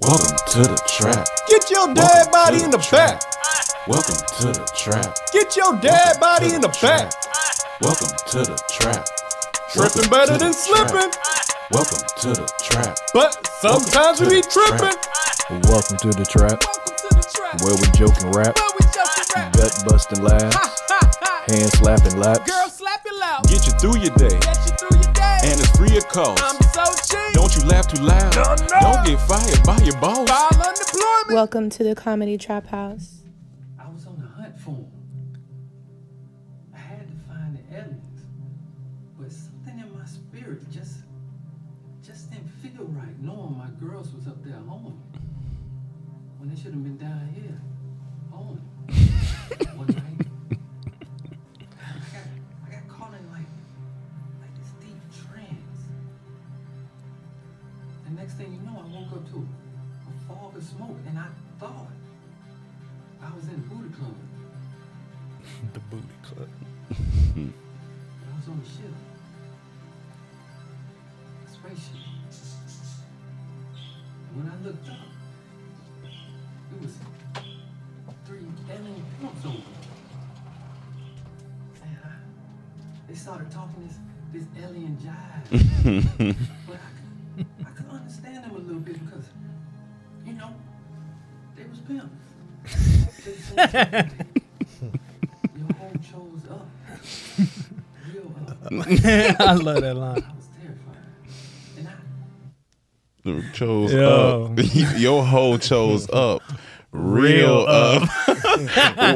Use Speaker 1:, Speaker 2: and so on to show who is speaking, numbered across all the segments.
Speaker 1: Welcome to the trap.
Speaker 2: Get your dead
Speaker 1: Welcome
Speaker 2: body
Speaker 1: to
Speaker 2: in the
Speaker 1: the
Speaker 2: back.
Speaker 1: Welcome to the trap.
Speaker 2: Get your dead body in the
Speaker 1: Trap.
Speaker 2: back.
Speaker 1: Welcome to the trap. Welcome
Speaker 2: Tripping
Speaker 1: to
Speaker 2: better
Speaker 1: the
Speaker 2: than
Speaker 1: trap.
Speaker 2: slipping,
Speaker 1: Welcome to the trap.
Speaker 2: but sometimes we be tripping.
Speaker 3: Welcome to the trap, where we joke and rap, gut busting laughs, hand slapping laps.
Speaker 2: slap it loud.
Speaker 1: Get you through your day,
Speaker 2: Get you through your day.
Speaker 1: and it's free of cost.
Speaker 2: so cheap.
Speaker 1: Don't you laugh too loud.
Speaker 2: No, no.
Speaker 1: Don't get fired by your boss.
Speaker 2: unemployment.
Speaker 4: Welcome to the Comedy Trap House.
Speaker 5: I was on the hunt for him. I had to find the aliens, but something in my spirit just just didn't feel right knowing my girls was up there home when they should have been down here home. One night, I got I got caught in like like this deep trance. And next thing you know, I woke up to a fog of smoke, and I thought I was in the booty club.
Speaker 6: The booty club.
Speaker 5: I was on the ship. A Spaceship. When I looked up, it was three alien pumps over. And I, they started talking this this alien jive. but I could, I could understand them a little bit because, you know, they was pimps. They said, Your whole chose up. Real up.
Speaker 6: I love that line.
Speaker 5: I was terrified. And I,
Speaker 7: chose
Speaker 6: Yo.
Speaker 7: up. Your hoe chose up. Real, up.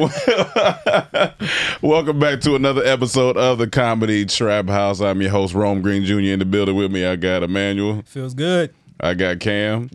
Speaker 7: Welcome back to another episode of the Comedy Trap House. I'm your host, Rome Green Jr. in the building with me. I got Emmanuel.
Speaker 6: Feels good.
Speaker 7: I got Cam.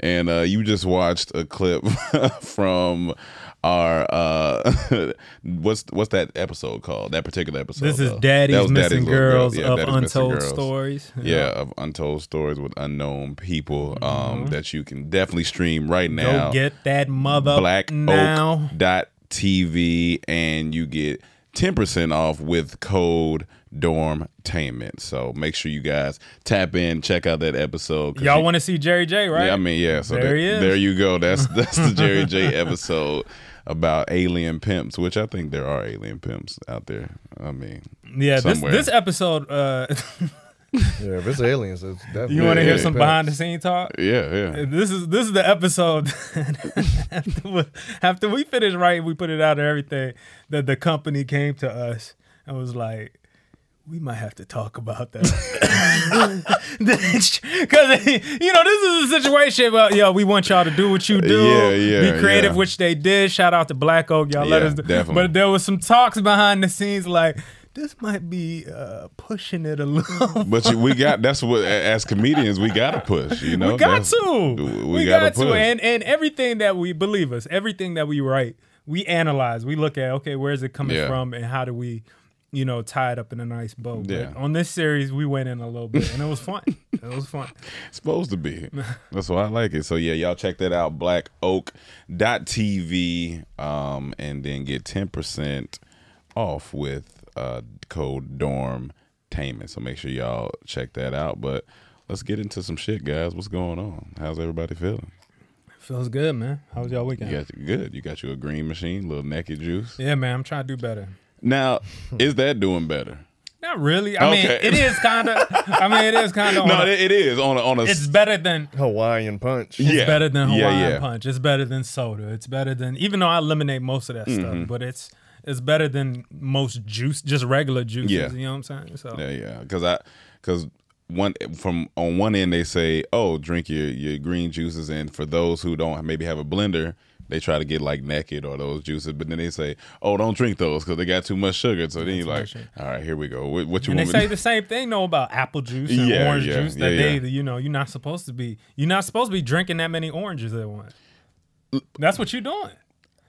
Speaker 7: And uh, you just watched a clip from our uh, what's what's that episode called? That particular episode.
Speaker 6: This is
Speaker 7: though. That
Speaker 6: Daddy's
Speaker 7: was
Speaker 6: Missing
Speaker 7: Daddy's Little Girl.
Speaker 6: Girls
Speaker 7: Yeah,
Speaker 6: of
Speaker 7: Daddy's Missing
Speaker 6: Untold
Speaker 7: Girls
Speaker 6: Stories.
Speaker 7: yeah, of untold stories with unknown people um, that you can definitely stream right now.
Speaker 6: Mm-hmm. Go get that mother
Speaker 7: Black
Speaker 6: now.
Speaker 7: dot TV and you get 10% off with code dormtainment. So make sure you guys tap in, check out that episode. 'cause
Speaker 6: Y'all
Speaker 7: you-
Speaker 6: want to see Jerry J, right?
Speaker 7: Yeah, I mean, yeah. So
Speaker 6: There
Speaker 7: there,
Speaker 6: he is.
Speaker 7: there you go. That's that's the Jerry J episode about alien pimps, which I think there are alien pimps out there. I mean,
Speaker 6: yeah. This,
Speaker 7: somewhere.
Speaker 6: this episode, uh,
Speaker 3: Yeah, if it's aliens, it's definitely.
Speaker 6: you want to hear
Speaker 7: yeah.
Speaker 6: some behind the scene talk?
Speaker 7: yeah, yeah.
Speaker 6: This is this is the episode after, we, after we finished writing, we put it out and everything. That the company came to us and was like, "We might have to talk about that," because you know this is a situation. Well, yo, we want y'all to do what you do,
Speaker 7: Yeah, yeah,
Speaker 6: be creative,
Speaker 7: yeah.
Speaker 6: which they did. Shout out to Black Oak, y'all let
Speaker 7: Yeah,
Speaker 6: us. do-
Speaker 7: definitely.
Speaker 6: But there was some talks behind the scenes, like. this might be uh, pushing it a little.
Speaker 7: But you, we got that's what a- as comedians we gotta push. You know,
Speaker 6: we got
Speaker 7: That's-
Speaker 6: to.
Speaker 7: We,
Speaker 6: We,
Speaker 7: gotta
Speaker 6: got to.
Speaker 7: push.
Speaker 6: And and everything that we believe us, everything that we write, we analyze. We look at okay, where's it coming
Speaker 7: Yeah.
Speaker 6: from, and how do we, you know, tie it up in a nice bow. But
Speaker 7: Yeah.
Speaker 6: on this series, we went in a little bit, and it was fun. it was fun.
Speaker 7: supposed to be. That's why I like it. So yeah, y'all check that out, Black Oak TV, um, and then get ten percent off with uh code dorm tainment. So make sure y'all check that out. But let's get into some shit, guys. What's going on? How's everybody feeling?
Speaker 6: Feels good, man. How was y'all
Speaker 7: You
Speaker 6: weekend? Yeah.
Speaker 7: got good. You got you a green machine, little naked juice.
Speaker 6: man. I'm trying to do better.
Speaker 7: Now, is that doing better?
Speaker 6: Not really. I mean,
Speaker 7: Okay.
Speaker 6: it is kind of. I mean, it is kind of.
Speaker 7: No, it it is on a on a
Speaker 6: it's better than
Speaker 3: Hawaiian punch.
Speaker 7: yeah.
Speaker 6: It's better than Hawaiian
Speaker 7: yeah, yeah.
Speaker 6: Punch. It's better than soda. It's better than even though I eliminate most of that
Speaker 7: Mm-hmm.
Speaker 6: stuff, but it's it's better than most juice, just regular juices.
Speaker 7: Yeah.
Speaker 6: You know what I'm saying? So
Speaker 7: Yeah, yeah. Because I, because one from on one end they say, oh, drink your your green juices, and for those who don't maybe have a blender, they try to get like naked or those juices, but then they say, oh, don't drink those because they got too much sugar. So then you're like, all right, here we go. What, what you
Speaker 6: and they
Speaker 7: want?
Speaker 6: say
Speaker 7: me
Speaker 6: the same thing though about apple juice and
Speaker 7: Yeah,
Speaker 6: orange
Speaker 7: yeah,
Speaker 6: juice
Speaker 7: yeah,
Speaker 6: that
Speaker 7: yeah.
Speaker 6: they you know you're not supposed to be you're not supposed to be drinking that many oranges at once. That's what you're doing.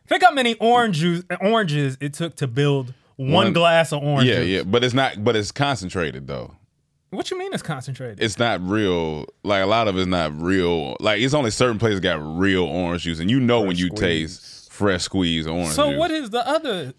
Speaker 6: Think how many orange juice, oranges it took to build one,
Speaker 7: One-
Speaker 6: glass of orange
Speaker 7: yeah,
Speaker 6: juice.
Speaker 7: yeah. But it's not. But it's concentrated though.
Speaker 6: What you mean it's concentrated?
Speaker 7: It's not real. Like a lot of it's not real. Like it's only certain places got real orange juice, and you know when you taste fresh squeeze orange.
Speaker 6: So
Speaker 7: juice.
Speaker 6: what is the other?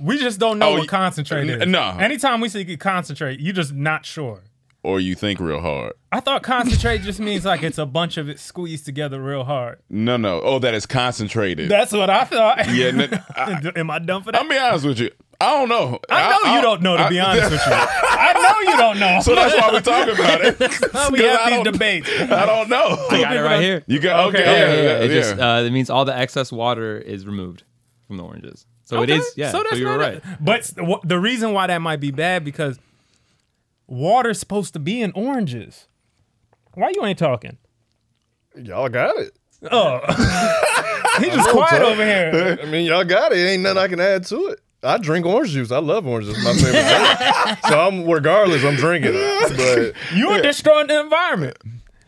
Speaker 6: We just don't know
Speaker 7: Oh,
Speaker 6: what concentrate
Speaker 7: n-
Speaker 6: is.
Speaker 7: no.
Speaker 6: Anytime we see concentrate, you just not sure.
Speaker 7: Or you think real hard.
Speaker 6: I thought concentrate just means like it's a bunch of it squeezed together real hard.
Speaker 7: No, no. Oh, that is concentrated.
Speaker 6: That's what I thought.
Speaker 7: Yeah, n-
Speaker 6: Am I dumb for that?
Speaker 7: I'm
Speaker 6: i
Speaker 7: gonna be honest with you. I don't know.
Speaker 6: know you don't know. To
Speaker 7: I-
Speaker 6: be honest with you, I know you don't know.
Speaker 7: So that's why we talking about it. Because
Speaker 6: we have
Speaker 7: I
Speaker 6: these
Speaker 7: don't-
Speaker 6: debates.
Speaker 7: I don't know.
Speaker 8: I got it right here.
Speaker 7: You got okay.
Speaker 6: Okay.
Speaker 8: Yeah, yeah,
Speaker 7: yeah,
Speaker 8: yeah. It
Speaker 7: yeah.
Speaker 8: just uh, it means all the excess water is removed from the oranges. So it
Speaker 6: Okay,
Speaker 8: is. Yeah.
Speaker 6: so
Speaker 8: So,
Speaker 6: that's
Speaker 8: you were
Speaker 6: not
Speaker 8: right.
Speaker 6: a- But s- wh- the reason why that might be bad because water's supposed to be in oranges. Why you ain't talking?
Speaker 3: Y'all got it.
Speaker 6: Oh, he just quiet over here.
Speaker 3: I mean, y'all got it. Ain't nothing I can add to it. I drink orange juice. I love orange juice. My favorite. drink. so I'm regardless. I'm drinking it.
Speaker 6: You are destroying the environment.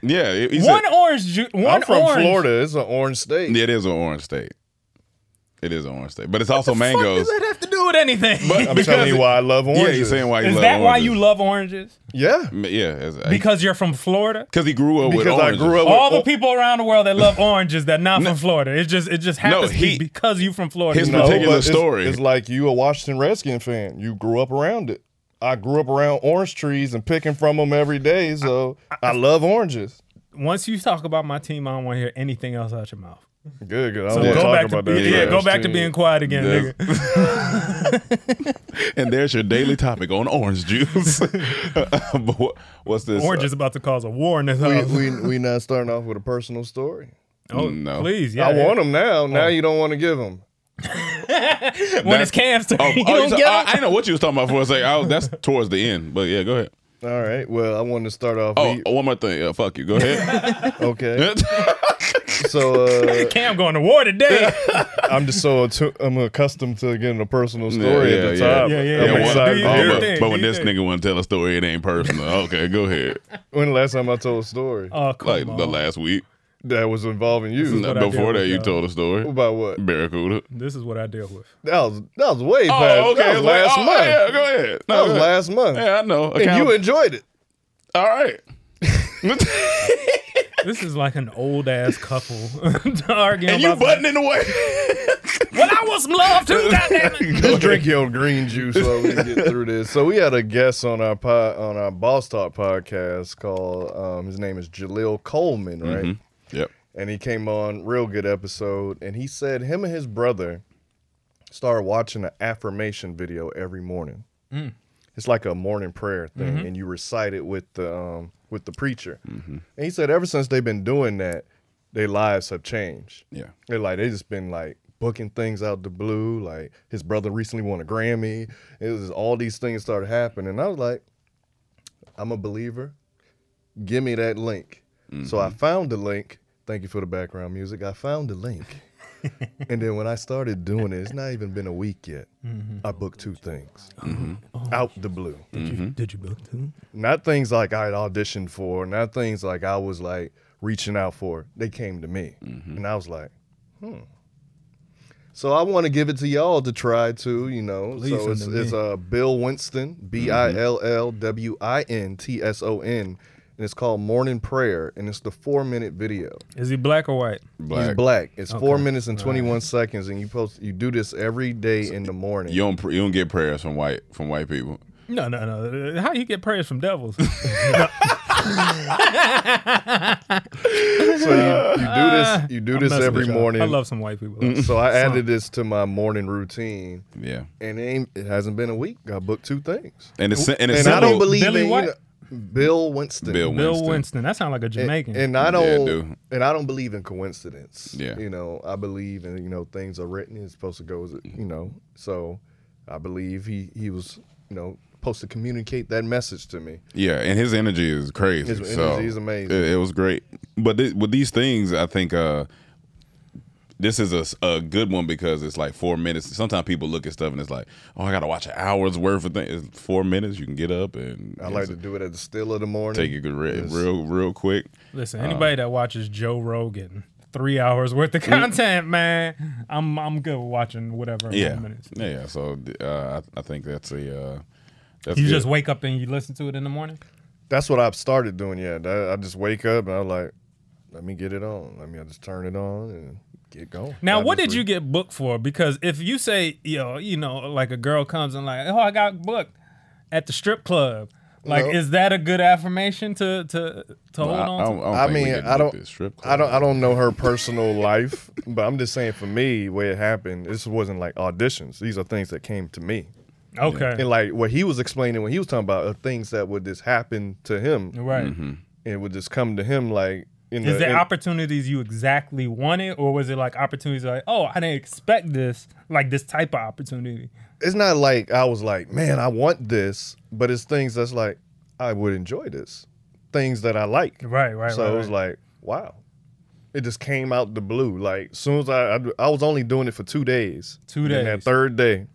Speaker 7: yeah. He he said,
Speaker 6: One orange juice. One
Speaker 3: But I'm from
Speaker 6: orange.
Speaker 3: Florida. It's an orange state.
Speaker 7: it is an orange state. It is an orange state, but it's also mangoes.
Speaker 6: Does that have to do with anything?
Speaker 7: But
Speaker 3: I'm telling you why I love oranges.
Speaker 7: Yeah, he's saying why you
Speaker 6: is
Speaker 7: love
Speaker 6: that why you
Speaker 7: oranges.
Speaker 6: love oranges?
Speaker 3: Yeah.
Speaker 7: Yeah, because
Speaker 6: Because you're from Florida.
Speaker 7: because he grew up with
Speaker 3: Because I
Speaker 7: oranges.
Speaker 3: grew up with
Speaker 6: All the
Speaker 3: or-
Speaker 6: people around the world that love oranges that not from Florida. It just it just happens to
Speaker 7: he-
Speaker 6: be because you from Florida.
Speaker 7: his
Speaker 6: You know,
Speaker 7: particular
Speaker 3: but it's-
Speaker 7: story.
Speaker 3: It's like you a Washington Redskin fan. You grew up around it. I grew up around orange trees and picking from them every day, so I, love oranges.
Speaker 6: Once you talk about my team, I don't want to hear anything else out your mouth.
Speaker 3: Good, good. I
Speaker 6: So
Speaker 3: don't
Speaker 6: go
Speaker 3: want
Speaker 6: back
Speaker 3: to
Speaker 6: to
Speaker 3: talk about that.
Speaker 6: yeah,
Speaker 7: trash
Speaker 6: go back to
Speaker 3: too.
Speaker 6: being quiet again,
Speaker 7: Yes.
Speaker 6: nigga.
Speaker 7: and there's your daily topic on orange juice. but what, what's this? uh,
Speaker 6: Orange is about to cause a war in this
Speaker 3: We,
Speaker 6: house.
Speaker 3: we we not starting off with a personal story. Oh.
Speaker 6: oh,
Speaker 7: No.
Speaker 6: please, yeah.
Speaker 3: I want them now. Now you don't want to give them.
Speaker 6: when it's Cam's turn,
Speaker 7: Oh,
Speaker 6: you
Speaker 7: oh,
Speaker 6: don't
Speaker 7: you ta-
Speaker 6: get
Speaker 7: I,
Speaker 6: it?
Speaker 7: I didn't know what you was talking about for a second. I, was- that's towards the end, but yeah, go ahead.
Speaker 3: All right. Well, I wanted to start off.
Speaker 7: Oh,
Speaker 3: we-
Speaker 7: oh, one more thing. Yeah, fuck you. Go ahead.
Speaker 3: okay. so uh,
Speaker 6: Cam going to war today.
Speaker 3: I'm just so attu- I'm accustomed to getting a personal story at the time.
Speaker 6: Yeah, yeah,
Speaker 3: I'm
Speaker 6: yeah.
Speaker 7: one-
Speaker 3: excited.
Speaker 6: Do
Speaker 7: oh,
Speaker 6: your
Speaker 7: but,
Speaker 6: thing,
Speaker 7: but
Speaker 6: do
Speaker 7: when
Speaker 6: your
Speaker 7: this
Speaker 6: thing.
Speaker 7: nigga want to tell a story, it ain't personal. Okay, go ahead.
Speaker 3: When the last time I told a story
Speaker 6: oh, come
Speaker 7: Like
Speaker 6: on.
Speaker 7: the last week.
Speaker 3: that was involving you?
Speaker 7: No,
Speaker 6: what I
Speaker 7: Before
Speaker 6: do
Speaker 7: that,
Speaker 6: with
Speaker 7: you
Speaker 6: y'all.
Speaker 7: told a story.
Speaker 3: About what?
Speaker 7: Barracuda.
Speaker 6: This is what I deal with.
Speaker 3: That was that was way past.
Speaker 7: Oh, okay.
Speaker 3: That was
Speaker 7: it's like,
Speaker 3: last
Speaker 7: oh,
Speaker 3: month.
Speaker 7: Yeah, go ahead. No,
Speaker 3: That was
Speaker 7: go ahead.
Speaker 3: last month.
Speaker 7: Yeah, I know.
Speaker 3: and you
Speaker 7: Account-
Speaker 3: enjoyed it.
Speaker 7: All right.
Speaker 6: This is like an old ass couple arguing
Speaker 7: and you
Speaker 6: about
Speaker 7: buttoning away.
Speaker 6: Well, I want some love too. Goddamn it!
Speaker 3: Just drink your green juice while we get through this. So we had a guest on our pod, on our Boss Talk podcast called um, his name is Jaleel Coleman, right?
Speaker 7: yep.
Speaker 3: And he came on real good episode, and he said him and his brother started watching an affirmation video every morning. It's like a morning prayer thing, and you recite it with the um, with the preacher. And he said ever since they've been doing that, their lives have changed.
Speaker 7: Yeah.
Speaker 3: They're like they just been like booking things out the blue. Like his brother recently won a Grammy. It was all these things started happening. And I was like, I'm a believer. Give
Speaker 7: Mm-hmm.
Speaker 3: me that link. So I found the link. Thank you for the background music. I found the link. and then when I started doing it, it's not even been a week yet.
Speaker 6: Mhm.
Speaker 3: I booked two things out the blue.
Speaker 6: Did you book two?
Speaker 3: Not things like I had auditioned for, not things like I was like reaching out for. They came to me,
Speaker 6: Mm-hmm.
Speaker 3: and I was like, hmm. So I want to give it to y'all to try to, you know.
Speaker 6: Please
Speaker 3: so it's,
Speaker 6: send to
Speaker 3: it's
Speaker 6: me. Mm-hmm.
Speaker 3: uh, Bill Winston, B I L L W I N T S O N, and it's called Morning Prayer, and it's the four minute video.
Speaker 6: Is he black or white?
Speaker 3: He's black. It's four
Speaker 6: Okay.
Speaker 3: minutes and
Speaker 6: All
Speaker 3: twenty one seconds, and you post you do this every day in the morning.
Speaker 7: You don't pr- you don't get prayers from white from white people.
Speaker 6: No, no, no. How you get prayers from devils?
Speaker 3: so you, you do this you do
Speaker 6: Ah, I'm
Speaker 3: this
Speaker 6: messing
Speaker 3: every
Speaker 6: with y'all.
Speaker 3: morning.
Speaker 6: I love some white people.
Speaker 3: so I added this to my morning routine.
Speaker 7: Yeah.
Speaker 3: and it, ain't, it hasn't been a week. I booked two things,
Speaker 7: And it's and it's
Speaker 3: I don't believe
Speaker 6: Billy
Speaker 3: in you
Speaker 6: what?
Speaker 3: know, Bill Winston.
Speaker 7: Bill
Speaker 6: Bill
Speaker 7: Winston.
Speaker 6: Winston. That sounds like a
Speaker 3: And,
Speaker 6: Jamaican.
Speaker 3: and I
Speaker 7: Yeah,
Speaker 3: don't
Speaker 7: dude.
Speaker 3: and I don't believe in coincidence.
Speaker 7: Yeah.
Speaker 3: you know I believe in you know things are written. It's supposed to go as it- you know. So I believe he he was you know supposed to communicate that message to me.
Speaker 7: Yeah, and his energy is crazy.
Speaker 3: His
Speaker 7: so
Speaker 3: energy is amazing.
Speaker 7: It, it was great. But thi- with these things, I think uh, this is a, s- a good one because it's like four minutes. Sometimes people look at stuff and it's like, oh, I got to watch an hour's worth of things. It's four minutes. You can get up and
Speaker 3: I like to do it at the still of the morning.
Speaker 7: take it re-
Speaker 3: Yes.
Speaker 7: real, real quick.
Speaker 3: uh,
Speaker 6: Listen, anybody that watches Joe Rogan, three hours worth of
Speaker 3: Mm.
Speaker 6: content, man, I'm I'm good with watching whatever.
Speaker 7: Yeah.
Speaker 6: Minutes.
Speaker 7: Yeah. yeah. So uh, I, I think that's a. Uh, that's
Speaker 6: You
Speaker 7: good.
Speaker 6: just wake up and you listen to it in the morning.
Speaker 3: That's what I've started doing. Yeah, That- I just wake up and I'm like, let me get it on. Let me I just turn it on and get going.
Speaker 6: Now,
Speaker 3: I
Speaker 6: what
Speaker 3: just
Speaker 6: did you
Speaker 3: re-
Speaker 6: get booked for? Because if you say, yo, you know, like a girl comes and like, oh, I got booked at the strip club. Like,
Speaker 3: No.
Speaker 6: is that a good affirmation to to
Speaker 7: I,
Speaker 6: to hold
Speaker 7: I
Speaker 6: on?
Speaker 7: don't,
Speaker 6: to?
Speaker 7: I,
Speaker 3: I
Speaker 7: don't think we
Speaker 3: mean,
Speaker 7: could
Speaker 3: I
Speaker 7: do
Speaker 3: don't-
Speaker 7: this Strip club.
Speaker 3: I don't. I don't know her personal life, but I'm just saying for me, where it happened, this wasn't like auditions. These are things that came to me,
Speaker 6: Okay,
Speaker 3: and like what he was explaining when he was talking about are things that would just happen to him,
Speaker 6: right.
Speaker 7: Mm-hmm.
Speaker 3: and would just come to him like in
Speaker 6: Is
Speaker 3: the
Speaker 6: there
Speaker 3: in-
Speaker 6: opportunities you exactly wanted, or was it like opportunities like, oh, I didn't expect this, like this type of opportunity?
Speaker 3: it's not like I was like, man, I want this, but it's things that's like I would enjoy this, things that I like.
Speaker 6: Right, right,
Speaker 3: So
Speaker 6: right,
Speaker 3: it was
Speaker 6: right.
Speaker 3: like, wow, it just came out the blue. Like soon as I, I, I was only doing it for two days.
Speaker 6: Two
Speaker 3: And that
Speaker 6: days.
Speaker 3: third day,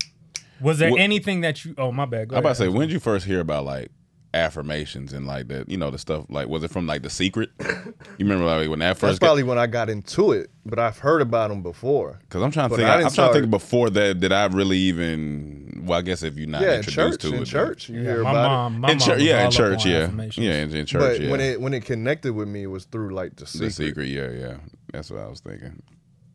Speaker 6: Was there
Speaker 7: Wh-
Speaker 6: anything that you? Oh, my bad. Go
Speaker 7: I'm about to
Speaker 6: ahead.
Speaker 7: say, when did you first hear about like affirmations and like the you know the stuff like was it from like The Secret? you remember like when that
Speaker 3: that's
Speaker 7: first
Speaker 3: probably when I got into it. But I've heard about them before.
Speaker 7: because I'm trying to
Speaker 3: But
Speaker 7: think.
Speaker 3: I
Speaker 7: I'm
Speaker 3: didn't
Speaker 7: trying to think
Speaker 3: start-
Speaker 7: before that did I really even? Well, I guess if you're not
Speaker 3: yeah, in church,
Speaker 7: introduced to it,
Speaker 3: in
Speaker 7: then-
Speaker 3: church, you
Speaker 6: Yeah,
Speaker 3: hear
Speaker 6: my
Speaker 3: about
Speaker 6: mom,
Speaker 3: it.
Speaker 6: my
Speaker 7: in church,
Speaker 6: mom was all
Speaker 7: yeah, in
Speaker 6: up
Speaker 7: church,
Speaker 6: on
Speaker 7: yeah,
Speaker 6: affirmations.
Speaker 7: yeah, in, in church,
Speaker 3: But
Speaker 7: yeah.
Speaker 3: when it when it connected with me, it was through like the secret.
Speaker 7: the secret, yeah, yeah, that's what I was thinking.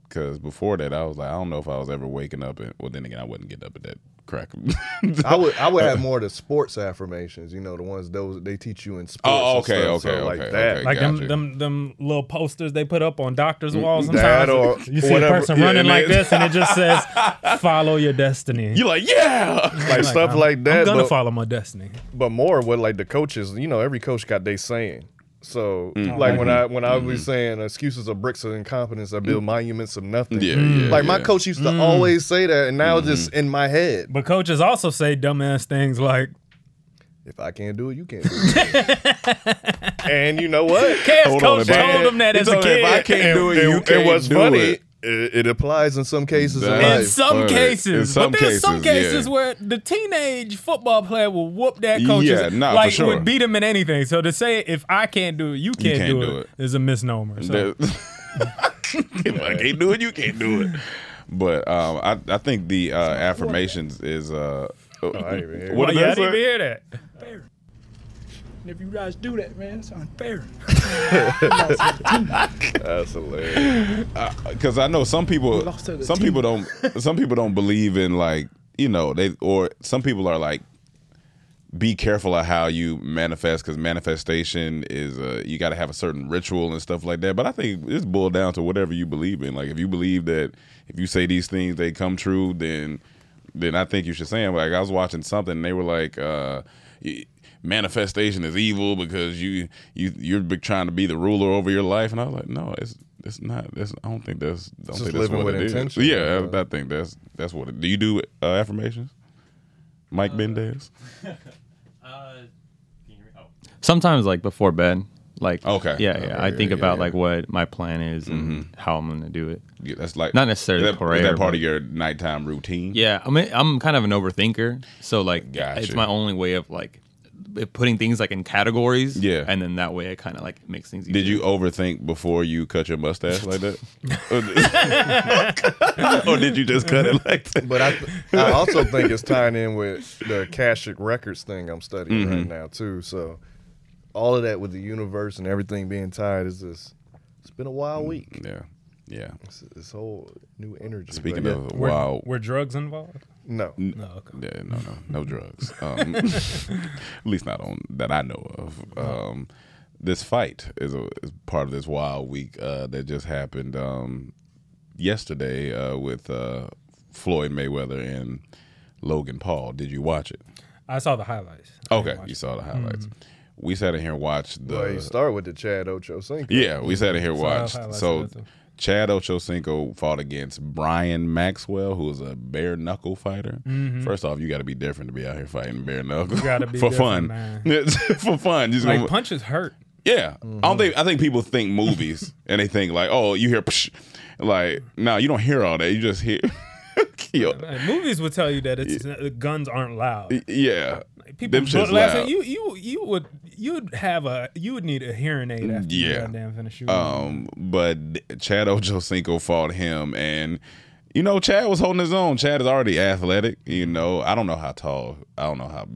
Speaker 7: Because before that, I was like, I don't know if I was ever waking up. And, well, then again, I wouldn't get up at that crack. Oh,
Speaker 3: I would I
Speaker 7: Uh,
Speaker 3: would have more of the sports affirmations. You know, the ones those they teach you in sports.
Speaker 7: Oh,
Speaker 3: and
Speaker 7: okay,
Speaker 3: stuff, so
Speaker 7: okay,
Speaker 3: like
Speaker 7: okay,
Speaker 3: that.
Speaker 7: okay.
Speaker 6: Like them,
Speaker 7: Gotcha.
Speaker 6: them, them little posters they put up on doctors' walls.
Speaker 3: that
Speaker 6: Sometimes
Speaker 3: or
Speaker 6: you see
Speaker 3: whatever.
Speaker 6: a person
Speaker 3: Yeah,
Speaker 6: running
Speaker 7: and
Speaker 6: like
Speaker 7: they-
Speaker 6: this, and it just says, "Follow your destiny."
Speaker 7: You're like, yeah,
Speaker 3: like stuff
Speaker 6: I'm-
Speaker 3: like that.
Speaker 6: I'm gonna
Speaker 3: but,
Speaker 6: follow my destiny.
Speaker 3: but more what like the coaches, you know, every coach got they saying. So
Speaker 7: Mm.
Speaker 3: like
Speaker 6: Mm-hmm.
Speaker 3: when I when I was
Speaker 7: Mm-hmm.
Speaker 3: saying excuses are bricks of incompetence that build monuments of nothing.
Speaker 7: Mm. Yeah, yeah,
Speaker 3: like my
Speaker 7: yeah. Mm-hmm.
Speaker 3: coach used to
Speaker 6: Mm.
Speaker 3: always say that, and now it's just in my head.
Speaker 6: But coaches also say dumbass things like,
Speaker 3: If I can't do it, you can't. do it. and you know what?
Speaker 6: "Cavs
Speaker 7: Hold on,
Speaker 6: coach
Speaker 7: if I-
Speaker 6: told him that
Speaker 7: he
Speaker 6: as a
Speaker 7: told him,
Speaker 6: kid."
Speaker 7: if I can't do it, you can't
Speaker 3: what's
Speaker 7: do
Speaker 3: funny,
Speaker 7: it.
Speaker 3: It, it applies in some cases in
Speaker 7: That's-
Speaker 3: life.
Speaker 6: In some
Speaker 7: But
Speaker 6: cases,
Speaker 7: in some
Speaker 6: but there's some
Speaker 7: cases, yeah.
Speaker 6: cases where the teenage football player will whoop that coach.
Speaker 7: Yeah, nah, for
Speaker 6: like
Speaker 7: sure.
Speaker 6: would beat him in anything. So to say if I can't do it, you can't,
Speaker 7: can't
Speaker 6: do,
Speaker 7: do
Speaker 6: it,
Speaker 7: it.
Speaker 6: is a misnomer. So
Speaker 7: There- if I can't do it, you can't do it. But um, I, I think the uh, affirmations is uh,
Speaker 3: I ain't even hear
Speaker 7: what did
Speaker 6: Why you
Speaker 7: that
Speaker 6: Oh, didn't even
Speaker 7: say?
Speaker 6: hear that.
Speaker 2: And if you guys do that, man, it's unfair.
Speaker 3: That's hilarious.
Speaker 7: Because Uh, I know some people,
Speaker 2: lost to the
Speaker 7: some
Speaker 2: team.
Speaker 7: people don't, some people don't believe in like you know they or some people are like, be careful of how you manifest because manifestation is uh, you got to have a certain ritual and stuff like that. But I think it's boiled down to whatever you believe in. Like if you believe that if you say these things they come true, then then I think you should say them. Like I was watching something and they were like. uh y- manifestation is evil because you you you're be- trying to be the ruler over your life and I was like no it's it's not that's I don't think that's I don't
Speaker 3: Just
Speaker 7: think that's
Speaker 3: living
Speaker 7: what
Speaker 3: with
Speaker 7: it is.
Speaker 3: intention.
Speaker 7: yeah I, I think that's that's what it do you do uh, affirmations Mike Mendez
Speaker 8: Sometimes like before bed, Like
Speaker 7: Okay.
Speaker 8: yeah,
Speaker 7: Okay,
Speaker 8: yeah. Mm-hmm. I
Speaker 7: yeah,
Speaker 8: think
Speaker 7: yeah,
Speaker 8: about
Speaker 7: yeah.
Speaker 8: like what my plan is and how I'm gonna do it.
Speaker 7: Yeah, that's like
Speaker 8: not necessarily
Speaker 7: Is that, is
Speaker 8: prayer,
Speaker 7: that part
Speaker 8: but-
Speaker 7: of your nighttime routine?
Speaker 8: Yeah, I mean, I'm kind of an overthinker, so like, it's
Speaker 7: Gotcha.
Speaker 8: my only way of like putting things like in categories.
Speaker 7: Yeah.
Speaker 8: and then that way it kind of like makes things.
Speaker 7: Did
Speaker 8: easier.
Speaker 7: you overthink before you cut your mustache like that? or did you just cut it like that?
Speaker 3: But I, I also think it's tying in with the Akashic Records thing I'm studying right
Speaker 7: Mhm.
Speaker 3: now too. So all of that with the universe and everything being tied is just it's been a
Speaker 7: Mm.
Speaker 3: wild week.
Speaker 7: Yeah, yeah.
Speaker 3: It's, it's whole new energy.
Speaker 7: Speaking
Speaker 3: but yeah.
Speaker 7: of
Speaker 6: Were,
Speaker 7: wow,
Speaker 6: were drugs involved?
Speaker 3: no,
Speaker 7: N-
Speaker 6: No, okay.
Speaker 7: Yeah, no, no, no drugs. Um, at least not on that I know of. Um, this fight is, a, is part of this wild week uh, that just happened um, yesterday uh, with uh, Floyd Mayweather and Logan Paul. Did you watch it?
Speaker 6: I saw the highlights. I
Speaker 7: Okay,
Speaker 6: didn't watch
Speaker 7: you
Speaker 6: it. Mm-hmm.
Speaker 7: saw the highlights. We sat in here and watched the.
Speaker 3: well, you start with the Chad Ochocinco.
Speaker 7: Yeah, we sat in here and
Speaker 6: So I'll
Speaker 7: watched.
Speaker 6: highlight
Speaker 7: So
Speaker 6: some of them.
Speaker 7: Chad Ochocinco fought against Brian Maxwell, who is a bare knuckle fighter. First off, you got to be different to be out here fighting bare knuckle
Speaker 6: Mm-hmm. You gotta be
Speaker 7: for fun.
Speaker 6: different, man.
Speaker 7: for fun, just
Speaker 6: Like
Speaker 7: gonna-
Speaker 6: punches hurt.
Speaker 7: yeah. I don't think I think people think movies and they think like, oh, you hear, psh. like, no, you don't hear all that. You just hear. Yo,
Speaker 6: Like, movies would tell you that it's the guns aren't loud.
Speaker 7: yeah,
Speaker 6: People
Speaker 7: them shit's
Speaker 6: don't- last thing-
Speaker 7: loud.
Speaker 6: you you you would you'd have a you would need a hearing aid after you
Speaker 7: Yeah.
Speaker 6: goddamn finish shooting.
Speaker 7: Um, but Chad Ochocinco fought him, and you know Chad was holding his own. Chad is already athletic. You know, I don't know how tall. I don't know how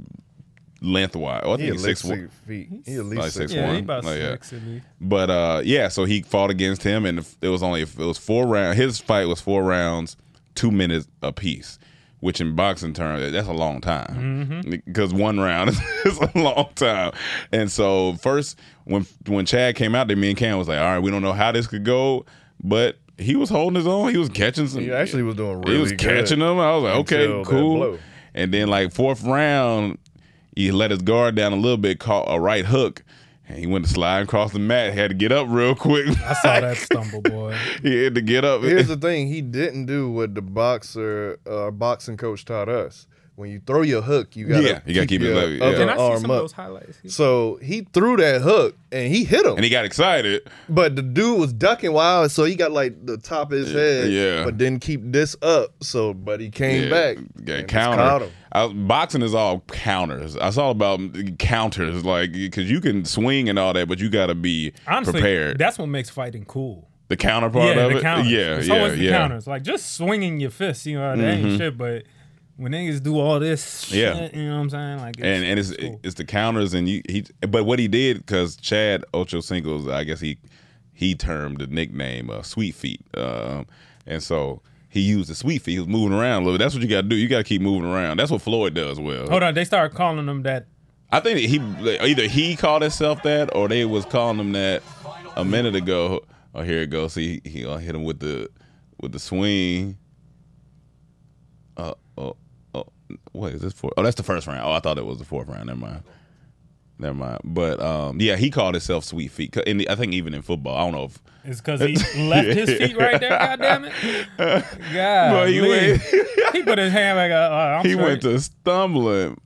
Speaker 7: lengthwise. Oh,
Speaker 3: he
Speaker 7: I think
Speaker 3: at
Speaker 7: he's
Speaker 3: least
Speaker 7: six
Speaker 3: six
Speaker 7: one.
Speaker 3: feet. He at
Speaker 7: Like
Speaker 3: least
Speaker 7: six
Speaker 3: six.
Speaker 6: yeah, he
Speaker 7: one.
Speaker 6: about
Speaker 7: Like, yeah.
Speaker 6: six at least.
Speaker 7: But uh, yeah, so he fought against him, and it was only it was four rounds. His fight was four rounds, two minutes apiece, which in boxing terms that's a long time
Speaker 3: Mm-hmm.
Speaker 7: because one round is a long time. And so first, when when Chad came out there, me and Cam was like, all right, we don't know how this could go, but he was holding his own. He was catching some.
Speaker 3: He actually was doing really
Speaker 7: he was
Speaker 3: good
Speaker 7: catching them. I was like,
Speaker 3: until
Speaker 7: okay,
Speaker 3: that
Speaker 7: cool.
Speaker 3: blow.
Speaker 7: And then like fourth round, he let his guard down a little bit, caught a right hook, and he went to slide across the mat. Had to get up real quick.
Speaker 6: I saw that stumble boy.
Speaker 7: he had to get up.
Speaker 3: Here's the thing: he didn't do what the boxer, uh, boxing coach taught us. When you throw your hook, you gotta
Speaker 7: Yeah, you gotta keep it
Speaker 3: your
Speaker 7: level, yeah.
Speaker 3: other
Speaker 6: Can I see
Speaker 3: arm
Speaker 6: some
Speaker 3: up.
Speaker 6: of those highlights?
Speaker 3: So he threw that hook and he hit him.
Speaker 7: and he got excited.
Speaker 3: but the dude was ducking wild, so he got like the top of his head.
Speaker 7: yeah.
Speaker 3: But didn't keep this up. So but he came
Speaker 7: Yeah,
Speaker 3: back.
Speaker 7: Got
Speaker 3: and just caught
Speaker 7: counter.
Speaker 3: him.
Speaker 7: I, boxing is all counters. I saw about counters, like because you can swing and all that, but you got to be
Speaker 6: Honestly,
Speaker 7: prepared.
Speaker 6: that's what makes fighting cool.
Speaker 7: the counter part
Speaker 6: yeah,
Speaker 7: of
Speaker 6: the
Speaker 7: it,
Speaker 6: counters.
Speaker 7: yeah,
Speaker 6: it's
Speaker 7: yeah,
Speaker 6: always the
Speaker 7: yeah. Mm-hmm.
Speaker 6: counters. Like just swinging your fist, you know, that ain't shit. But when niggas do all this, shit,
Speaker 7: Yeah.
Speaker 6: you know what I'm saying? Like, it's,
Speaker 7: and and it's
Speaker 6: cool.
Speaker 7: it's the counters and you he but what he did because Chad Ocho Singles I guess he he termed the nickname uh, Sweet Feet um, and so he used the Sweet Feet he was moving around a little bit that's what you got to do you got to keep moving around that's what Floyd does well
Speaker 6: hold on, they started calling them that.
Speaker 7: I think he either he called himself that or they was calling him that a minute ago oh here it goes see he, he uh, hit him with the with the swing uh oh oh what is this for oh that's the first round oh I thought it was the fourth round never mind. Never mind. But um, yeah, he called himself Sweet Feet. And I think even in football, I don't know if.
Speaker 6: It's because he left his feet right there. God damn it! God,
Speaker 7: But he
Speaker 6: he,
Speaker 7: went-
Speaker 6: put his hand like a. Uh, I'm
Speaker 7: he
Speaker 6: sure-
Speaker 7: went to stumbling.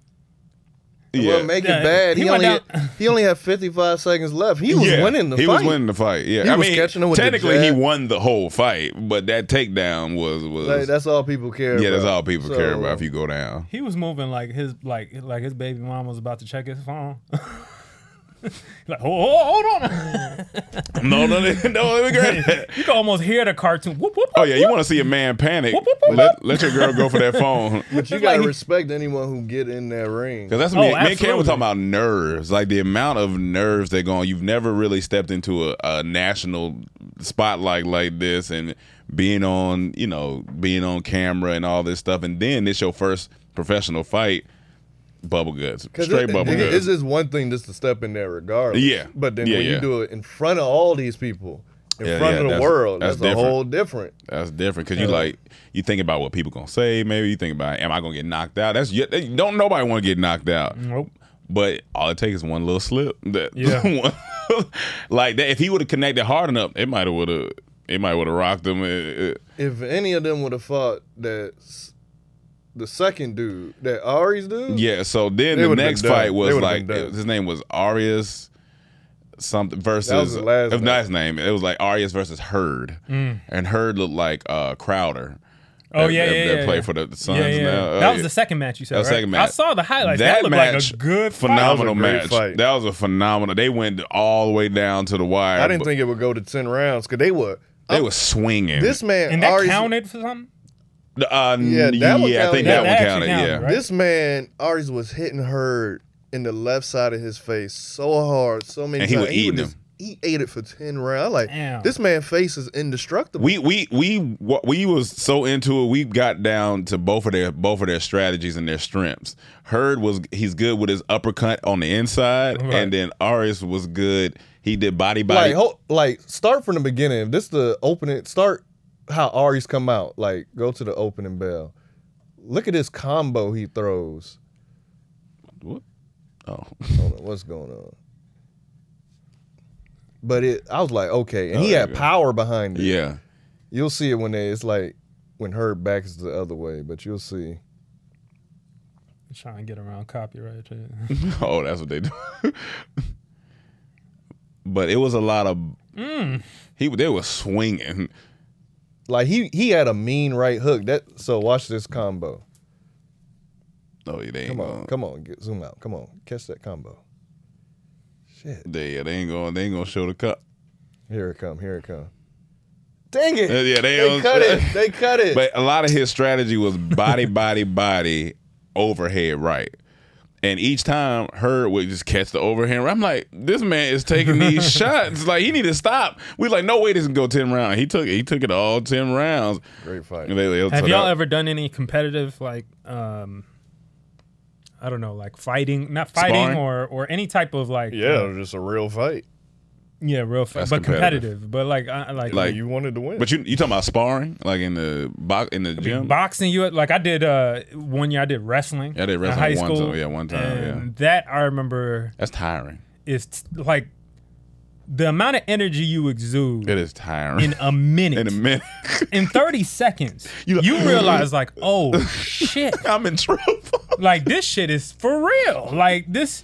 Speaker 7: Yeah.
Speaker 3: Well, make
Speaker 6: Yeah,
Speaker 3: it bad. He,
Speaker 6: he went
Speaker 3: only
Speaker 6: down-
Speaker 3: had, he only had 55 seconds left. He was
Speaker 7: Yeah,
Speaker 3: winning the
Speaker 7: he
Speaker 3: fight.
Speaker 7: was winning the fight. Yeah,
Speaker 3: He
Speaker 7: I
Speaker 3: was
Speaker 7: mean,
Speaker 3: catching him with the
Speaker 7: technically he
Speaker 3: jab.
Speaker 7: won the whole fight, but that takedown was was
Speaker 3: Like, that's all people care.
Speaker 7: yeah,
Speaker 3: about.
Speaker 7: that's all people
Speaker 3: So, uh,
Speaker 7: care about. If you go down,
Speaker 6: He was moving like his like like his baby mom was about to check his phone. like, oh, oh, hold on!
Speaker 7: no, no, no, no, let me grab that.
Speaker 6: you can almost hear the cartoon. Whoop, whoop,
Speaker 7: Oh yeah, you want to see a man panic?
Speaker 6: Whoop, whoop, whoop,
Speaker 7: Let, let your girl go for that phone.
Speaker 3: But you
Speaker 6: It's like
Speaker 3: gotta
Speaker 6: he-
Speaker 3: respect anyone who get in that ring.
Speaker 7: Because that's what me,
Speaker 6: Oh,
Speaker 7: me and Cam were
Speaker 6: absolutely.
Speaker 7: talking about nerves, like the amount of nerves they're going. You've never really stepped into a, a national spotlight like this, and being on, you know, being on camera and all this stuff, and then it's your first professional fight. Bubble guts, straight
Speaker 3: it-
Speaker 7: bubble
Speaker 3: it- It's
Speaker 7: guts.
Speaker 3: just one thing just to step in there regardless.
Speaker 7: Yeah.
Speaker 3: But then
Speaker 7: Yeah,
Speaker 3: when
Speaker 7: yeah.
Speaker 3: you do it in front of all these people, in
Speaker 7: Yeah,
Speaker 3: front
Speaker 7: yeah,
Speaker 3: of the
Speaker 7: that's-
Speaker 3: world,
Speaker 7: that's
Speaker 3: that's, a
Speaker 7: different.
Speaker 3: whole different.
Speaker 7: That's different because you like you think about what people gonna say. Maybe you think about, am I gonna get knocked out? That's yet don't nobody want to get knocked out.
Speaker 6: Nope.
Speaker 7: But all it takes is one little slip. That
Speaker 6: Yeah.
Speaker 7: one- like that. If he would have connected hard enough, it might have would have. It might would have rocked him. eh, It- it-
Speaker 3: If any of them would have fought that s- the second dude, that Ari's dude,
Speaker 7: yeah. So then
Speaker 3: They
Speaker 7: the
Speaker 3: would've
Speaker 7: next
Speaker 3: been done.
Speaker 7: fight
Speaker 3: They
Speaker 7: was
Speaker 3: would've
Speaker 7: like
Speaker 3: been done.
Speaker 7: his name was Arius something versus
Speaker 3: That was his last
Speaker 7: uh, not his name. It was like Arias versus Hurd,
Speaker 6: Mm.
Speaker 7: and Hurd looked like uh, Crowder.
Speaker 6: Oh,
Speaker 7: that-
Speaker 6: yeah,
Speaker 7: that-
Speaker 6: yeah,
Speaker 7: that
Speaker 6: yeah,
Speaker 7: played
Speaker 6: yeah.
Speaker 7: for the Suns.
Speaker 6: Yeah, yeah, yeah.
Speaker 7: now. Oh,
Speaker 6: That was
Speaker 7: yeah.
Speaker 6: the second match you said,
Speaker 7: That was
Speaker 6: right?
Speaker 7: second
Speaker 6: I
Speaker 7: match.
Speaker 6: saw the highlights. That looked like a good fight.
Speaker 7: phenomenal
Speaker 3: That was a great
Speaker 7: match.
Speaker 3: fight.
Speaker 7: That was a phenomenal. They went all the way down to the wire.
Speaker 3: I didn't
Speaker 7: but
Speaker 3: think it would go to ten rounds because they were
Speaker 7: they were swinging.
Speaker 3: this man.
Speaker 6: and that
Speaker 3: Arias-
Speaker 6: counted for something.
Speaker 7: Uh,
Speaker 3: Yeah,
Speaker 7: yeah,
Speaker 3: that one counted.
Speaker 7: I think that,
Speaker 3: Yeah,
Speaker 7: one
Speaker 6: that
Speaker 7: counted.
Speaker 6: actually counted,
Speaker 7: yeah,
Speaker 6: right?
Speaker 3: This man Aries was hitting her in the left side of his face so hard, so many
Speaker 7: And he was
Speaker 3: times.
Speaker 7: eating
Speaker 3: just- He ate it for ten rounds. I'm Like
Speaker 6: Damn.
Speaker 3: this man face is indestructible.
Speaker 7: we we we wa- we was so into it. We got down to both of their both of their strategies and their strengths. Hurd was he's good with his uppercut on the inside,
Speaker 6: Right.
Speaker 7: and then Aris was good. He did body body.
Speaker 3: like ho- like start from the beginning. If this the opening, start how Aries come out. Like go to the opening bell. Look at this combo he throws.
Speaker 7: What? Oh,
Speaker 3: Hold on, what's going on? But it, I was like, okay, and
Speaker 7: Oh,
Speaker 3: he
Speaker 7: there
Speaker 3: had
Speaker 7: you go.
Speaker 3: power behind it.
Speaker 7: yeah.
Speaker 3: You'll see it when they, it's like when her back is the other way, but you'll see.
Speaker 6: I'm trying to get around copyright. shit.
Speaker 7: Oh, that's what they do. but it was a lot of he. They were swinging.
Speaker 3: Like he he had a mean right hook. That so watch this combo.
Speaker 7: Oh, yeah, they ain't
Speaker 3: Come on,
Speaker 7: gonna-
Speaker 3: come on, get zoom out. Come on, catch that combo. Shit,
Speaker 7: They, yeah, they ain't going. They ain't gonna show the cut.
Speaker 3: here it come, here it come. Dang it!
Speaker 7: Uh, yeah, they
Speaker 3: they
Speaker 7: don't-
Speaker 3: cut it. They cut it.
Speaker 7: But a lot of his strategy was body, body, body, overhead right. And each time Hurd would just catch the overhand. right. I'm like, this man is taking these shots. Like he need to stop. We like, no way this can go ten rounds. He took it. He took it all ten rounds.
Speaker 3: Great fight.
Speaker 7: And they- they- so
Speaker 6: Have y'all
Speaker 7: that-
Speaker 6: ever done any competitive like um I don't know, like fighting, not fighting
Speaker 7: Sparring?
Speaker 6: or or any type of like
Speaker 3: Yeah, it
Speaker 6: uh,
Speaker 3: was just a real fight.
Speaker 6: yeah, real fight,
Speaker 7: That's
Speaker 6: but
Speaker 7: competitive.
Speaker 6: competitive. But like I, I like
Speaker 7: Like-
Speaker 3: you wanted to win,
Speaker 7: But you you talking about sparring, like in the box in the gym?
Speaker 6: boxing you like I did uh one year I did wrestling.
Speaker 7: Yeah, I did
Speaker 6: in
Speaker 7: wrestling
Speaker 6: high
Speaker 7: one
Speaker 6: school.
Speaker 7: time- yeah, one time,
Speaker 6: and That I remember
Speaker 7: That's tiring.
Speaker 6: is t- like the amount of energy you exude
Speaker 7: It is tiring.
Speaker 6: in a minute.
Speaker 7: in a minute,
Speaker 6: in 30 seconds,
Speaker 7: You-
Speaker 6: you, realize like, oh shit.
Speaker 7: I'm in trouble.
Speaker 6: like this shit is for real. Like this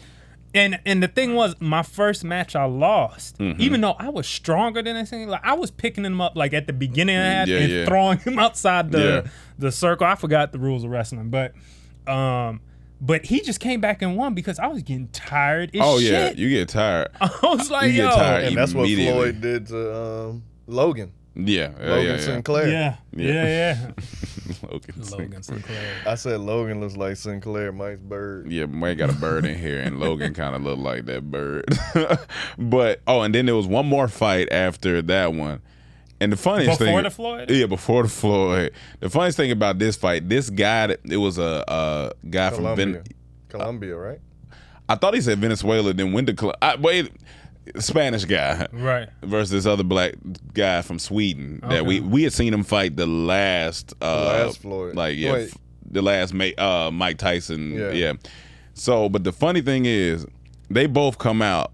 Speaker 6: and and the thing was my first match I lost.
Speaker 7: Mm-hmm.
Speaker 6: Even though I was stronger than this thing, like I was picking him up like at the beginning of that
Speaker 7: Yeah,
Speaker 6: and
Speaker 7: yeah.
Speaker 6: throwing him outside the
Speaker 7: Yeah.
Speaker 6: the circle. I forgot the rules of wrestling, but um but he just came back and won because I was getting tired as
Speaker 7: oh yeah,
Speaker 6: shit.
Speaker 7: you get tired.
Speaker 6: I was like,
Speaker 7: get
Speaker 6: yo.
Speaker 7: tired.
Speaker 3: and that's what
Speaker 7: immediately.
Speaker 3: Floyd did to um, Logan,
Speaker 7: Yeah, yeah,
Speaker 3: Logan
Speaker 7: yeah, yeah.
Speaker 3: Sinclair.
Speaker 6: Yeah, yeah, yeah.
Speaker 7: Logan Sinclair.
Speaker 6: Logan Sinclair.
Speaker 3: I said Logan looks like Sinclair, Mike's bird.
Speaker 7: Yeah, Mike got a bird in here, and Logan kind of looked like that bird. but oh, and then there was one more fight after that one. And the funniest
Speaker 6: Before
Speaker 7: thing,
Speaker 6: the Floyd?
Speaker 7: yeah, before the Floyd. The funniest thing about this fight, this guy, that- it was a, a guy from
Speaker 3: Colombia,
Speaker 7: Ven-
Speaker 3: Colombia, right?
Speaker 7: I thought he said Venezuela, then went to Col- I, wait, Spanish guy
Speaker 6: Right.
Speaker 7: versus this other black guy from Sweden that we we had seen him fight the last uh
Speaker 3: last Floyd.
Speaker 7: like yeah
Speaker 3: Wait.
Speaker 7: f- the last Ma- uh Mike Tyson yeah.
Speaker 3: Yeah.
Speaker 7: so but the funny thing is they both come out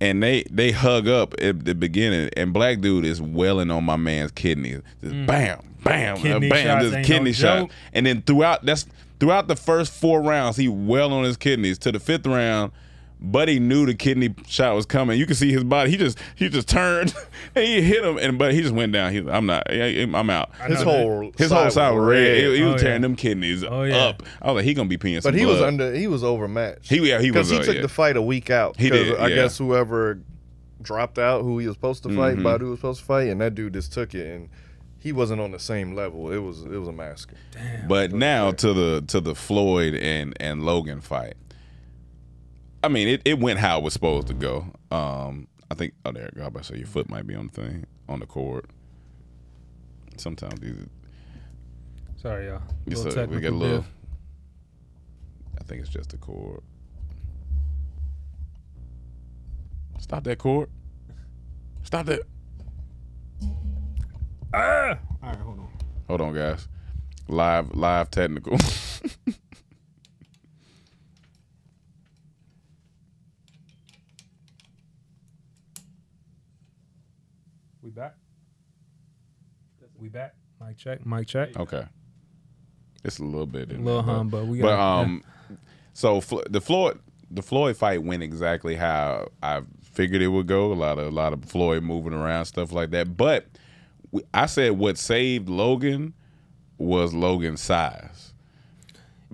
Speaker 7: and they they hug up at the beginning and black dude is welling on my man's kidneys just bam bam
Speaker 6: Mm. Kidney
Speaker 7: bam
Speaker 6: shots
Speaker 7: just
Speaker 6: ain't
Speaker 7: kidney
Speaker 6: no
Speaker 7: shots
Speaker 6: joke.
Speaker 7: and then throughout that's throughout the first four rounds, he well on his kidneys. To the fifth round, Buddy knew the kidney shot was coming. You could see his body. He just he just turned and he hit him, and but he just went down. He, I'm not. I'm out.
Speaker 3: His
Speaker 6: know that.
Speaker 3: whole
Speaker 7: His whole side was red. He, he
Speaker 6: Oh,
Speaker 7: was
Speaker 6: yeah.
Speaker 7: tearing them kidneys
Speaker 6: Oh, yeah.
Speaker 7: up. I was like, he gonna be peeing some
Speaker 3: But he was
Speaker 7: blood.
Speaker 3: under. He was overmatched.
Speaker 7: He- yeah, he
Speaker 3: because
Speaker 7: was,
Speaker 3: he
Speaker 7: uh,
Speaker 3: took
Speaker 7: yeah.
Speaker 3: the fight a week out.
Speaker 7: He
Speaker 3: 'cause
Speaker 7: did,
Speaker 3: I
Speaker 7: yeah.
Speaker 3: guess whoever dropped out, who he was supposed to fight,
Speaker 7: Mm-hmm.
Speaker 3: about who was supposed to fight, and that dude just took it, and he wasn't on the same level. It was it was a massacre.
Speaker 7: But now to the to the Floyd and and Logan fight. I mean, it, it went how it was supposed to go. Um, I think. Oh, there. God bless you. Your foot might be on the thing on the cord. Sometimes these
Speaker 6: Sorry, y'all.
Speaker 7: Yes,
Speaker 6: Little
Speaker 7: sir. we got a
Speaker 6: technical
Speaker 7: little.
Speaker 6: diff.
Speaker 7: I think it's just the cord. Stop that cord. Stop that. Ah!
Speaker 6: All right, hold on.
Speaker 7: Hold on, guys. Live, live technical.
Speaker 6: We back. We back. Mic check. Mic check.
Speaker 7: okay. It's a little bit.
Speaker 6: A
Speaker 7: In
Speaker 6: little
Speaker 7: there,
Speaker 6: hum, but we
Speaker 7: But
Speaker 6: gotta-
Speaker 7: um, so Flo- the Floyd the Floyd fight went exactly how I figured it would go. A lot of a lot of Floyd moving around, stuff like that. But we, I said what saved Logan was Logan's size.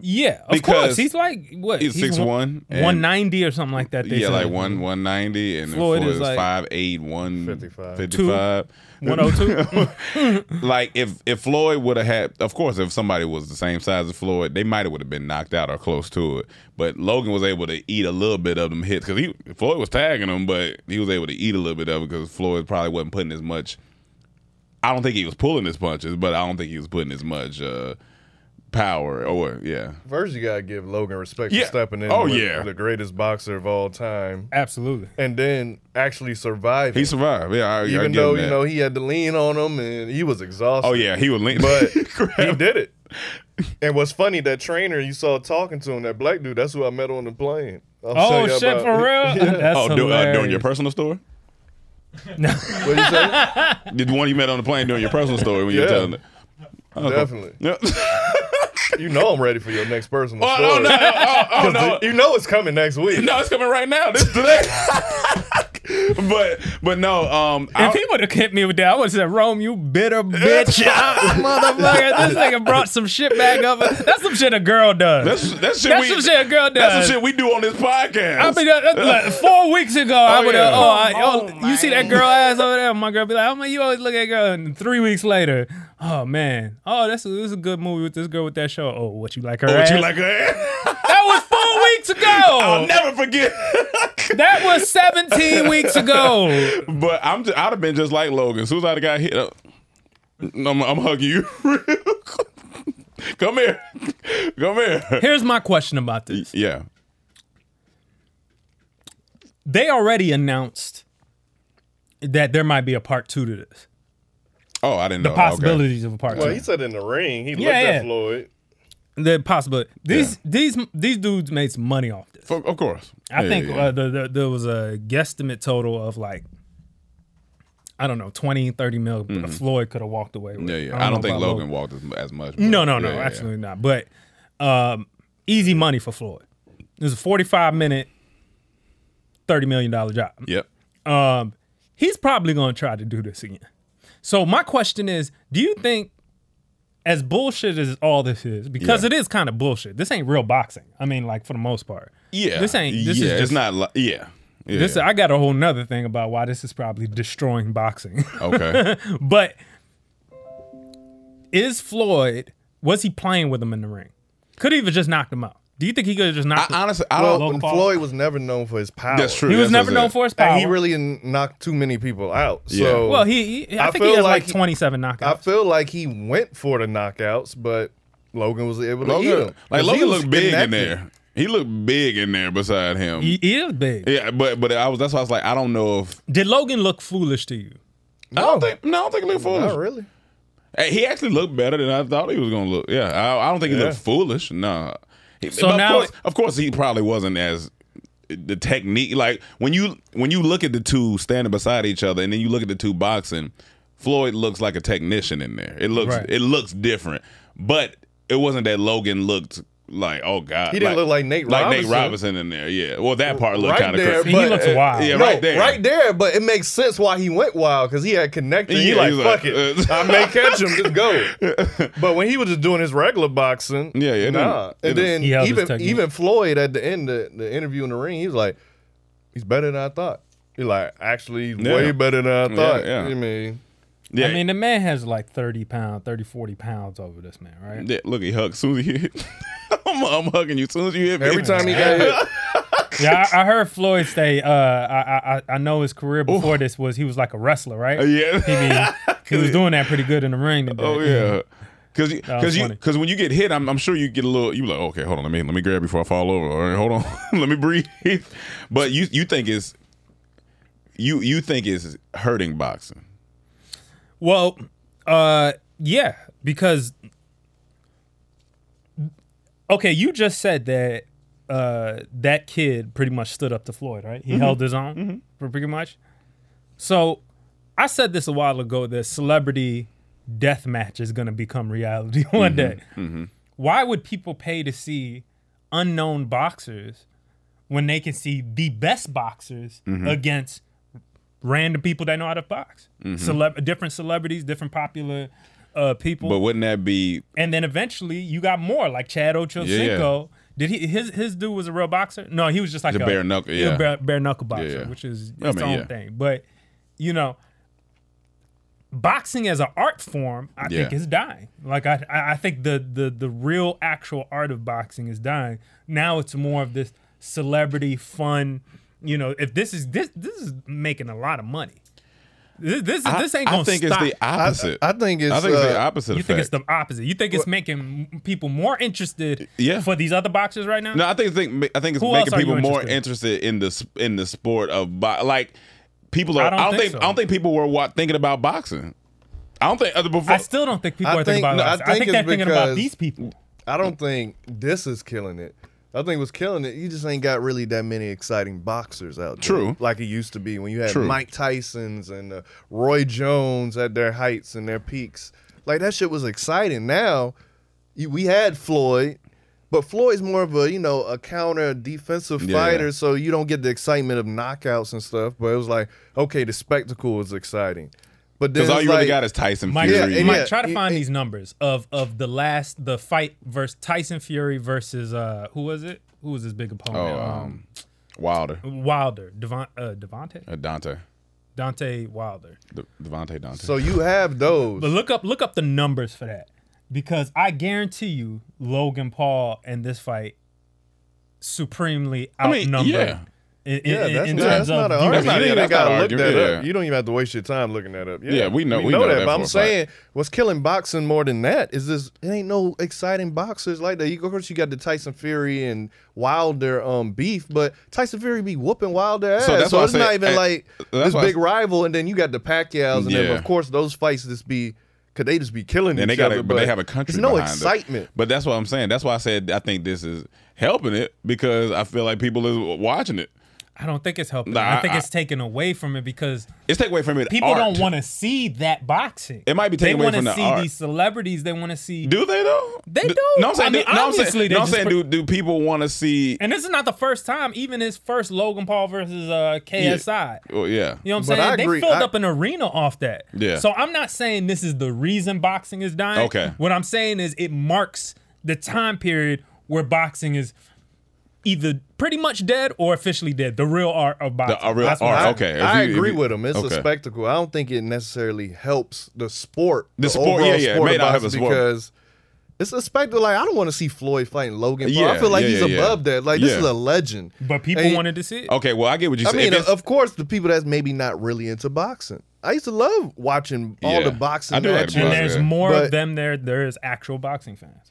Speaker 6: Yeah, of
Speaker 7: Because
Speaker 6: course. He's like what?
Speaker 7: he's 6'1" and-
Speaker 6: one ninety or something like that. They
Speaker 7: yeah,
Speaker 6: said.
Speaker 7: like one one ninety, and Floyd,
Speaker 6: Floyd
Speaker 7: Floyd
Speaker 6: is
Speaker 7: is
Speaker 6: like-
Speaker 7: five eight one fifty
Speaker 3: 55.
Speaker 7: five fifty five.
Speaker 6: Mm, 102.
Speaker 7: like if if Floyd would have had, of course, if somebody was the same size as Floyd, they might have would have been knocked out or close to it. But Logan was able to eat a little bit of them hits because he Floyd was tagging him, but he was able to eat a little bit of it because Floyd probably wasn't putting as much. I don't think he was pulling his punches, but I don't think he was putting as much uh, power or yeah.
Speaker 3: First, you gotta give Logan respect
Speaker 7: Yeah.
Speaker 3: for stepping in.
Speaker 7: Oh,
Speaker 3: with
Speaker 7: yeah.
Speaker 3: the greatest boxer of all time,
Speaker 6: Absolutely.
Speaker 3: and then actually surviving.
Speaker 7: He survived. Yeah, I, I
Speaker 3: even
Speaker 7: give
Speaker 3: though
Speaker 7: him
Speaker 3: you
Speaker 7: that.
Speaker 3: know he had to lean on him and he was exhausted.
Speaker 7: Oh yeah, he was lean,
Speaker 3: but he did it. And what's funny, that trainer you saw talking to him, that black dude, that's who I met on the plane. I'll
Speaker 6: Oh,
Speaker 3: tell you
Speaker 6: shit, for real? That's
Speaker 7: oh, do, uh, during your
Speaker 6: hilarious.
Speaker 7: personal story?
Speaker 3: What you say?
Speaker 7: Did the one you met on the plane during your personal story when you
Speaker 3: Yeah.
Speaker 7: were telling it? Oh, okay.
Speaker 3: Definitely.
Speaker 7: Yeah.
Speaker 3: You know I'm ready for your next personal
Speaker 7: Oh,
Speaker 3: story.
Speaker 7: no, no, oh, oh,
Speaker 3: 'Cause
Speaker 7: no.
Speaker 3: the- you know it's coming next week.
Speaker 7: No, it's coming right now. This today. but but no, um I-
Speaker 6: If he would have hit me with that, I would have said, "Rome, you bitter bitch, Ah, motherfucker! This nigga brought some shit back up. That's some shit a girl does.
Speaker 7: that's that shit we,
Speaker 6: That's some shit a girl does.
Speaker 7: That's some shit we do on this podcast.
Speaker 6: I mean, that, that's like four weeks ago, I
Speaker 7: Oh,
Speaker 6: would
Speaker 7: yeah.
Speaker 6: have. Oh, I,
Speaker 9: Come
Speaker 6: oh,
Speaker 9: on,
Speaker 6: you see
Speaker 9: man.
Speaker 6: that girl ass over there? My girl be like, "Oh man, you always look at girl." And three weeks later, oh man, oh that's a, this is a good movie with this girl with that show. Oh, what you like her?
Speaker 7: Oh, what
Speaker 6: ass?
Speaker 7: you like her?
Speaker 6: That was four weeks ago. Oh.
Speaker 7: I'll never forget.
Speaker 6: that was seventeen weeks ago.
Speaker 7: but I'm just, I'd have been just like Logan. As soon as I got hit, uh, I'm, I'm hugging you. Come here. Come here.
Speaker 6: Here's my question about this.
Speaker 7: Yeah.
Speaker 6: they already announced that there might be a part two to this.
Speaker 7: Oh, I didn't
Speaker 6: The
Speaker 7: know.
Speaker 6: possibilities of a part
Speaker 3: Well,
Speaker 6: two.
Speaker 3: he said in the ring, he
Speaker 6: Yeah,
Speaker 3: looked
Speaker 6: yeah.
Speaker 3: at Floyd.
Speaker 6: the possibility. These these these dudes made some money off this.
Speaker 7: Okay. For- of course.
Speaker 6: I
Speaker 7: Yeah,
Speaker 6: think
Speaker 7: yeah,
Speaker 6: Uh, the, the, there was a guesstimate total of like. I don't know, 20, 30 mil Floyd could have walked away with.
Speaker 7: Mm-hmm. yeah, yeah. I don't,
Speaker 6: know
Speaker 7: think
Speaker 6: about
Speaker 7: Logan walked as, as much. but-
Speaker 6: No, no, no,
Speaker 7: yeah, yeah,
Speaker 6: absolutely not. But um, easy money for Floyd. It was a 45 minute, $30 million job.
Speaker 7: Yeah. Yep.
Speaker 6: um, he's probably going to try to do this again. So my question is, do you think, as bullshit as all this is, because
Speaker 7: Yeah.
Speaker 6: it is kind of bullshit. This ain't real boxing. I mean, like for the most part.
Speaker 7: Yeah.
Speaker 6: This ain't. This
Speaker 7: yeah,
Speaker 6: is just
Speaker 7: it's not. Li- yeah. Yeah.
Speaker 6: This uh, I got a whole nother thing about why this is probably destroying boxing.
Speaker 7: okay.
Speaker 6: but is Floyd? Was he playing with him in the ring? Could he have just knocked him out? Do you think he could have just
Speaker 7: I,
Speaker 6: knocked? him?
Speaker 7: honestly, I
Speaker 3: Well,
Speaker 7: don't.
Speaker 6: Logan
Speaker 3: and
Speaker 6: Paul.
Speaker 3: Floyd was never known for his power.
Speaker 7: That's true.
Speaker 6: he was
Speaker 7: That's
Speaker 6: never
Speaker 7: what
Speaker 6: known
Speaker 7: it-
Speaker 6: for his power.
Speaker 3: And he really didn't knock too many people out.
Speaker 7: Yeah.
Speaker 3: So
Speaker 6: well, he. he I,
Speaker 3: I
Speaker 6: think he
Speaker 3: feel
Speaker 6: has
Speaker 3: like
Speaker 6: like,
Speaker 3: he-
Speaker 6: twenty-seven knockouts.
Speaker 3: I feel like he went for the knockouts, but Logan was able to eat
Speaker 7: Logan,
Speaker 3: him. 'Cause
Speaker 7: like
Speaker 3: he
Speaker 7: Logan
Speaker 3: was
Speaker 7: looked big in
Speaker 3: connected.
Speaker 7: there. He looked big in there beside him.
Speaker 6: he, he is big.
Speaker 7: yeah, but but I was that's why I was like I don't know if
Speaker 6: Did Logan look foolish to you?
Speaker 7: I don't think no I don't think he looked foolish.
Speaker 3: Oh. Not really.
Speaker 7: Hey, He actually looked better than I thought he was gonna look. Yeah, I, I don't think he looked foolish. No. He-
Speaker 6: So
Speaker 7: but
Speaker 6: now-
Speaker 7: of course, of course, he probably wasn't as the technique. Like when you when you look at the two standing beside each other, and then you look at the two boxing, Floyd looks like a technician in there. It looks
Speaker 6: Right.
Speaker 7: it looks different, but it wasn't that Logan looked. Like oh god,
Speaker 3: He didn't look like Nate
Speaker 7: like Nate
Speaker 3: Robinson.
Speaker 7: Robinson in there. Yeah, well that part looked
Speaker 3: Right
Speaker 7: kind of
Speaker 3: there, uh,
Speaker 7: crazy.
Speaker 6: He but- looks wild.
Speaker 7: uh, Yeah,
Speaker 3: no,
Speaker 7: right there,
Speaker 3: but it makes sense why he went wild because he had connected. he
Speaker 7: Yeah,
Speaker 3: like,
Speaker 7: he was
Speaker 3: fuck
Speaker 7: like,
Speaker 3: it,
Speaker 7: uh,
Speaker 3: I may catch him, just go. But when he was just doing his regular boxing,
Speaker 7: Yeah, yeah, it
Speaker 3: nah.
Speaker 7: didn't-
Speaker 3: And
Speaker 7: it
Speaker 3: then
Speaker 6: He held his
Speaker 3: even
Speaker 6: technique.
Speaker 3: even Floyd at the end of the interview in the ring, he was like, he's better than I thought. He's like, actually, he's
Speaker 7: Yeah.
Speaker 3: way better than I
Speaker 7: Yeah,
Speaker 3: thought.
Speaker 7: yeah.
Speaker 3: I mean,
Speaker 7: Yeah,
Speaker 6: I mean, the man has like 30 pounds, 30, 40 pounds over this man, right?
Speaker 7: yeah, look, he hugged. Soon as he hit, I'm, I'm hugging you. Soon as you hit me,
Speaker 3: every time he got hit,
Speaker 6: yeah, I, I heard Floyd say, uh, I, I I know his career before this was he was like a wrestler, right?
Speaker 7: Uh, yeah.
Speaker 6: He, he was doing that pretty good in the ring. today.
Speaker 7: Oh yeah. Cause, you,
Speaker 6: was
Speaker 7: cause, you,
Speaker 6: funny.
Speaker 7: cause when you get hit, I'm, I'm sure you get a little. You like, okay, hold on, let me let me grab before I fall over. All right, hold on, let me breathe. But you you think it's you you think it's hurting boxing?
Speaker 6: Well, uh, yeah, because okay, you just said that uh, that kid pretty much stood up to Floyd, right? He held his own for pretty much. So, I said this a while ago that celebrity death match is going to become reality one day. Why would people pay to see unknown boxers when they can see the best boxers
Speaker 7: Mhm.
Speaker 6: against random people that know how to box,
Speaker 7: Mhm.
Speaker 6: Celeb- different celebrities, different popular uh, people.
Speaker 7: But wouldn't that be
Speaker 6: and then eventually you got more like Chad Ochocinco.
Speaker 7: Yeah, yeah.
Speaker 6: Did he his his dude was a real boxer? No, he was just like
Speaker 7: The
Speaker 6: a
Speaker 7: bare knuckle-
Speaker 6: he was
Speaker 7: yeah.
Speaker 6: bare, bare knuckle boxer,
Speaker 7: Yeah, yeah.
Speaker 6: which is its
Speaker 7: I mean,
Speaker 6: own
Speaker 7: yeah.
Speaker 6: thing. But you know, boxing as an art form, I think
Speaker 7: Yeah.
Speaker 6: is dying. Like I I I think the the the real actual art of boxing is dying. Now it's more of this celebrity fun. You know, if this is this this is making a lot of money. This this,
Speaker 7: I-
Speaker 6: this ain't
Speaker 7: I
Speaker 6: gonna
Speaker 7: think it's
Speaker 6: stop.
Speaker 7: the opposite.
Speaker 3: I think it's,
Speaker 7: I think it's the
Speaker 3: uh,
Speaker 7: opposite
Speaker 6: You think it's
Speaker 7: effect.
Speaker 6: the opposite. You think it's making m- people more interested
Speaker 7: Yeah.
Speaker 6: for these other boxers right now?
Speaker 7: No, I think think I think it's
Speaker 6: Who else
Speaker 7: making
Speaker 6: are
Speaker 7: people
Speaker 6: you
Speaker 7: more interested in the s- in the sport of bo- like people are.
Speaker 6: I
Speaker 7: I
Speaker 6: don't
Speaker 7: don't,
Speaker 6: think
Speaker 7: think,
Speaker 6: so.
Speaker 7: I don't think people were wa- thinking about boxing. I don't think other before.
Speaker 6: I still don't think people
Speaker 3: I
Speaker 6: are thinking
Speaker 3: think-
Speaker 6: about
Speaker 3: no, I
Speaker 6: boxing. I think,
Speaker 3: think it's
Speaker 6: they're thinking about
Speaker 3: because-
Speaker 6: these people.
Speaker 3: I don't think this is killing it. I think what's killing it, you just ain't got really that many exciting boxers out there.
Speaker 7: True.
Speaker 3: Like it used to be when you had
Speaker 7: True.
Speaker 3: Mike Tyson's and uh, Roy Jones at their heights and their peaks. Like that shit was exciting. Now, you, we had Floyd, but Floyd's more of a, you know, a counter defensive
Speaker 7: Yeah.
Speaker 3: fighter, so you don't get the excitement of knockouts and stuff. But it was like, okay, the spectacle is exciting. But then
Speaker 7: because all
Speaker 3: it's
Speaker 7: you really
Speaker 3: like-
Speaker 7: got is Tyson
Speaker 6: Mike,
Speaker 7: Fury.
Speaker 3: yeah,
Speaker 6: Mike
Speaker 3: yeah.
Speaker 6: try to
Speaker 3: it-
Speaker 6: find
Speaker 3: it-
Speaker 6: these numbers of of the last the fight versus Tyson Fury versus uh who was it? Who was his big
Speaker 7: Oh,
Speaker 6: opponent?
Speaker 7: um, Wilder,
Speaker 6: um, Wilder, Devon, uh, Devonte,
Speaker 7: uh, Dante,
Speaker 6: Dante Wilder.
Speaker 7: De- Devontae Dante.
Speaker 3: So you have those.
Speaker 6: But look up look up the numbers for that because I guarantee you Logan Paul in this fight supremely
Speaker 7: I mean,
Speaker 6: outnumbered.
Speaker 7: yeah.
Speaker 6: In, in-
Speaker 3: Yeah, that's,
Speaker 6: in
Speaker 3: not,
Speaker 6: terms
Speaker 3: that's not
Speaker 6: of
Speaker 3: an
Speaker 6: viewers.
Speaker 3: argument.
Speaker 7: That's not-
Speaker 3: you don't
Speaker 7: yeah,
Speaker 3: even
Speaker 7: that's not
Speaker 3: gotta
Speaker 7: an
Speaker 3: look
Speaker 7: argument,
Speaker 3: that up.
Speaker 7: yeah.
Speaker 3: You don't even have to waste your time looking that up. Yeah,
Speaker 7: Yeah, we know- we know that
Speaker 3: But
Speaker 7: for
Speaker 3: I'm
Speaker 7: a fact.
Speaker 3: saying what's killing boxing more than that is this. It ain't no exciting boxers like that. You, of course, you got the Tyson Fury and Wilder um beef, but Tyson Fury be whooping Wilder ass.
Speaker 7: So
Speaker 3: So,
Speaker 7: that's why I
Speaker 3: it's not
Speaker 7: say-
Speaker 3: even
Speaker 7: and-
Speaker 3: like
Speaker 7: that's
Speaker 3: this
Speaker 7: why I
Speaker 3: big
Speaker 7: s-
Speaker 3: rival, and then you got the Pacquiao's, and then
Speaker 7: Yeah.
Speaker 3: of course those fights just be. Could they just be killing
Speaker 7: and they
Speaker 3: each
Speaker 7: got,
Speaker 3: other?
Speaker 7: a, but they have a country.
Speaker 3: There's no
Speaker 7: behind them.
Speaker 3: excitement.
Speaker 7: But that's what I'm saying. That's why I said I think this is helping it because I feel like people is watching it.
Speaker 6: I don't think it's helping.
Speaker 7: Nah,
Speaker 6: I think
Speaker 7: I-
Speaker 6: it's taken away from it because
Speaker 7: It's take away from it.
Speaker 6: people
Speaker 7: art.
Speaker 6: don't want to see that boxing.
Speaker 7: It might be
Speaker 6: They
Speaker 7: taken away
Speaker 6: wanna
Speaker 7: from the
Speaker 6: see
Speaker 7: art.
Speaker 6: these celebrities. They want to see.
Speaker 7: Do they though?
Speaker 6: They
Speaker 7: do.
Speaker 6: do.
Speaker 7: No, I'm saying.
Speaker 6: I mean,
Speaker 7: do, no, I'm
Speaker 6: obviously
Speaker 7: saying,
Speaker 6: they
Speaker 7: no, I'm
Speaker 6: just
Speaker 7: saying
Speaker 6: pre-
Speaker 7: do, do people want to see?
Speaker 6: And this is not the first time. Even his first Logan Paul versus uh, KSI.
Speaker 7: Well, yeah.
Speaker 6: You know what
Speaker 3: But
Speaker 6: I'm saying?
Speaker 3: I agree.
Speaker 6: They filled
Speaker 3: I-
Speaker 6: up an arena off that.
Speaker 7: Yeah.
Speaker 6: So I'm not saying this is the reason boxing is dying.
Speaker 7: Okay.
Speaker 6: What I'm saying is it marks the time period where boxing is either pretty much dead or officially dead. The real art of boxing.
Speaker 7: a uh, real
Speaker 6: That's what
Speaker 7: art,
Speaker 6: I'm-
Speaker 7: okay. If
Speaker 3: I
Speaker 7: you- if
Speaker 3: agree
Speaker 7: you-
Speaker 3: with him. It's
Speaker 7: okay.
Speaker 3: a spectacle. I don't think it necessarily helps the sport.
Speaker 7: The sport,
Speaker 3: overall
Speaker 7: yeah, yeah, it
Speaker 3: sport
Speaker 7: may
Speaker 3: of
Speaker 7: not help
Speaker 3: boxing
Speaker 7: the sport.
Speaker 3: because it's a spectacle. Like I don't want to see Floyd fighting Logan. Paul. I
Speaker 7: Yeah,
Speaker 3: feel like
Speaker 7: yeah,
Speaker 3: he's
Speaker 7: yeah, yeah.
Speaker 3: above that. Like this
Speaker 7: Yeah.
Speaker 3: is a legend.
Speaker 6: But people
Speaker 3: And-
Speaker 6: wanted to see it.
Speaker 7: Okay. Well, I get what you
Speaker 3: I
Speaker 7: said.
Speaker 3: mean, uh,
Speaker 7: If it's-
Speaker 3: of course, the people that's maybe not really into boxing. I used to love watching all
Speaker 7: Yeah.
Speaker 3: the boxing
Speaker 7: I do like
Speaker 3: matches.
Speaker 6: And
Speaker 7: boxing.
Speaker 6: there's
Speaker 7: Yeah.
Speaker 6: more of
Speaker 3: But-
Speaker 6: them there. There is actual boxing fans.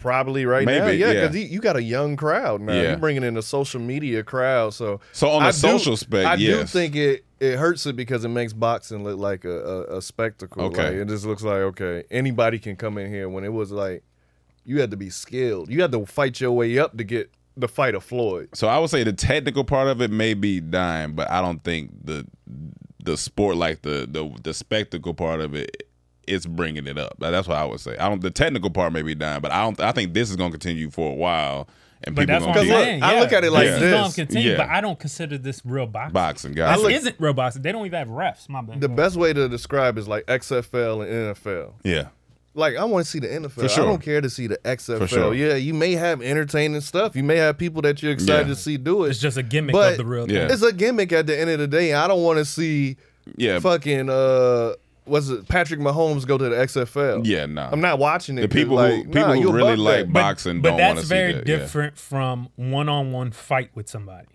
Speaker 3: Probably right
Speaker 7: Maybe,
Speaker 3: now, yeah,
Speaker 7: yeah.
Speaker 3: because you got a young crowd now.
Speaker 7: Yeah.
Speaker 3: You're bringing in a social media crowd, so
Speaker 7: So on the
Speaker 3: I
Speaker 7: social
Speaker 3: do,
Speaker 7: spec,
Speaker 3: I
Speaker 7: yes.
Speaker 3: do think it it hurts it because it makes boxing look like a, a, a spectacle.
Speaker 7: Okay.
Speaker 3: Like, it just looks like okay, anybody can come in here. When it was like you had to be skilled, you had to fight your way up to get the fight of Floyd.
Speaker 7: so I would say the technical part of it may be dying, but I don't think the the sport like the the the spectacle part of it it's bringing it up. That's what I would say. I don't. The technical part may be dying, but I don't. I think this is going to continue for a while, and
Speaker 6: But
Speaker 7: people
Speaker 6: that's
Speaker 7: gonna
Speaker 6: what I'm
Speaker 7: be like,
Speaker 6: saying.
Speaker 3: I
Speaker 6: yeah.
Speaker 3: look at it like
Speaker 6: is
Speaker 3: this.
Speaker 6: gonna continue,
Speaker 7: Yeah.
Speaker 6: but I don't consider this real boxing.
Speaker 7: boxing guys.
Speaker 6: This
Speaker 7: Look-
Speaker 6: isn't real boxing. They don't even have refs. My bad.
Speaker 3: The best way to describe is like XFL and NFL.
Speaker 7: yeah,
Speaker 3: Like I want to see the NFL.
Speaker 7: For sure.
Speaker 3: I don't care to see the XFL.
Speaker 7: sure.
Speaker 3: Yeah, you may have entertaining stuff. You may have people that you're excited
Speaker 7: Yeah.
Speaker 3: to see do it.
Speaker 6: It's just a gimmick
Speaker 3: but
Speaker 6: of the real
Speaker 7: Yeah.
Speaker 6: thing.
Speaker 3: It's a gimmick at the end of the day. I don't want to see
Speaker 7: yeah,
Speaker 3: fucking uh was it Patrick Mahomes go to the XFL?
Speaker 7: Yeah, nah.
Speaker 3: I'm not watching it.
Speaker 7: The
Speaker 3: 'cause,
Speaker 7: people who-
Speaker 3: like,
Speaker 7: people
Speaker 3: nah,
Speaker 7: who
Speaker 3: you a
Speaker 7: really
Speaker 3: buck
Speaker 7: like
Speaker 3: that.
Speaker 7: bo- boxing
Speaker 6: But
Speaker 7: don't wanna
Speaker 6: that's
Speaker 7: see
Speaker 6: very
Speaker 7: that, yeah.
Speaker 6: different from one-on-one fight with somebody.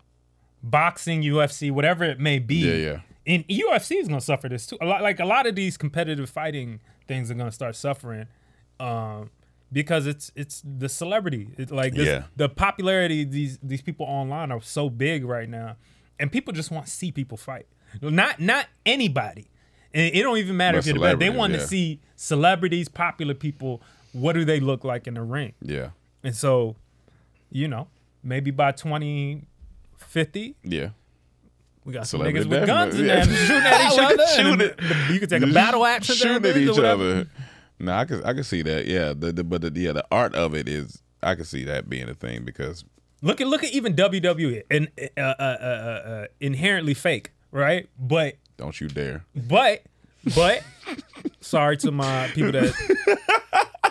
Speaker 6: Boxing, UFC, whatever it may be.
Speaker 7: Yeah, yeah.
Speaker 6: And UFC is gonna suffer this too. A lot, like a lot of these competitive fighting things are gonna start suffering, um, because it's it's the celebrity. It's like this,
Speaker 7: Yeah.
Speaker 6: the popularity of these these people online are so big right now, and people just want to see people fight. Not not anybody. And it don't even matter
Speaker 7: But
Speaker 6: if you're the best. They
Speaker 7: celebrities,
Speaker 6: want
Speaker 7: yeah.
Speaker 6: to see celebrities, popular people. What do they look like in the ring?
Speaker 7: yeah,
Speaker 6: And so, you know, maybe by 2050,
Speaker 7: yeah.
Speaker 6: we got some
Speaker 7: Celebrity
Speaker 6: niggas with guns in
Speaker 7: definitely,
Speaker 6: there
Speaker 7: yeah.
Speaker 6: shooting at each
Speaker 7: We could
Speaker 6: other. and
Speaker 7: shoot
Speaker 6: You could take a battle axe and
Speaker 7: shoot
Speaker 6: things
Speaker 7: at
Speaker 6: or
Speaker 7: each
Speaker 6: whatever.
Speaker 7: other. No, I could I could see that. Yeah, the, the but the yeah the art of it is I could see that being a thing because
Speaker 6: Look at look at even WWE and uh, uh, uh, uh, uh, inherently fake, right? But
Speaker 7: don't you dare.
Speaker 6: but but sorry to my people that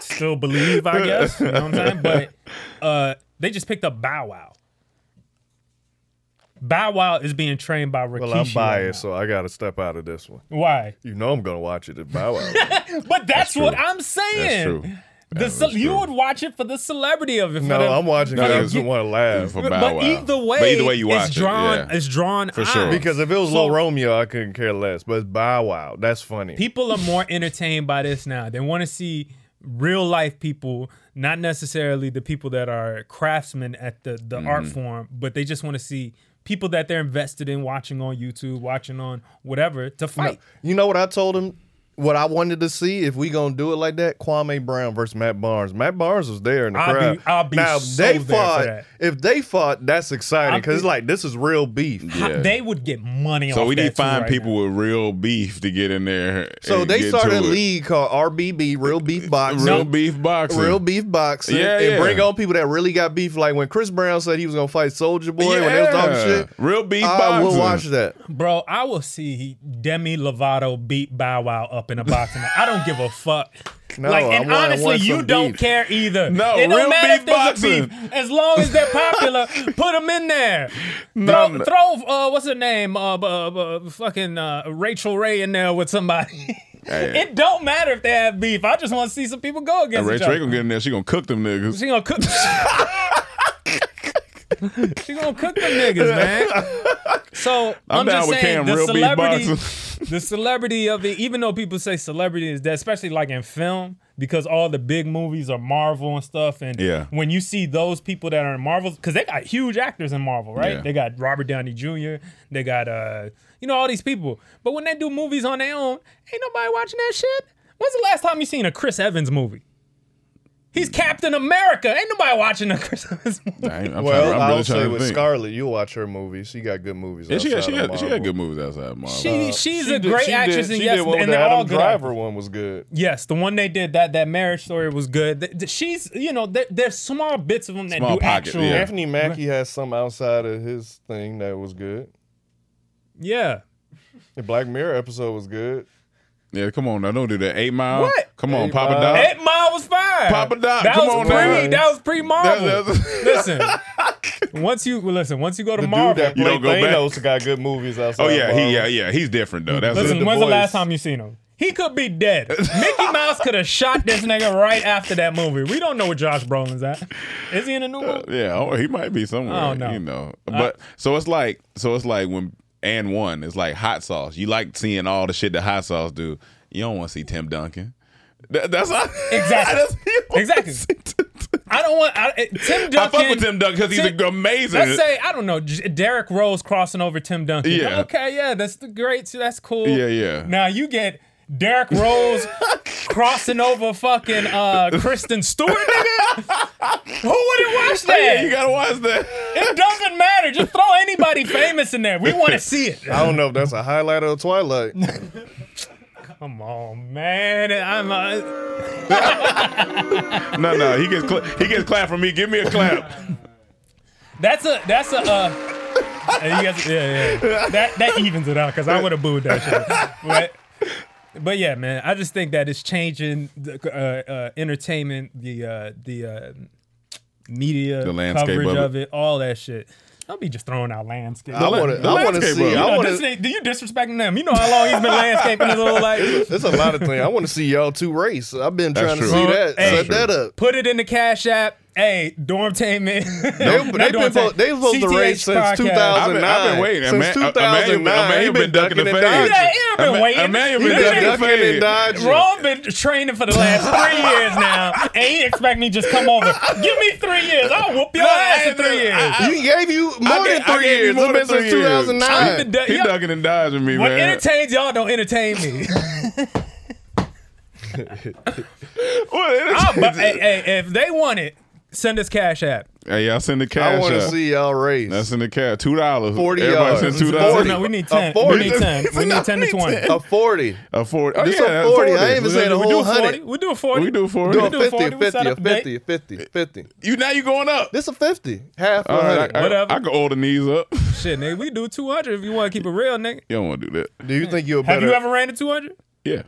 Speaker 6: still believe, I guess. You know what I'm saying? But uh, they just picked up Bow Wow. Bow Wow is being trained by Rikishi.
Speaker 3: Well, I'm
Speaker 6: right
Speaker 3: biased, so I gotta step out of this one.
Speaker 6: now. Why?
Speaker 3: You know I'm gonna watch it at Bow Wow.
Speaker 6: But that's, what
Speaker 7: true.
Speaker 6: I'm saying.
Speaker 7: true.
Speaker 6: The
Speaker 7: That
Speaker 6: ce-
Speaker 7: is
Speaker 6: you
Speaker 7: true.
Speaker 6: would watch it for the celebrity of it. for
Speaker 3: no,
Speaker 6: the-
Speaker 3: I'm watching
Speaker 7: No,
Speaker 3: it. I
Speaker 7: you-
Speaker 3: just want to laugh.
Speaker 7: For Bow
Speaker 6: But
Speaker 7: Wow.
Speaker 6: either way,
Speaker 7: but either way you watch
Speaker 6: it's drawn.
Speaker 7: it, yeah.
Speaker 6: It's drawn
Speaker 7: For
Speaker 6: eyes.
Speaker 7: sure.
Speaker 3: Because if it was
Speaker 6: So-
Speaker 3: Lil Romeo, I couldn't care less. But it's Bow Wow. That's funny.
Speaker 6: people are more entertained by this now. They want to see real life people, not necessarily the people that are craftsmen at the the art
Speaker 7: Mm-hmm.
Speaker 6: form, but they just want to see people that they're invested in watching on YouTube, watching on whatever to fight.
Speaker 3: You know what I told him? What I wanted to see if we gonna do it like that, Kwame Brown versus Matt Barnes. Matt Barnes was there in the
Speaker 6: I'll be-
Speaker 3: crowd.
Speaker 6: I'll be
Speaker 3: now if
Speaker 6: so
Speaker 3: they
Speaker 6: there for
Speaker 3: fought.
Speaker 6: that.
Speaker 3: If they fought, that's exciting
Speaker 6: I'm-
Speaker 3: because like this is real beef.
Speaker 6: How-
Speaker 7: Yeah.
Speaker 6: They would get money.
Speaker 7: so
Speaker 6: off
Speaker 7: we
Speaker 6: that
Speaker 7: need to
Speaker 6: too
Speaker 7: find
Speaker 6: right
Speaker 7: people
Speaker 6: now.
Speaker 7: with real beef to get in there.
Speaker 3: So
Speaker 7: and
Speaker 3: they
Speaker 7: get
Speaker 3: started a
Speaker 7: to it.
Speaker 3: league called RBB, Real Beef Boxing.
Speaker 7: Real beef boxing.
Speaker 3: Real beef boxing
Speaker 7: Yeah,
Speaker 3: and
Speaker 7: yeah.
Speaker 3: bring on people that really got beef. Like when Chris Brown said he was gonna fight Soldier Boy when they was talking
Speaker 7: Yeah.
Speaker 3: shit.
Speaker 7: Real beef
Speaker 3: I will
Speaker 7: boxing.
Speaker 3: watch that.
Speaker 6: Bro, I will see Demi Lovato beat Bow Wow up in a boxing. match. I don't give a fuck.
Speaker 3: No,
Speaker 6: like,
Speaker 3: I
Speaker 6: and
Speaker 3: want- I
Speaker 6: honestly,
Speaker 3: want some
Speaker 6: you don't
Speaker 3: beef.
Speaker 6: care either.
Speaker 7: No,
Speaker 6: it
Speaker 7: real
Speaker 6: don't matter
Speaker 7: beef
Speaker 6: if there's a
Speaker 7: boxing.
Speaker 6: beef. As long as they're popular, put them in there.
Speaker 7: No,
Speaker 6: Throw,
Speaker 7: no.
Speaker 6: throw uh, what's her name? Uh, bu- bu- fucking uh, Rachel Ray in there with somebody.
Speaker 7: Hey.
Speaker 6: It don't matter if they have beef. I just want to see some people go
Speaker 7: And
Speaker 6: against each
Speaker 7: Rachel
Speaker 6: other.
Speaker 7: Ray gonna get in there. She gonna cook them niggas.
Speaker 6: She gonna cook. she gonna cook them niggas, man. So I'm,
Speaker 7: I'm down
Speaker 6: just
Speaker 7: with
Speaker 6: saying,
Speaker 7: Cam,
Speaker 6: the
Speaker 7: real beef
Speaker 6: celebrity,
Speaker 7: boxing.
Speaker 6: the celebrity of it. Even though people say celebrity is dead, especially like in film, because all the big movies are Marvel and stuff. And
Speaker 7: Yeah.
Speaker 6: when you see those people that are in Marvel, because they got huge actors in Marvel, right?
Speaker 7: Yeah.
Speaker 6: They got Robert Downey Jr. They got uh, you know, all these people. But when they do movies on their own, ain't nobody watching that shit. When's the last time you seen a Chris Evans movie? He's Captain America. Ain't nobody watching a Chris Evans movie.
Speaker 7: I ain't- I'm
Speaker 3: Well,
Speaker 7: trying, I'm
Speaker 3: I
Speaker 7: really
Speaker 3: would say
Speaker 7: trying to
Speaker 3: with
Speaker 7: think.
Speaker 3: Scarlett, you watch her movies. She got good movies.
Speaker 7: yeah, she
Speaker 3: outside
Speaker 7: had, she
Speaker 3: of
Speaker 7: had, she
Speaker 3: Marvel.
Speaker 7: had good movies outside of Marvel.
Speaker 6: She, she's
Speaker 3: She
Speaker 6: a
Speaker 3: did-
Speaker 6: great
Speaker 3: she
Speaker 6: actress,
Speaker 3: did,
Speaker 6: and
Speaker 3: she
Speaker 6: yes,
Speaker 3: did one
Speaker 6: and
Speaker 3: with
Speaker 6: they're
Speaker 3: the
Speaker 6: all
Speaker 3: Adam
Speaker 6: good.
Speaker 3: Driver
Speaker 6: actors.
Speaker 3: one was good.
Speaker 6: Yes, the one they did that that marriage story was good. Th- th- She's you know there, there's small bits of them that
Speaker 7: Small
Speaker 6: do
Speaker 7: pocket,
Speaker 6: actual
Speaker 7: yeah.
Speaker 6: yeah.
Speaker 3: Anthony Mackie has some outside of his thing that was good. The Black Mirror episode was good.
Speaker 7: Yeah, come on now, don't do that. Eight Mile.
Speaker 6: What?
Speaker 7: Come on,
Speaker 3: Eight
Speaker 7: Papa
Speaker 3: Mile.
Speaker 7: Doc.
Speaker 6: Eight Mile was fine.
Speaker 7: Papa Doc,
Speaker 6: That
Speaker 7: come
Speaker 6: was
Speaker 7: on
Speaker 6: pre.
Speaker 7: now.
Speaker 6: That was pre
Speaker 7: That-
Speaker 6: Marvel.
Speaker 7: that's-
Speaker 6: Listen, once you well, listen, once you go to
Speaker 3: The dude
Speaker 6: Marvel,
Speaker 3: that
Speaker 7: You
Speaker 3: played
Speaker 7: don't go back.
Speaker 3: Thanos got good movies outside.
Speaker 7: oh yeah,
Speaker 3: of Marvel.
Speaker 7: he yeah yeah he's different though. That's
Speaker 6: Listen,
Speaker 3: The
Speaker 6: when's the
Speaker 3: Boys.
Speaker 6: last time you seen him? He could be dead. Mickey Mouse could have shot this nigga right after that movie. We don't know where Josh Brolin's at. Is he in a new
Speaker 3: Uh,
Speaker 6: one?
Speaker 7: Yeah, oh, he might be somewhere.
Speaker 6: I don't know.
Speaker 7: You know, but so it's like so it's like when and one it's like hot sauce. You like seeing all the shit that hot sauce do. You don't want to see Tim Duncan. That, that's not,
Speaker 6: Exactly. Exactly. I don't want I, eh, Tim Duncan.
Speaker 7: I fuck with Tim Duncan because he's
Speaker 6: Tim-
Speaker 7: amazing.
Speaker 6: Let's say I don't know J- Derek Rose crossing over Tim Duncan.
Speaker 7: Yeah.
Speaker 6: Okay, yeah, that's the great. That's cool.
Speaker 7: Yeah, yeah.
Speaker 6: Now you get Derek Rose crossing over fucking uh Kristen Stewart. Nigga. Who wouldn't watch that?
Speaker 7: Oh, yeah, you gotta watch that.
Speaker 6: It doesn't matter. Just throw anybody famous in there. We want to see it.
Speaker 3: I don't know if that's a highlight of Twilight.
Speaker 6: Come on, man. I'm uh,
Speaker 7: no, no, he gets cla he gets clap from me. Give me a clap.
Speaker 6: That's a that's a. Uh, and you guys, yeah, yeah. That that evens it out because I would have booed that shit. But, but yeah, man, I just think that it's changing the uh, uh, entertainment, the uh, the uh, media
Speaker 7: The landscape
Speaker 6: coverage
Speaker 7: of
Speaker 6: of it. all that shit. Don't be just throwing out landscape.
Speaker 3: I wanna-
Speaker 6: The
Speaker 3: I wanna
Speaker 6: landscape
Speaker 3: see-
Speaker 6: of it.
Speaker 3: I
Speaker 6: You know,
Speaker 3: wanna-
Speaker 6: this nigga- Do you disrespecting them? You know how long he's been landscaping his whole life.
Speaker 3: There's a lot of things. I want to see y'all two race. I've been
Speaker 7: That's
Speaker 3: trying to
Speaker 7: true.
Speaker 3: see
Speaker 7: Well,
Speaker 3: that.
Speaker 6: hey.
Speaker 3: Set that up.
Speaker 6: Put it in the cash app. Hey, dormtainment.
Speaker 3: They, they've been vote, they vote the race since 2009.
Speaker 7: I've been waiting.
Speaker 3: Since
Speaker 7: Emma- Emmanuel-
Speaker 3: 2009,
Speaker 7: Emmanuel
Speaker 3: they've been
Speaker 7: been ducking
Speaker 3: ducking
Speaker 7: the
Speaker 3: and
Speaker 7: fade.
Speaker 3: dodging.
Speaker 6: Yeah, yeah, been
Speaker 7: Emma-
Speaker 6: waiting.
Speaker 7: Emmanuel been
Speaker 6: You know,
Speaker 7: ducking the
Speaker 3: ducking and
Speaker 7: fade.
Speaker 3: dodging.
Speaker 6: Rome been training for the last three years now, and he expect me to just come over. Give me three years. I'll whoop your
Speaker 7: No,
Speaker 6: ass
Speaker 7: I-
Speaker 6: in three years.
Speaker 7: I-
Speaker 3: You gave you more
Speaker 7: gave-
Speaker 3: than
Speaker 7: I
Speaker 3: three
Speaker 7: gave you
Speaker 3: years.
Speaker 7: more
Speaker 3: It's
Speaker 7: than
Speaker 3: been since
Speaker 7: three years.
Speaker 6: I've
Speaker 3: 2009.
Speaker 6: been du-
Speaker 7: He
Speaker 6: yeah.
Speaker 7: ducking and dodging me,
Speaker 6: What
Speaker 7: man.
Speaker 6: entertains y'all don't entertain me.
Speaker 7: What
Speaker 6: I'll bu-
Speaker 7: entertains you?
Speaker 6: hey, hey, if they want it, send us cash app.
Speaker 7: Hey, y'all send the cash.
Speaker 3: I want to
Speaker 7: up.
Speaker 3: see y'all race.
Speaker 7: That's in the cash. Two dollars.
Speaker 3: 40
Speaker 7: Everybody
Speaker 3: yards.
Speaker 7: send two
Speaker 6: No,
Speaker 7: dollars.
Speaker 3: Forty.
Speaker 6: no, we need
Speaker 3: A
Speaker 6: ten. We
Speaker 3: forty.
Speaker 6: need ten. We need ten to twenty.
Speaker 3: a 40.
Speaker 7: A forty. Oh,
Speaker 3: This
Speaker 7: yeah,
Speaker 3: a 40. I ain't even
Speaker 7: We
Speaker 3: saying
Speaker 7: do-
Speaker 3: a
Speaker 7: we
Speaker 3: whole
Speaker 7: do
Speaker 6: Do a
Speaker 3: 100.
Speaker 6: forty. We do a forty.
Speaker 7: We do a 40.
Speaker 3: Do
Speaker 6: We
Speaker 3: a
Speaker 6: do a
Speaker 3: 50,
Speaker 6: forty. We
Speaker 3: 50,
Speaker 6: set
Speaker 3: a
Speaker 6: up a date.
Speaker 3: 50, 50, 50.
Speaker 7: You now you going up.
Speaker 3: This a 50. Half a
Speaker 7: All right,
Speaker 3: 100.
Speaker 7: I,
Speaker 6: Whatever.
Speaker 7: I, I can order these up. you
Speaker 6: Shit, nigga, we do two hundred if you want to keep it real, nigga.
Speaker 7: don't want to do that.
Speaker 3: Do you think you're
Speaker 6: Have
Speaker 3: better?
Speaker 6: you ever ran to two hundred?
Speaker 7: Yeah.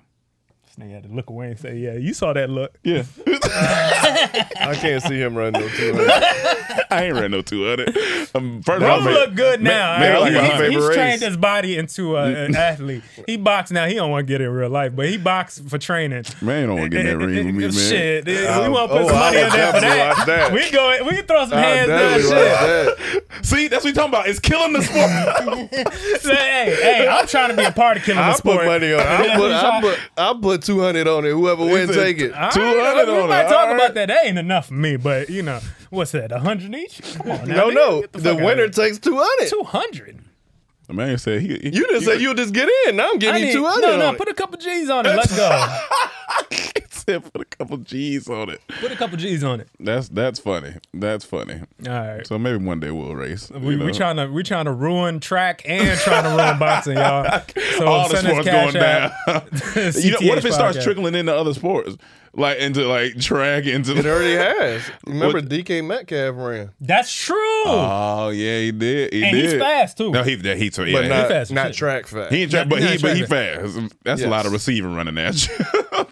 Speaker 6: This nigga had to look away and say, "Yeah, you saw that look."
Speaker 7: Yeah.
Speaker 3: I can't see him running no 200.
Speaker 7: I ain't ran no 200. Um, first
Speaker 6: Rome
Speaker 7: of all,
Speaker 6: look good now.
Speaker 7: man,
Speaker 6: all
Speaker 7: like
Speaker 6: right?
Speaker 7: my
Speaker 6: He's-
Speaker 7: favorite
Speaker 6: he's
Speaker 3: race.
Speaker 6: trained his body into a, an athlete. He boxed now. He don't want to get it in real life, but he boxed for training.
Speaker 7: Man, you don't want to get in that ring with me, man.
Speaker 6: Shit, we
Speaker 3: Um,
Speaker 6: want to put
Speaker 3: oh,
Speaker 6: some
Speaker 3: I
Speaker 6: money
Speaker 3: would
Speaker 6: in there for
Speaker 3: definitely
Speaker 6: that.
Speaker 3: watch that.
Speaker 6: We go. We can throw some
Speaker 3: I
Speaker 6: hands down.
Speaker 3: definitely
Speaker 6: Shit.
Speaker 3: like that.
Speaker 7: See, that's what you talking about. It's killing the sport.
Speaker 6: Say, hey, hey, I'm trying to be a part of killing the
Speaker 3: I
Speaker 6: sport.
Speaker 3: put money on it. I put, I put, I put 200 on it. Whoever wins,
Speaker 7: said
Speaker 3: take it.
Speaker 6: All right,
Speaker 7: 200
Speaker 6: we
Speaker 7: on
Speaker 6: might
Speaker 7: it.
Speaker 6: talk
Speaker 7: All
Speaker 6: about that. That ain't enough for me, but you know what's that? hundred each? Come on,
Speaker 3: No,
Speaker 6: now, nigga,
Speaker 3: no.
Speaker 6: get
Speaker 3: The
Speaker 6: fuck outta
Speaker 3: winner
Speaker 6: here.
Speaker 3: takes 200.
Speaker 6: two hundred.
Speaker 7: the man said he. he
Speaker 3: You just said you'll just get in. Now I'm
Speaker 6: I
Speaker 3: giving
Speaker 6: need-
Speaker 3: you 200.
Speaker 6: No, no,
Speaker 3: on it.
Speaker 6: put a couple G's on it. Let's go.
Speaker 7: he said put a couple G's on it.
Speaker 6: Put a couple G's on it.
Speaker 7: That's that's funny. That's funny.
Speaker 6: All right.
Speaker 7: So maybe one day we'll race.
Speaker 6: We, we trying to we trying to ruin track and trying to ruin boxing, y'all. So
Speaker 7: all the
Speaker 6: send us
Speaker 7: sports
Speaker 6: cash
Speaker 7: going
Speaker 6: app.
Speaker 7: down. you know, what if it starts
Speaker 6: CTH podcast.
Speaker 7: trickling into other sports, like into like track, into
Speaker 3: It already has. Remember
Speaker 7: What-
Speaker 3: DK Metcalf ran,
Speaker 6: That's true.
Speaker 7: Oh yeah, he did. He
Speaker 6: And
Speaker 7: did.
Speaker 6: he's fast, too.
Speaker 7: No, he that he too. Yeah,
Speaker 3: but not,
Speaker 6: fast as
Speaker 3: not
Speaker 6: shit.
Speaker 3: track fast.
Speaker 7: he ain't track,
Speaker 6: No,
Speaker 7: but
Speaker 6: he's
Speaker 7: he
Speaker 6: not
Speaker 7: but he
Speaker 6: track
Speaker 7: fast. That's a lot of receiving running at you.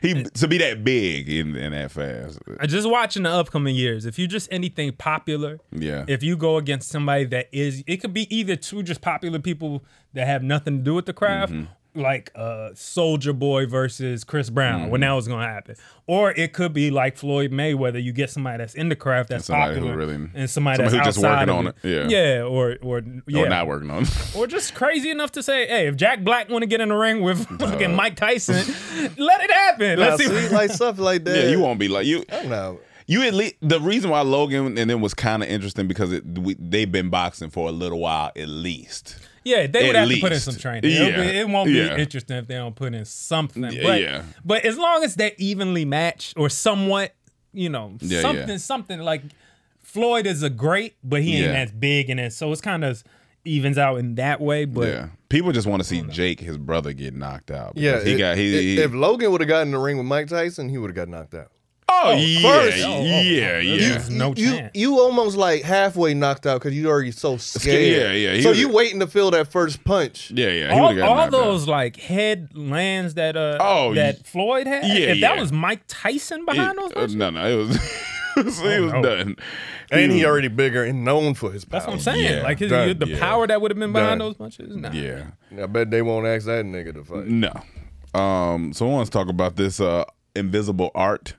Speaker 7: he to be that big and, and that fast.
Speaker 6: And just watching the upcoming years, if you just anything popular,
Speaker 7: Yeah.
Speaker 6: If you go against somebody that is, it could be either two just popular people that have nothing to do with the craft,
Speaker 7: Mm-hmm.
Speaker 6: like uh Soldier Boy versus Chris Brown,
Speaker 7: Mm-hmm.
Speaker 6: when that was going to happen, or it could be like Floyd Mayweather. You get somebody that's in the craft that's
Speaker 7: somebody who
Speaker 6: popular,
Speaker 7: really-
Speaker 6: and somebody,
Speaker 7: somebody
Speaker 6: that's
Speaker 7: who just
Speaker 6: outside
Speaker 7: working
Speaker 6: of
Speaker 7: on it.
Speaker 6: yeah, yeah, or or yeah,
Speaker 7: Or not working on. it.
Speaker 6: or just crazy enough to say, hey, if Jack Black want to get in the ring with fucking Mike Tyson, let it happen.
Speaker 3: Now,
Speaker 6: Let's see.
Speaker 3: see, like stuff like that.
Speaker 7: yeah, you won't be like you.
Speaker 3: No,
Speaker 7: You at least the reason why Logan and then was kind of interesting because it we, they've been boxing for a little while at least.
Speaker 6: Yeah, they would
Speaker 7: At
Speaker 6: have to put in
Speaker 7: least.
Speaker 6: some training. It'll
Speaker 7: Yeah.
Speaker 6: be- it won't be
Speaker 7: Yeah.
Speaker 6: interesting if they don't put in something.
Speaker 7: Yeah,
Speaker 6: but,
Speaker 7: yeah.
Speaker 6: but as long as they're evenly matched or somewhat, you know,
Speaker 7: Yeah, yeah.
Speaker 6: something, something like Floyd is a great, but he ain't
Speaker 7: Yeah.
Speaker 6: as big and as so it's kind of evens out in that way. But
Speaker 7: yeah, people just want to see Jake, his brother, get knocked out.
Speaker 3: yeah.
Speaker 7: because he
Speaker 3: i-
Speaker 7: got he.
Speaker 3: i-
Speaker 7: he-
Speaker 3: if Logan would have gotten in the ring with Mike Tyson, he would have got knocked out.
Speaker 7: oh, yeah,
Speaker 3: first-
Speaker 7: yeah,
Speaker 6: Oh, oh,
Speaker 7: yeah,
Speaker 6: oh,
Speaker 7: yeah.
Speaker 6: There's no
Speaker 3: you,
Speaker 6: chance.
Speaker 3: You almost like halfway knocked out because you already so scared.
Speaker 7: yeah, yeah, he
Speaker 3: So
Speaker 7: was-
Speaker 3: you waiting to feel that first punch.
Speaker 7: Yeah, yeah, he
Speaker 6: all,
Speaker 7: would've got
Speaker 6: all
Speaker 7: knocked out.
Speaker 6: those like head lands that uh
Speaker 7: Oh,
Speaker 6: that
Speaker 7: ye-
Speaker 6: Floyd had,
Speaker 7: yeah,
Speaker 6: if that
Speaker 7: yeah.
Speaker 6: was Mike Tyson behind
Speaker 7: It-
Speaker 6: those,
Speaker 7: uh,
Speaker 6: bitches,
Speaker 7: no, no, it was. it was- he was
Speaker 6: Oh, no.
Speaker 7: done.
Speaker 3: And he
Speaker 7: was-
Speaker 3: already bigger and known for his power.
Speaker 6: that's what I'm saying.
Speaker 7: Yeah,
Speaker 6: like his,
Speaker 3: done,
Speaker 6: the
Speaker 7: yeah.
Speaker 6: power that would have been behind
Speaker 3: Done.
Speaker 6: those punches. Nah.
Speaker 7: Yeah,
Speaker 3: I bet they won't ask that nigga to fight.
Speaker 7: no. Um, so I want to talk about this uh invisible art.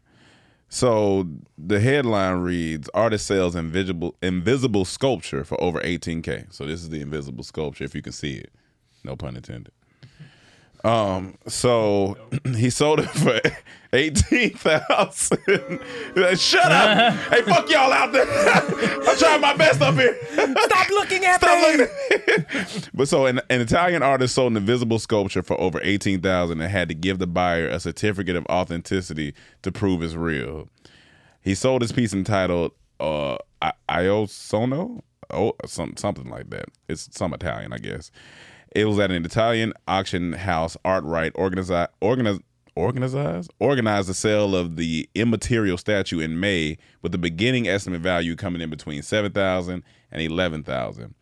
Speaker 7: So the headline reads: Artist sells invisible invisible sculpture for over 18k. So this is the invisible sculpture, if you can see it. No pun intended. Um, so he sold it for eighteen thousand. Shut up! hey, fuck y'all out there! I'm trying my best up here.
Speaker 6: Stop looking at
Speaker 7: Stop
Speaker 6: me.
Speaker 7: looking at me. But so an, an Italian artist sold an invisible sculpture for over eighteen thousand and had to give the buyer a certificate of authenticity to prove it's real. He sold his piece entitled uh I- Iosono? Oh some something like that. It's some Italian, I guess. It was at an Italian auction house art right organized organiz, organize organize the sale of the immaterial statue in May with the beginning estimate value coming in between 7,000 and 11,000.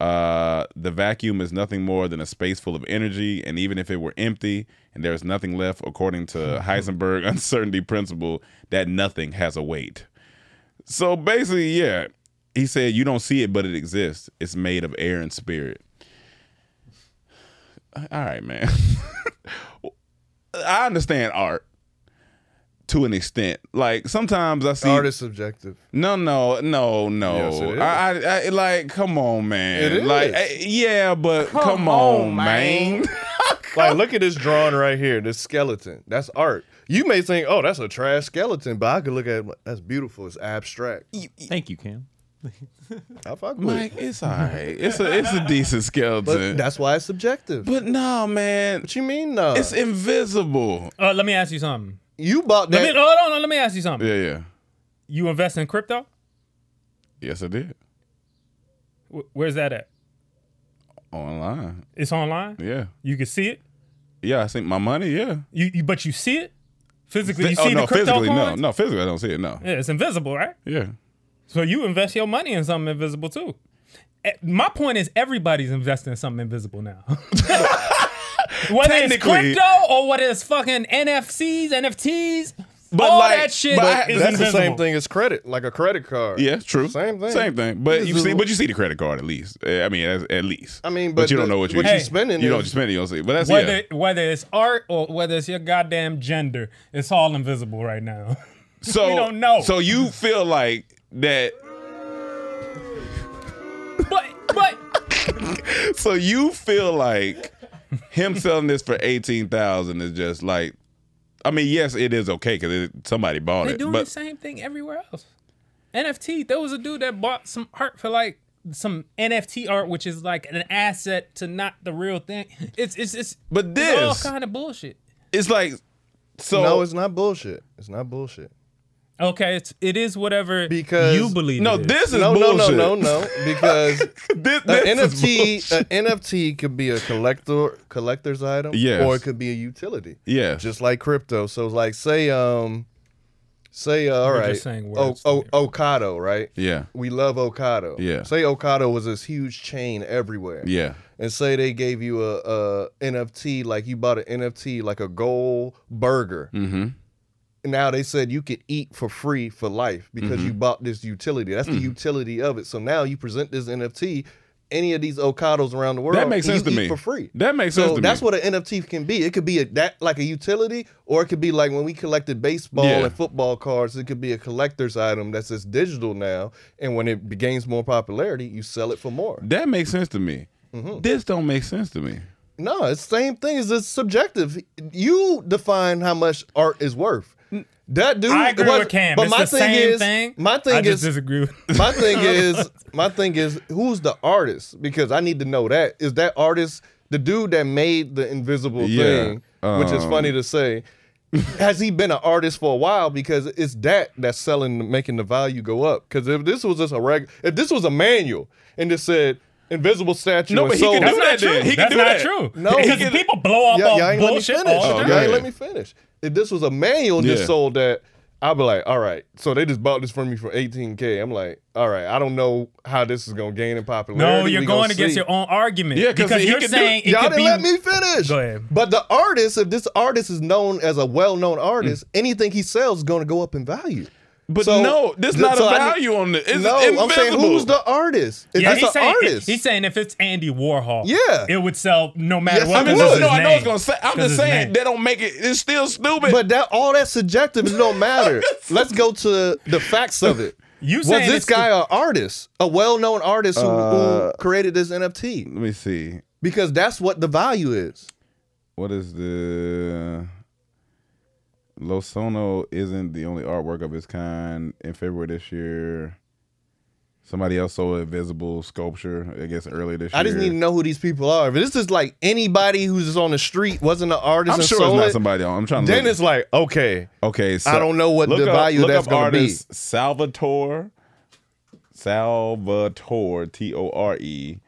Speaker 7: Uh, the vacuum is nothing more than a space full of energy, and even if it were empty and there is nothing left, according to Heisenberg uncertainty principle, that nothing has a weight. So basically, yeah, he said you don't see it, but it exists. It's made of air and spirit. All right, man. I understand art to an extent. Like sometimes I see
Speaker 3: Art is subjective.
Speaker 7: no, no, no, no.
Speaker 3: Yes, it is.
Speaker 7: I, I, I like, come on, man.
Speaker 3: It is.
Speaker 7: Like, eh, yeah, but come, on, man.
Speaker 3: Like, look at this drawing right here, this skeleton. That's art. You may think, oh, that's a trash skeleton, but I could look at it, like, that's beautiful. It's abstract.
Speaker 8: Thank you, Cam.
Speaker 3: I fuck with
Speaker 7: Like,
Speaker 3: it.
Speaker 7: it's all right. It's a, it's a decent
Speaker 3: But
Speaker 7: skeleton. But,
Speaker 3: that's why it's subjective.
Speaker 7: no, man.
Speaker 3: what you mean, though?
Speaker 7: It's invisible.
Speaker 6: Uh, let me ask you something.
Speaker 3: you bought
Speaker 6: Let me,
Speaker 3: that.
Speaker 6: hold on, hold on, let me ask you something.
Speaker 7: Yeah, yeah.
Speaker 6: You invest in crypto?
Speaker 7: Yes, I did.
Speaker 6: Wh- Where's that at?
Speaker 7: Online.
Speaker 6: It's online.
Speaker 7: Yeah.
Speaker 6: You can see it.
Speaker 7: Yeah, I think my money, yeah.
Speaker 6: You, you but you see it physically.
Speaker 7: Thi-
Speaker 6: you see
Speaker 7: oh, no,
Speaker 6: the crypto
Speaker 7: physically, no.
Speaker 6: coins.
Speaker 7: No, physically, I don't see it, no.
Speaker 6: Yeah, it's invisible, right?
Speaker 7: Yeah.
Speaker 6: So you invest your money in something invisible too. Eh, My point is, everybody's investing in something invisible now. Whether it's
Speaker 7: Technically-
Speaker 6: crypto or whether it's fucking NFCs, NFTs,
Speaker 7: But
Speaker 6: all
Speaker 7: like-
Speaker 6: that shit
Speaker 7: but
Speaker 6: is
Speaker 3: That's
Speaker 6: invisible.
Speaker 3: the same thing as credit, like a credit card.
Speaker 7: Yeah, true.
Speaker 3: Same thing.
Speaker 7: Same thing. But you
Speaker 3: This is
Speaker 7: see,
Speaker 3: a-
Speaker 7: but you see the credit card at least. Eh, I mean, at, at least.
Speaker 3: I mean, but
Speaker 7: you don't
Speaker 3: the-
Speaker 7: know what you
Speaker 3: what you
Speaker 7: Hey.
Speaker 3: spending
Speaker 7: You don't
Speaker 3: is-
Speaker 7: spend it. You don't see. But that's
Speaker 6: Whether
Speaker 7: yeah.
Speaker 6: whether it's art or whether it's your goddamn gender, it's all invisible right now.
Speaker 7: So
Speaker 6: we don't know.
Speaker 7: So you feel like that.
Speaker 6: but but
Speaker 7: So you feel like him selling this for eighteen thousand is just like. I mean, yes, it is okay because somebody bought
Speaker 6: they're
Speaker 7: it,
Speaker 6: doing
Speaker 7: but
Speaker 6: the same thing everywhere else. NFT. There was a dude that bought some art for like some NFT art, which is like an asset to not the real thing. It's it's it's.
Speaker 7: But
Speaker 6: it's all
Speaker 7: this-
Speaker 6: kind of bullshit.
Speaker 7: it's like so.
Speaker 3: no, it's not bullshit. It's not bullshit.
Speaker 6: Okay, it's it is whatever
Speaker 3: Because-
Speaker 6: you believe.
Speaker 7: no,
Speaker 6: it is.
Speaker 7: this is
Speaker 3: No, no, no,
Speaker 7: bullshit.
Speaker 3: no, no. Because
Speaker 7: This,
Speaker 3: an
Speaker 7: this is
Speaker 3: NFT,
Speaker 7: bullshit.
Speaker 3: an NFT could be a collector collector's item,
Speaker 7: Yes.
Speaker 3: or it could be a utility.
Speaker 7: yeah,
Speaker 3: just like crypto. So like say um say uh, all
Speaker 6: We're
Speaker 3: right,
Speaker 6: just saying
Speaker 3: o-
Speaker 6: words
Speaker 3: o- Ocado, right?
Speaker 7: yeah,
Speaker 3: We love Ocado.
Speaker 7: Yeah.
Speaker 3: Say Ocado was this huge chain everywhere.
Speaker 7: yeah,
Speaker 3: And say they gave you a, a NFT, like you bought an NFT, like a gold burger. Mm-hmm. Now they said you could eat for free for life because
Speaker 7: Mm-hmm.
Speaker 3: you bought this utility. That's
Speaker 7: Mm.
Speaker 3: the utility of it. So now you present this NFT, any of these Ocados around the world,
Speaker 7: That makes
Speaker 3: and
Speaker 7: sense
Speaker 3: you
Speaker 7: to
Speaker 3: eat
Speaker 7: me.
Speaker 3: for free.
Speaker 7: That makes
Speaker 3: so
Speaker 7: sense to me.
Speaker 3: that's what an NFT can be. It could be a, that like a utility, or it could be like when we collected baseball
Speaker 7: Yeah.
Speaker 3: and football cards. It could be a collector's item that's just digital now, and when it gains more popularity, you sell it for more.
Speaker 7: that makes sense to me.
Speaker 3: Mm-hmm.
Speaker 7: This don't make sense to me.
Speaker 3: No, it's the same thing. It's just subjective. You define how much art is worth. That dude.
Speaker 6: I agree
Speaker 3: it was-
Speaker 6: with Cam. it's the same
Speaker 3: is,
Speaker 6: thing.
Speaker 3: My thing
Speaker 6: I just
Speaker 3: is,
Speaker 6: disagree. With
Speaker 3: my thing is, my thing is, who's the artist? Because I need to know that. Is that artist the dude that made the invisible
Speaker 7: Yeah,
Speaker 3: thing? which is
Speaker 7: um,
Speaker 3: funny to say. Has he been an artist for a while? Because it's that that's selling, making the value go up. Because if this was just a reg, if this was a manual and it said invisible statue,
Speaker 7: No,
Speaker 3: and
Speaker 7: but he
Speaker 3: sold
Speaker 7: could
Speaker 3: it-
Speaker 6: That's
Speaker 7: do
Speaker 6: not
Speaker 7: that
Speaker 6: true.
Speaker 7: then. He can
Speaker 6: That's
Speaker 7: do
Speaker 6: not
Speaker 7: that.
Speaker 6: true.
Speaker 3: No,
Speaker 6: because
Speaker 3: he can-
Speaker 6: people blow up
Speaker 3: yeah,
Speaker 6: on
Speaker 3: y'all ain't let me
Speaker 6: bullshit
Speaker 3: finish. Oh,
Speaker 6: all the
Speaker 3: y'all
Speaker 6: time.
Speaker 3: ain't
Speaker 7: yeah.
Speaker 3: let me finish. If this was a manual and
Speaker 7: Yeah.
Speaker 3: just sold that, I'd be like, all right. So they just bought this from me for 18K. I'm like, all right, I don't know how this is going to gain in popularity.
Speaker 6: No, you're
Speaker 3: We
Speaker 6: going
Speaker 3: gonna
Speaker 6: against
Speaker 3: see.
Speaker 6: your own argument.
Speaker 7: Yeah, 'cause
Speaker 6: because
Speaker 7: he
Speaker 6: you're
Speaker 7: could do-
Speaker 6: saying it
Speaker 3: Y'all
Speaker 6: could
Speaker 3: didn't
Speaker 6: be.
Speaker 3: let me finish.
Speaker 6: Go ahead.
Speaker 3: But the artist, if this artist is known as a well-known artist, anything he sells is going to go up in value.
Speaker 7: Mm. But
Speaker 3: So-
Speaker 7: no, there's
Speaker 3: th-
Speaker 7: not
Speaker 3: so
Speaker 7: a
Speaker 3: I need-
Speaker 7: value on this. It's
Speaker 3: no, I'm saying
Speaker 7: invisible.
Speaker 3: who's the artist? If
Speaker 6: Yeah,
Speaker 3: that's
Speaker 6: he's
Speaker 3: an
Speaker 6: saying,
Speaker 3: artist.
Speaker 6: he's saying if it's Andy Warhol,
Speaker 3: Yeah.
Speaker 6: it would sell no matter
Speaker 3: Yes,
Speaker 6: what.
Speaker 3: it
Speaker 7: I mean,
Speaker 3: would.
Speaker 6: because
Speaker 7: no,
Speaker 6: it's
Speaker 7: no,
Speaker 6: his
Speaker 7: I know
Speaker 6: name.
Speaker 7: it's gonna say. I'm
Speaker 6: Because
Speaker 7: just
Speaker 6: it's
Speaker 7: saying
Speaker 6: name.
Speaker 7: they don't make it. It's still stupid.
Speaker 3: but that all that's subjective. It don't matter. Let's go to the facts of it.
Speaker 6: You
Speaker 3: was
Speaker 6: saying
Speaker 3: this
Speaker 6: it's
Speaker 3: guy an artist, a well-known artist who,
Speaker 7: Uh,
Speaker 3: who created this NFT?
Speaker 7: let me see.
Speaker 3: Because that's what the value is.
Speaker 7: What is the Losono isn't the only artwork of its kind. In February this year, somebody else sold a visible sculpture. I guess earlier this year.
Speaker 3: I just need to know who these people are. If this is like anybody who's just on the street, wasn't an artist,
Speaker 7: I'm
Speaker 3: and
Speaker 7: sure it's
Speaker 3: sold
Speaker 7: not
Speaker 3: it,
Speaker 7: somebody on. I'm trying to.
Speaker 3: Then
Speaker 7: look.
Speaker 3: it's like okay,
Speaker 7: okay. So
Speaker 3: I don't know what
Speaker 7: look
Speaker 3: the
Speaker 7: up-
Speaker 3: value
Speaker 7: look
Speaker 3: that's
Speaker 7: up
Speaker 3: gonna be.
Speaker 7: artist Salvatore, Salvatore T O R E,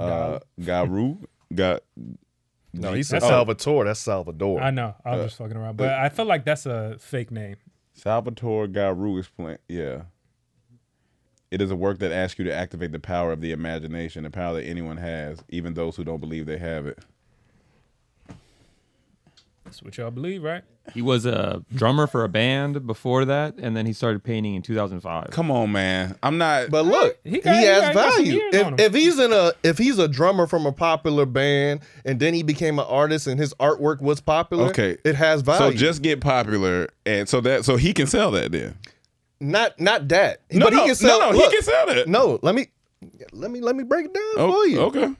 Speaker 7: uh, Garu, Ga,
Speaker 3: No, he said
Speaker 6: That's a-
Speaker 3: Salvatore. That's Salvador.
Speaker 6: I know. I
Speaker 7: Uh,
Speaker 6: was just fucking around, but I feel like that's a fake name.
Speaker 7: Salvatore Garu explained, yeah. It is a work that asks you to activate the power of the imagination, the power that anyone has, even those who don't believe they have it.
Speaker 6: That's what y'all believe, right?
Speaker 8: He was a drummer for a band before that, and then he started painting in 2005.
Speaker 7: Come on, man. I'm not.
Speaker 3: But look, he,
Speaker 6: got- he
Speaker 3: has
Speaker 6: got- he got some
Speaker 3: value.
Speaker 6: years on
Speaker 3: If,
Speaker 6: him.
Speaker 3: if he's in a if he's a drummer from a popular band and then he became an artist and his artwork was popular,
Speaker 7: Okay.
Speaker 3: it has
Speaker 7: So
Speaker 3: value.
Speaker 7: just get popular, and so that so he can sell that then.
Speaker 3: not not that.
Speaker 7: No,
Speaker 3: but
Speaker 7: no,
Speaker 3: he can sell.
Speaker 7: no, no, he
Speaker 3: look,
Speaker 7: can sell that.
Speaker 3: No, let me let me let me break it down
Speaker 7: Oh,
Speaker 3: for you.
Speaker 7: okay.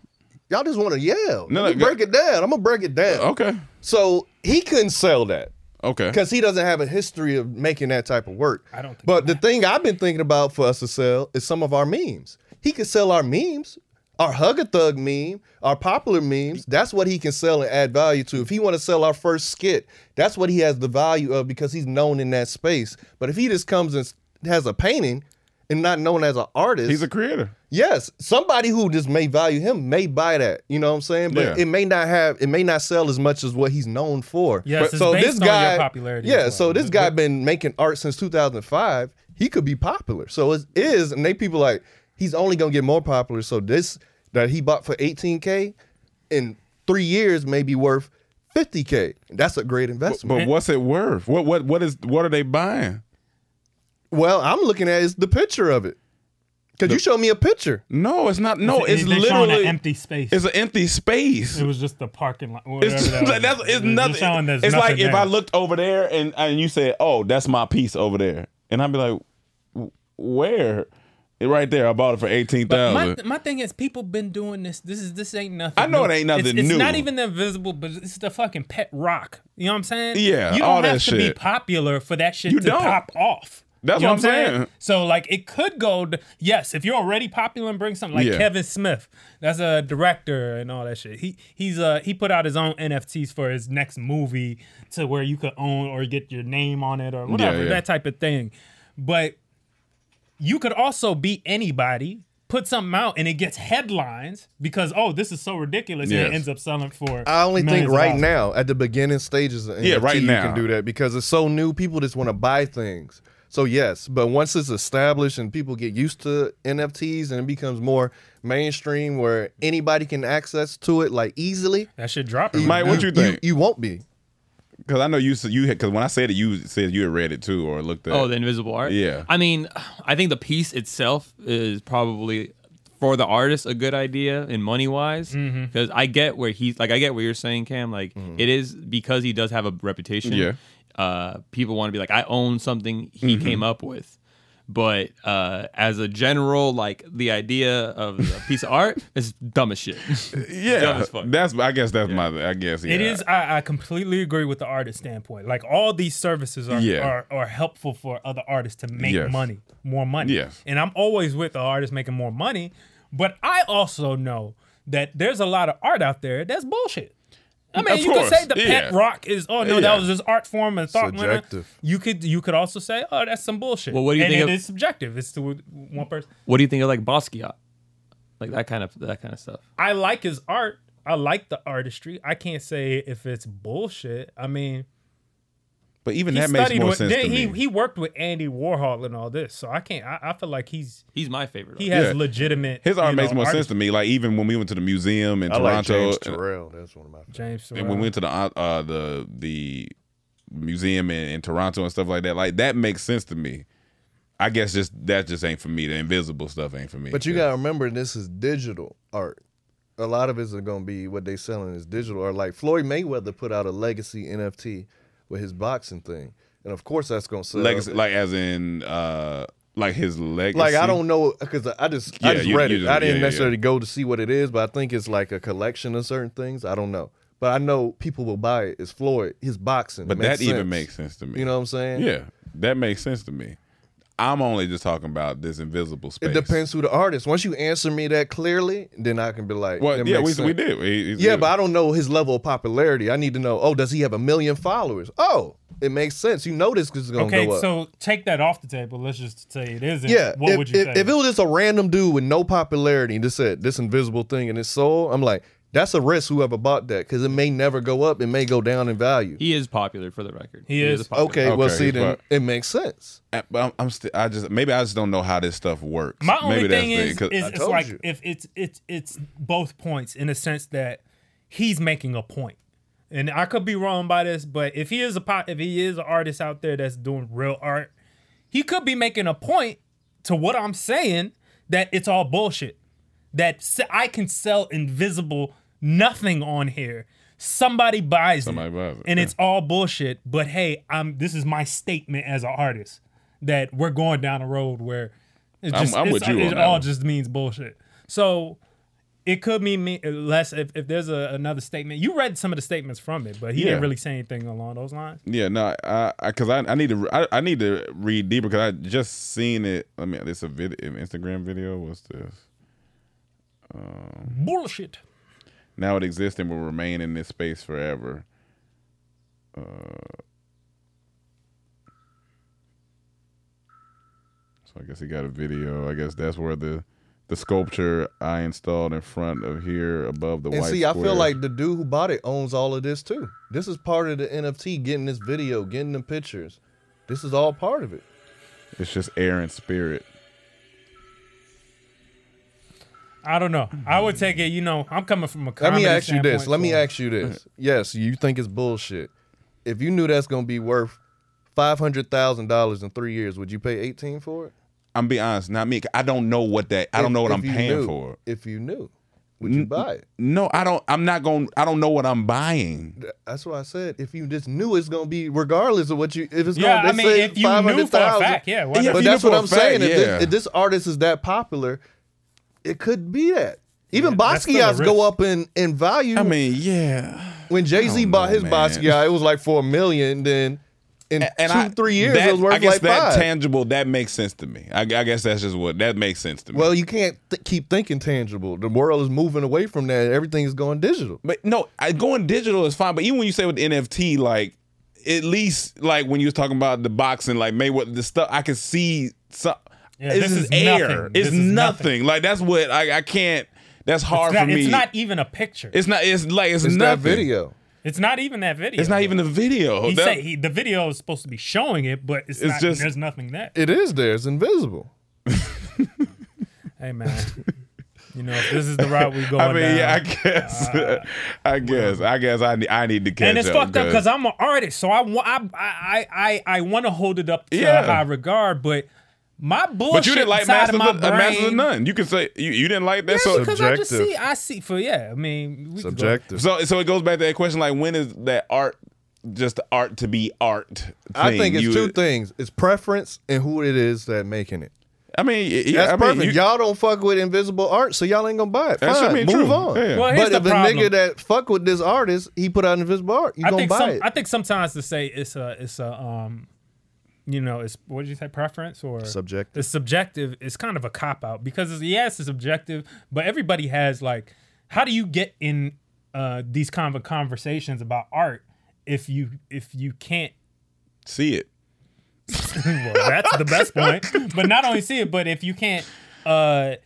Speaker 3: Y'all just want to yell. No,
Speaker 7: No, no, Oh.
Speaker 3: let me
Speaker 7: go-
Speaker 3: break it down. I'm gonna break it down.
Speaker 7: Okay.
Speaker 3: So he couldn't sell that.
Speaker 7: Okay.
Speaker 3: because he doesn't have a history of making that type of work.
Speaker 6: I don't think
Speaker 3: But the thing I've been thinking about for us to sell is some of our memes. He could sell our memes, our hug a thug meme, our popular memes. That's what he can sell and add value to. If he want to sell our first skit, that's what he has the value of because he's known in that space. But if he just comes and s- has a painting and not known as an artist,
Speaker 7: He's a creator.
Speaker 3: Yes, somebody who just may value him may buy that. You know what I'm saying? But
Speaker 7: Yeah.
Speaker 3: it may not have, it may not sell as much as what he's known for.
Speaker 6: Yes,
Speaker 3: But-
Speaker 6: it's based on your popularity
Speaker 3: Yeah,
Speaker 6: as well.
Speaker 3: so this guy been making art since 2005. He could be popular. So it is, and they people like he's only gonna get more popular. So this that he bought for 18k in three years may be worth 50k. That's a great investment.
Speaker 7: But what's it worth? What what what is what are they buying?
Speaker 3: well, I'm looking at is the picture of it. Cause you showed me a picture.
Speaker 7: No, it's not. No,
Speaker 6: They-
Speaker 7: it's
Speaker 6: they showing
Speaker 7: literally
Speaker 6: an empty space.
Speaker 7: It's an empty space.
Speaker 6: it was just the parking lot. whatever
Speaker 7: It's
Speaker 6: that was.
Speaker 7: like, that's
Speaker 6: They're
Speaker 7: it's
Speaker 6: just
Speaker 7: nothing.
Speaker 6: showing there's
Speaker 7: It's like
Speaker 6: nothing
Speaker 7: if I
Speaker 6: there.
Speaker 7: looked over there and and you said, "Oh, that's my piece over there," and I'd be like, "W- "Where?" It right there. I bought it for eighteen
Speaker 6: But my,
Speaker 7: thousand.
Speaker 6: my thing is, people been doing this. This is this ain't nothing.
Speaker 7: I know
Speaker 6: new.
Speaker 7: it ain't nothing
Speaker 6: It's- it's
Speaker 7: new.
Speaker 6: not even invisible, but it's the fucking pet rock. You know what I'm saying?
Speaker 7: Yeah,
Speaker 6: you don't
Speaker 7: all
Speaker 6: have
Speaker 7: that
Speaker 6: to be
Speaker 7: shit.
Speaker 6: popular for that shit
Speaker 7: You
Speaker 6: to
Speaker 7: don't.
Speaker 6: pop off.
Speaker 7: That's
Speaker 6: You know
Speaker 7: what I'm saying.
Speaker 6: So like, it could go. To, yes, if you're already popular and bring something like
Speaker 7: Yeah.
Speaker 6: Kevin Smith, that's a director and all that shit. He he's uh he put out his own NFTs for his next movie to where you could own or get your name on it or whatever
Speaker 7: yeah.
Speaker 6: that type of thing. But you could also be anybody, put something out, and it gets headlines because oh, this is so ridiculous,
Speaker 7: Yes.
Speaker 6: and it ends up selling for.
Speaker 3: I only think
Speaker 6: millions of
Speaker 3: right
Speaker 6: dollars.
Speaker 3: now at the beginning stages of NFT,
Speaker 7: Yeah, right
Speaker 3: you
Speaker 7: now.
Speaker 3: can do that because it's so new. People just want to buy things. So yes, but once it's established and people get used to NFTs and it becomes more mainstream where anybody can access to it like easily,
Speaker 6: that shit dropping.
Speaker 7: Mike, what you think?
Speaker 3: you won't be.
Speaker 7: Because I know you s- you because when I said it, you said you had read it too or looked at.
Speaker 8: Oh, the
Speaker 7: it.
Speaker 8: invisible art.
Speaker 7: Yeah.
Speaker 8: I mean, I think the piece itself is probably for the artist a good idea in money wise because I get where he's like I get what you're saying, Cam. Like it is because he does have a reputation.
Speaker 7: Yeah.
Speaker 8: Uh, people want to be like, I own something he came up with. But uh, as a general, like the idea of a piece of art is dumb as shit. Dumb
Speaker 7: yeah.
Speaker 8: as fuck.
Speaker 7: That's I guess that's my I guess yeah.
Speaker 6: It is. I, I completely agree with the artist standpoint. Like all these services are
Speaker 7: Yeah.
Speaker 6: are, are helpful for other artists to make
Speaker 7: Yes.
Speaker 6: money, more money.
Speaker 7: Yes.
Speaker 6: And I'm always with the artist making more money, but I also know that there's a lot of art out there that's bullshit. I mean,
Speaker 7: Of
Speaker 6: you could say
Speaker 7: course,
Speaker 6: the
Speaker 7: yeah.
Speaker 6: pet rock is. Oh no,
Speaker 7: Yeah.
Speaker 6: that was just art form and thought. winner.
Speaker 3: Subjective.
Speaker 6: You could you could also say, oh, that's some bullshit.
Speaker 8: Well, what do you
Speaker 6: and
Speaker 8: think
Speaker 6: It
Speaker 8: of-
Speaker 6: is subjective. It's to one person.
Speaker 8: what do you think of like Basquiat? Like that kind of that kind of stuff.
Speaker 6: I like his art. I like the artistry. I can't say if it's bullshit. I mean.
Speaker 7: But even
Speaker 6: he
Speaker 7: that makes
Speaker 6: studied
Speaker 7: more
Speaker 6: with,
Speaker 7: sense
Speaker 6: they-
Speaker 7: to
Speaker 6: he,
Speaker 7: me.
Speaker 6: he worked with Andy Warhol and all this, so I can't. I, I feel like he's
Speaker 8: He's my favorite.
Speaker 6: he
Speaker 8: artist.
Speaker 6: has
Speaker 7: Yeah.
Speaker 6: legitimate.
Speaker 7: His art
Speaker 6: you
Speaker 7: makes
Speaker 6: know,
Speaker 7: more sense
Speaker 6: artist-
Speaker 7: to me. Like even when we went to the museum in
Speaker 3: I like
Speaker 7: Toronto,
Speaker 3: James Terrell. That's one of my. Favorites.
Speaker 6: James.
Speaker 7: and when
Speaker 6: Sorrell.
Speaker 7: we went to the uh, uh, the the museum in, in Toronto and stuff like that, like that makes sense to me. I guess just that just ain't for me. The invisible stuff ain't for me.
Speaker 3: But you gotta remember, this is digital art. A lot of it's gonna be what they selling is digital art. Like Floyd Mayweather put out a legacy NFT with his boxing thing, and of course that's gonna sell.
Speaker 7: legacy, like as in uh, like his legacy.
Speaker 3: Like I don't know because I just
Speaker 7: Yeah,
Speaker 3: I just
Speaker 7: you-
Speaker 3: read
Speaker 7: you
Speaker 3: it.
Speaker 7: just-
Speaker 3: I didn't
Speaker 7: yeah, yeah,
Speaker 3: necessarily go to see what it is, but I think it's like a collection of certain things. I don't know, but I know people will buy it. It's Floyd, his boxing.
Speaker 7: But
Speaker 3: It makes
Speaker 7: that even
Speaker 3: sense.
Speaker 7: makes sense to me.
Speaker 3: You know what I'm saying?
Speaker 7: Yeah, that makes sense to me. I'm only just talking about this invisible space.
Speaker 3: It depends who the artist. Once you answer me that clearly, then I can be like,
Speaker 7: Well,
Speaker 3: that
Speaker 7: yeah,
Speaker 3: makes
Speaker 7: we,
Speaker 3: sense.
Speaker 7: we did. He- he's-
Speaker 3: Yeah, but I don't know his level of popularity. I need to know. Oh, does he have a million followers? Oh, it makes sense. You know this is gonna
Speaker 6: okay,
Speaker 3: go up.
Speaker 6: so take that off the table. Let's just say it isn't.
Speaker 3: yeah,
Speaker 6: What
Speaker 3: if,
Speaker 6: would you
Speaker 3: if,
Speaker 6: say?
Speaker 3: uh, if it was just a random dude with no popularity and just said this invisible thing in his soul, I'm like, That's a risk whoever bought that because it may never go up. It may go down in value.
Speaker 8: He is popular for the record.
Speaker 6: He is.
Speaker 8: a popular-
Speaker 3: Okay, well,
Speaker 7: Okay,
Speaker 3: see,
Speaker 7: he's
Speaker 3: then
Speaker 7: right.
Speaker 3: it makes sense.
Speaker 7: Uh, But I'm, I'm still. I just maybe I just don't know how this stuff works.
Speaker 6: My only
Speaker 7: maybe
Speaker 6: thing
Speaker 7: the-
Speaker 6: is,
Speaker 7: 'cause-
Speaker 6: is
Speaker 3: I
Speaker 6: it's
Speaker 3: told
Speaker 6: like
Speaker 3: you.
Speaker 6: if it's it's it's both points in a sense that he's making a point, and I could be wrong by this, but if he is a pop, if he is an artist out there that's doing real art, he could be making a point to what I'm saying that it's all bullshit. That s- I can sell invisible nothing on here. Somebody buys
Speaker 7: Somebody
Speaker 6: it,
Speaker 7: buys it,
Speaker 6: and
Speaker 7: yeah.
Speaker 6: it's all bullshit. But hey, I'm this is my statement as an artist that we're going down a road where it's
Speaker 7: I'm-
Speaker 6: just,
Speaker 7: I'm
Speaker 6: it's-
Speaker 7: with you
Speaker 6: It
Speaker 7: on that
Speaker 6: all
Speaker 7: one.
Speaker 6: just means bullshit. So it could mean me less if, if there's a, another statement. You read some of the statements from it, but he
Speaker 7: Yeah.
Speaker 6: didn't really say anything along those lines.
Speaker 7: Yeah, no, I, I, cause I, I need to, I, I need to read deeper because I just seen it. I mean, it's a video, Instagram video. What's this?
Speaker 6: Bullshit.
Speaker 7: Now it exists and will remain in this space forever. Uh, so I guess he got a video. I guess that's where the, the sculpture I installed in front of here above the
Speaker 3: And
Speaker 7: white.
Speaker 3: see, I
Speaker 7: square.
Speaker 3: feel like the dude who bought it owns all of this too. This is part of the NFT, getting this video, getting the pictures. This is all part of it.
Speaker 7: it's just air and spirit.
Speaker 6: I don't know. I would take it. You know, I'm coming from a.
Speaker 3: Let
Speaker 6: comedy
Speaker 3: me ask you this.
Speaker 6: standpoint,
Speaker 3: Let me
Speaker 6: so-
Speaker 3: ask you this. Yes, you think it's bullshit. If you knew that's gonna be worth five hundred thousand dollars in three years, would you pay eighteen for it?
Speaker 7: I'm be honest, not me. 'cause I don't know what that. I don't
Speaker 3: If-
Speaker 7: know what
Speaker 3: if
Speaker 7: I'm
Speaker 3: you
Speaker 7: paying
Speaker 3: knew-
Speaker 7: for.
Speaker 3: If you knew, would you buy it?
Speaker 7: No, I don't. I'm not going. to I don't know what I'm buying.
Speaker 3: Th- That's what I said. If you just knew it's gonna be, regardless of what you, if it's
Speaker 6: Yeah,
Speaker 3: gonna,
Speaker 6: I
Speaker 3: they
Speaker 6: mean,
Speaker 3: say
Speaker 6: if you knew for a
Speaker 3: 500,000.
Speaker 6: fact, yeah, why
Speaker 7: Yeah,
Speaker 6: not?
Speaker 7: if
Speaker 3: But
Speaker 7: you
Speaker 3: that's
Speaker 7: knew
Speaker 3: what
Speaker 7: for
Speaker 3: I'm
Speaker 7: a fact,
Speaker 3: saying. If,
Speaker 7: yeah.
Speaker 3: this, if this artist is that popular, it could be that. Even
Speaker 6: that's still a
Speaker 3: Basquiat's go
Speaker 6: risk.
Speaker 3: up in, in value.
Speaker 7: I
Speaker 6: Uh,
Speaker 7: mean, yeah.
Speaker 3: when Jay Z
Speaker 7: don't
Speaker 3: bought
Speaker 7: know,
Speaker 3: his
Speaker 7: man.
Speaker 3: Basquiat, it was like for a million. Then in two three years,
Speaker 7: that-
Speaker 3: it was worth
Speaker 7: I guess
Speaker 3: like
Speaker 7: that
Speaker 3: five.
Speaker 7: tangible. That makes sense to me. I, I guess that's just what that makes sense to me.
Speaker 3: well, you can't th- keep thinking tangible. The world is moving away from that. Everything is going digital.
Speaker 7: but no, I, going digital is fine. But even when you say with NFT, like at least like when you was talking about the boxing, like Mayweather, the stuff I could see. Some,
Speaker 6: Yeah,
Speaker 7: this,
Speaker 6: this
Speaker 7: is,
Speaker 6: is
Speaker 7: air.
Speaker 6: nothing.
Speaker 7: It's
Speaker 6: This is
Speaker 7: nothing.
Speaker 6: nothing.
Speaker 7: Like that's what I, I can't. That's hard
Speaker 6: It's not,
Speaker 7: for me.
Speaker 6: it's not even a picture. It's,
Speaker 7: It's not. It's like it's,
Speaker 3: It's that
Speaker 7: nothing.
Speaker 3: video.
Speaker 6: not even that video.
Speaker 7: It's not even a video.
Speaker 6: He
Speaker 7: That-
Speaker 6: said he, the video is supposed to be showing it, but it's,
Speaker 7: It's
Speaker 6: not,
Speaker 7: just-
Speaker 6: there's nothing there.
Speaker 3: It is there. It's invisible.
Speaker 6: hey man, you know if this is the route we go.
Speaker 7: I mean,
Speaker 6: down,
Speaker 7: yeah, I guess, I guess, I guess, I need, I need to catch
Speaker 6: and it's
Speaker 7: up.
Speaker 6: fucked up because I'm an artist, so I wa- I I I, I want to hold it up to
Speaker 7: Yeah.
Speaker 6: a high regard, but my bullshit
Speaker 7: But you didn't like
Speaker 6: inside
Speaker 7: Master
Speaker 6: of my
Speaker 7: of, uh,
Speaker 6: brain.
Speaker 7: Master of None. You can say you, you didn't like that.
Speaker 6: That's
Speaker 7: So,
Speaker 6: because I just
Speaker 3: subjective.
Speaker 6: see I see for yeah. I mean, we could go-
Speaker 3: Subjective.
Speaker 7: so, so it goes back to that question: like, when is that art just art to be art? Thing?
Speaker 3: I think it's
Speaker 7: You-
Speaker 3: two things. It's preference and who it is that making it.
Speaker 7: I mean, y- yeah,
Speaker 3: That's
Speaker 7: I mean,
Speaker 3: perfect.
Speaker 7: you-
Speaker 3: y'all don't fuck with invisible art, so y'all ain't gonna buy it.
Speaker 7: That should
Speaker 3: Fine,
Speaker 7: be
Speaker 3: move
Speaker 7: true.
Speaker 3: on.
Speaker 7: Yeah.
Speaker 6: Well, here's
Speaker 3: but
Speaker 6: the
Speaker 3: if a
Speaker 6: problem.
Speaker 3: nigga that fuck with this artist, he put out invisible art, you
Speaker 6: I
Speaker 3: gonna
Speaker 6: think
Speaker 3: buy
Speaker 6: some,
Speaker 3: it.
Speaker 6: I think sometimes to say it's a it's a um, you know, it's what did you say preference or
Speaker 3: Subjective.
Speaker 6: It's subjective. It's kind of a cop out because it's, yes, it's subjective, but everybody has like, how do you get in uh these kind of conversations about art if you if you can't
Speaker 7: see it.
Speaker 6: well, that's the best point. But not only see it, but if you can't uh,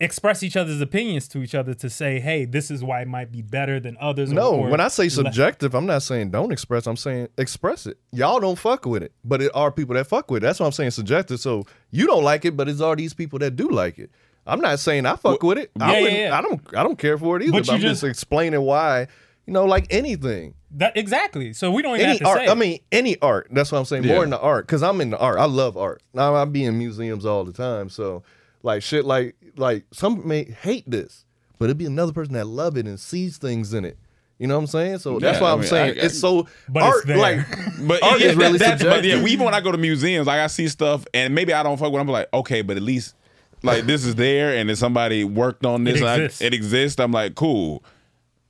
Speaker 6: express each other's opinions to each other to say, "Hey, this is why it might be better than others." or-
Speaker 3: no,
Speaker 6: or
Speaker 3: when I say
Speaker 6: le-
Speaker 3: subjective, I'm not saying don't express. I'm saying express it. Y'all don't fuck with it, but it are people that fuck with it. That's what I'm saying subjective. So you don't like it, but it's all these people that do like it. I'm not saying I fuck with it.
Speaker 6: Yeah,
Speaker 3: I,
Speaker 6: yeah,
Speaker 3: wouldn't-
Speaker 6: yeah.
Speaker 3: I don't. I don't care for it either.
Speaker 6: But
Speaker 3: But,
Speaker 6: you
Speaker 3: I'm just
Speaker 6: just-
Speaker 3: explaining why. You know, like anything.
Speaker 6: that exactly, so we don't even
Speaker 3: any
Speaker 6: have to
Speaker 3: art.
Speaker 6: say.
Speaker 3: I mean, any art. That's what I'm saying.
Speaker 7: Yeah.
Speaker 3: More in the art, because I'm in the art. I love art. Now I be in museums all the time. So, like shit, like like some may hate this, but it'd be another person that love it and sees things in it. You know what I'm saying? So that's
Speaker 7: Yeah,
Speaker 3: why
Speaker 7: I
Speaker 3: I'm
Speaker 7: mean,
Speaker 3: saying
Speaker 7: I- I-
Speaker 3: it's so
Speaker 6: But it's
Speaker 3: art.
Speaker 6: there.
Speaker 3: like,
Speaker 7: But
Speaker 3: art
Speaker 7: yeah,
Speaker 3: is really
Speaker 7: that-
Speaker 3: subjective.
Speaker 7: But yeah, even when I go to museums, like I see stuff, and maybe I don't fuck with. it. I'm like, okay, but at least like this is there, and then somebody worked on this.
Speaker 6: It
Speaker 7: and I-
Speaker 6: exists.
Speaker 7: it exists. I'm like, cool.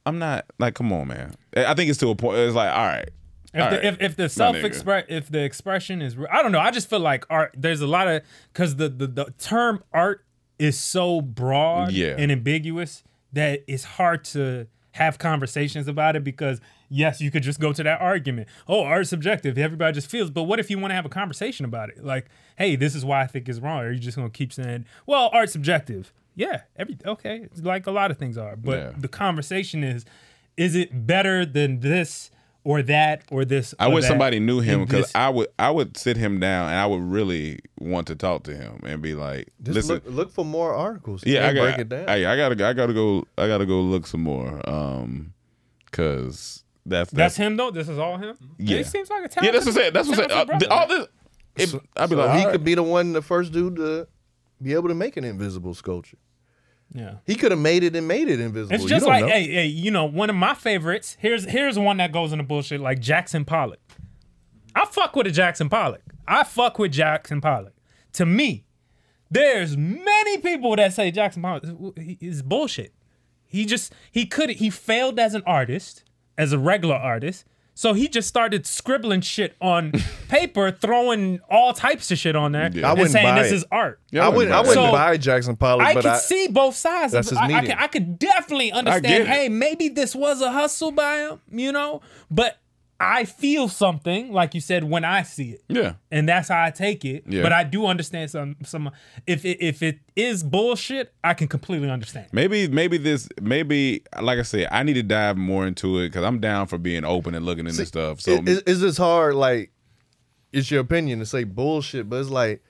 Speaker 7: I'm not like, come on, man. I I think it's to a point. It's like, all right.
Speaker 6: If,
Speaker 7: all
Speaker 6: the,
Speaker 7: right,
Speaker 6: if, if the
Speaker 7: my
Speaker 6: self
Speaker 7: nigga.
Speaker 6: express if the expression is re- I don't know I just feel like art there's a lot of because the, the the term art is so broad
Speaker 7: Yeah.
Speaker 6: and ambiguous that it's hard to have conversations about it because yes you could just go to that argument oh art's subjective everybody just feels but what if you want to have a conversation about it like hey this is why I think it's wrong or you just gonna keep saying well art's subjective Yeah, every okay, it's like a lot of things are, but
Speaker 7: Yeah.
Speaker 6: the conversation is, is it better than this or that or this?
Speaker 7: I
Speaker 6: or
Speaker 7: wish
Speaker 6: that
Speaker 7: somebody knew him
Speaker 6: in
Speaker 7: because
Speaker 6: this-
Speaker 7: I would I would sit him down and I would really want to talk to him and be like,
Speaker 3: Just
Speaker 7: listen,
Speaker 3: look, look for more articles.
Speaker 7: yeah, I
Speaker 3: and
Speaker 7: got,
Speaker 3: break it down.
Speaker 7: Hey, I gotta I gotta go I gotta go look some more, um, cause that's
Speaker 6: that's him though. This is all him.
Speaker 7: Yeah,
Speaker 6: he seems like a
Speaker 7: yeah.
Speaker 6: talented.
Speaker 7: That's what I'm saying. That's what I'm saying.
Speaker 6: talented
Speaker 7: Uh, th-
Speaker 6: brother.
Speaker 7: all this, it, I'd be
Speaker 3: So
Speaker 7: like,
Speaker 3: he could be the one, the first dude to be able to make an invisible sculpture.
Speaker 6: Yeah.
Speaker 3: He could have made it and made it invisible.
Speaker 6: It's
Speaker 3: You
Speaker 6: just
Speaker 3: don't
Speaker 6: like,
Speaker 3: know.
Speaker 6: hey, hey, you know, one of my favorites. Here's here's one that goes in the bullshit, like Jackson Pollock. I fuck with a Jackson Pollock. I fuck with Jackson Pollock. To me, there's many people that say Jackson Pollock is is bullshit. He just he could he failed as an artist, as a regular artist. So he just started scribbling shit on paper, throwing all types of shit on there,
Speaker 3: I
Speaker 6: and
Speaker 3: wouldn't
Speaker 6: saying
Speaker 3: buy
Speaker 6: this
Speaker 3: it.
Speaker 6: is art.
Speaker 7: Yeah,
Speaker 3: I wouldn't, I wouldn't
Speaker 6: So-
Speaker 3: buy Jackson Pollock,
Speaker 6: I
Speaker 3: but
Speaker 6: could
Speaker 3: I,
Speaker 6: see both sides.
Speaker 3: That's his
Speaker 6: of it. I, I,
Speaker 3: medium.
Speaker 6: can, I could definitely
Speaker 7: get it.
Speaker 6: understand. Hey, maybe this was a hustle by him, you know. But I feel something, like you said, when I see it,
Speaker 7: yeah,
Speaker 6: and that's how I take it.
Speaker 7: Yeah.
Speaker 6: But I do understand some. Some if it, if it is bullshit, I can completely understand.
Speaker 7: Maybe, maybe this, maybe like I said, I need to dive more into it because I'm down for being open and looking into stuff. So
Speaker 3: it, it's just hard. Like, it's your opinion to say bullshit, but it's like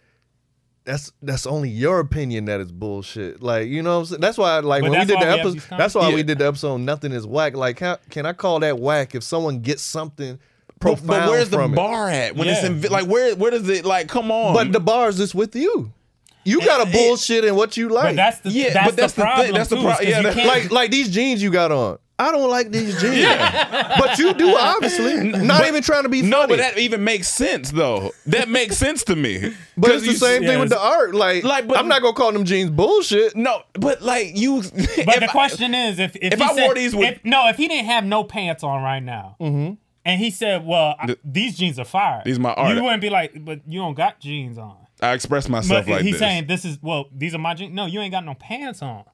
Speaker 3: that's that's only your opinion that is bullshit. Like, you know what I'm saying? That's why, like, when
Speaker 6: But
Speaker 3: we
Speaker 6: that's
Speaker 3: did
Speaker 6: why
Speaker 3: the
Speaker 6: we have
Speaker 3: episode,
Speaker 6: these con-
Speaker 3: that's why we
Speaker 7: Yeah.
Speaker 3: did the episode. on Nothing is whack. Like, how can I call that whack if someone gets something
Speaker 7: but,
Speaker 3: profound
Speaker 7: but where's the
Speaker 3: from it?
Speaker 7: bar at when it's
Speaker 6: Yeah.
Speaker 7: in, like where where does it like come on?
Speaker 3: But the bar is just with you. You got to bullshit in what you like.
Speaker 6: But that's the
Speaker 7: yeah,
Speaker 6: that's,
Speaker 7: but that's
Speaker 6: the
Speaker 7: the thing-
Speaker 6: problem.
Speaker 7: that's the
Speaker 6: too,
Speaker 7: pro-
Speaker 6: is 'cause
Speaker 7: yeah,
Speaker 6: you
Speaker 7: that-
Speaker 6: can't-
Speaker 3: like like these jeans you got on. I don't like these jeans, but you do obviously. Not even trying to be funny.
Speaker 7: no, but that even makes sense though. That makes sense to me.
Speaker 3: But
Speaker 7: 'Cause
Speaker 3: it's the
Speaker 7: you-
Speaker 3: same
Speaker 6: yeah,
Speaker 3: thing with the
Speaker 6: it's-
Speaker 3: art. Like,
Speaker 7: Like, but-
Speaker 3: I'm not gonna call them jeans bullshit.
Speaker 7: No, but like you.
Speaker 6: But the question is, if if,
Speaker 7: if
Speaker 6: he
Speaker 7: I
Speaker 6: said-
Speaker 7: wore these with- Mm-hmm.
Speaker 6: if- no, if he didn't have no pants on right now, and he said, "Well, I- these jeans are fire.
Speaker 7: These my art.
Speaker 6: You wouldn't be like, "But you don't got jeans on."
Speaker 7: I express myself
Speaker 6: But
Speaker 7: like
Speaker 6: he's
Speaker 7: this.
Speaker 6: saying, "This is well, these are my jeans." No, you ain't got no pants on,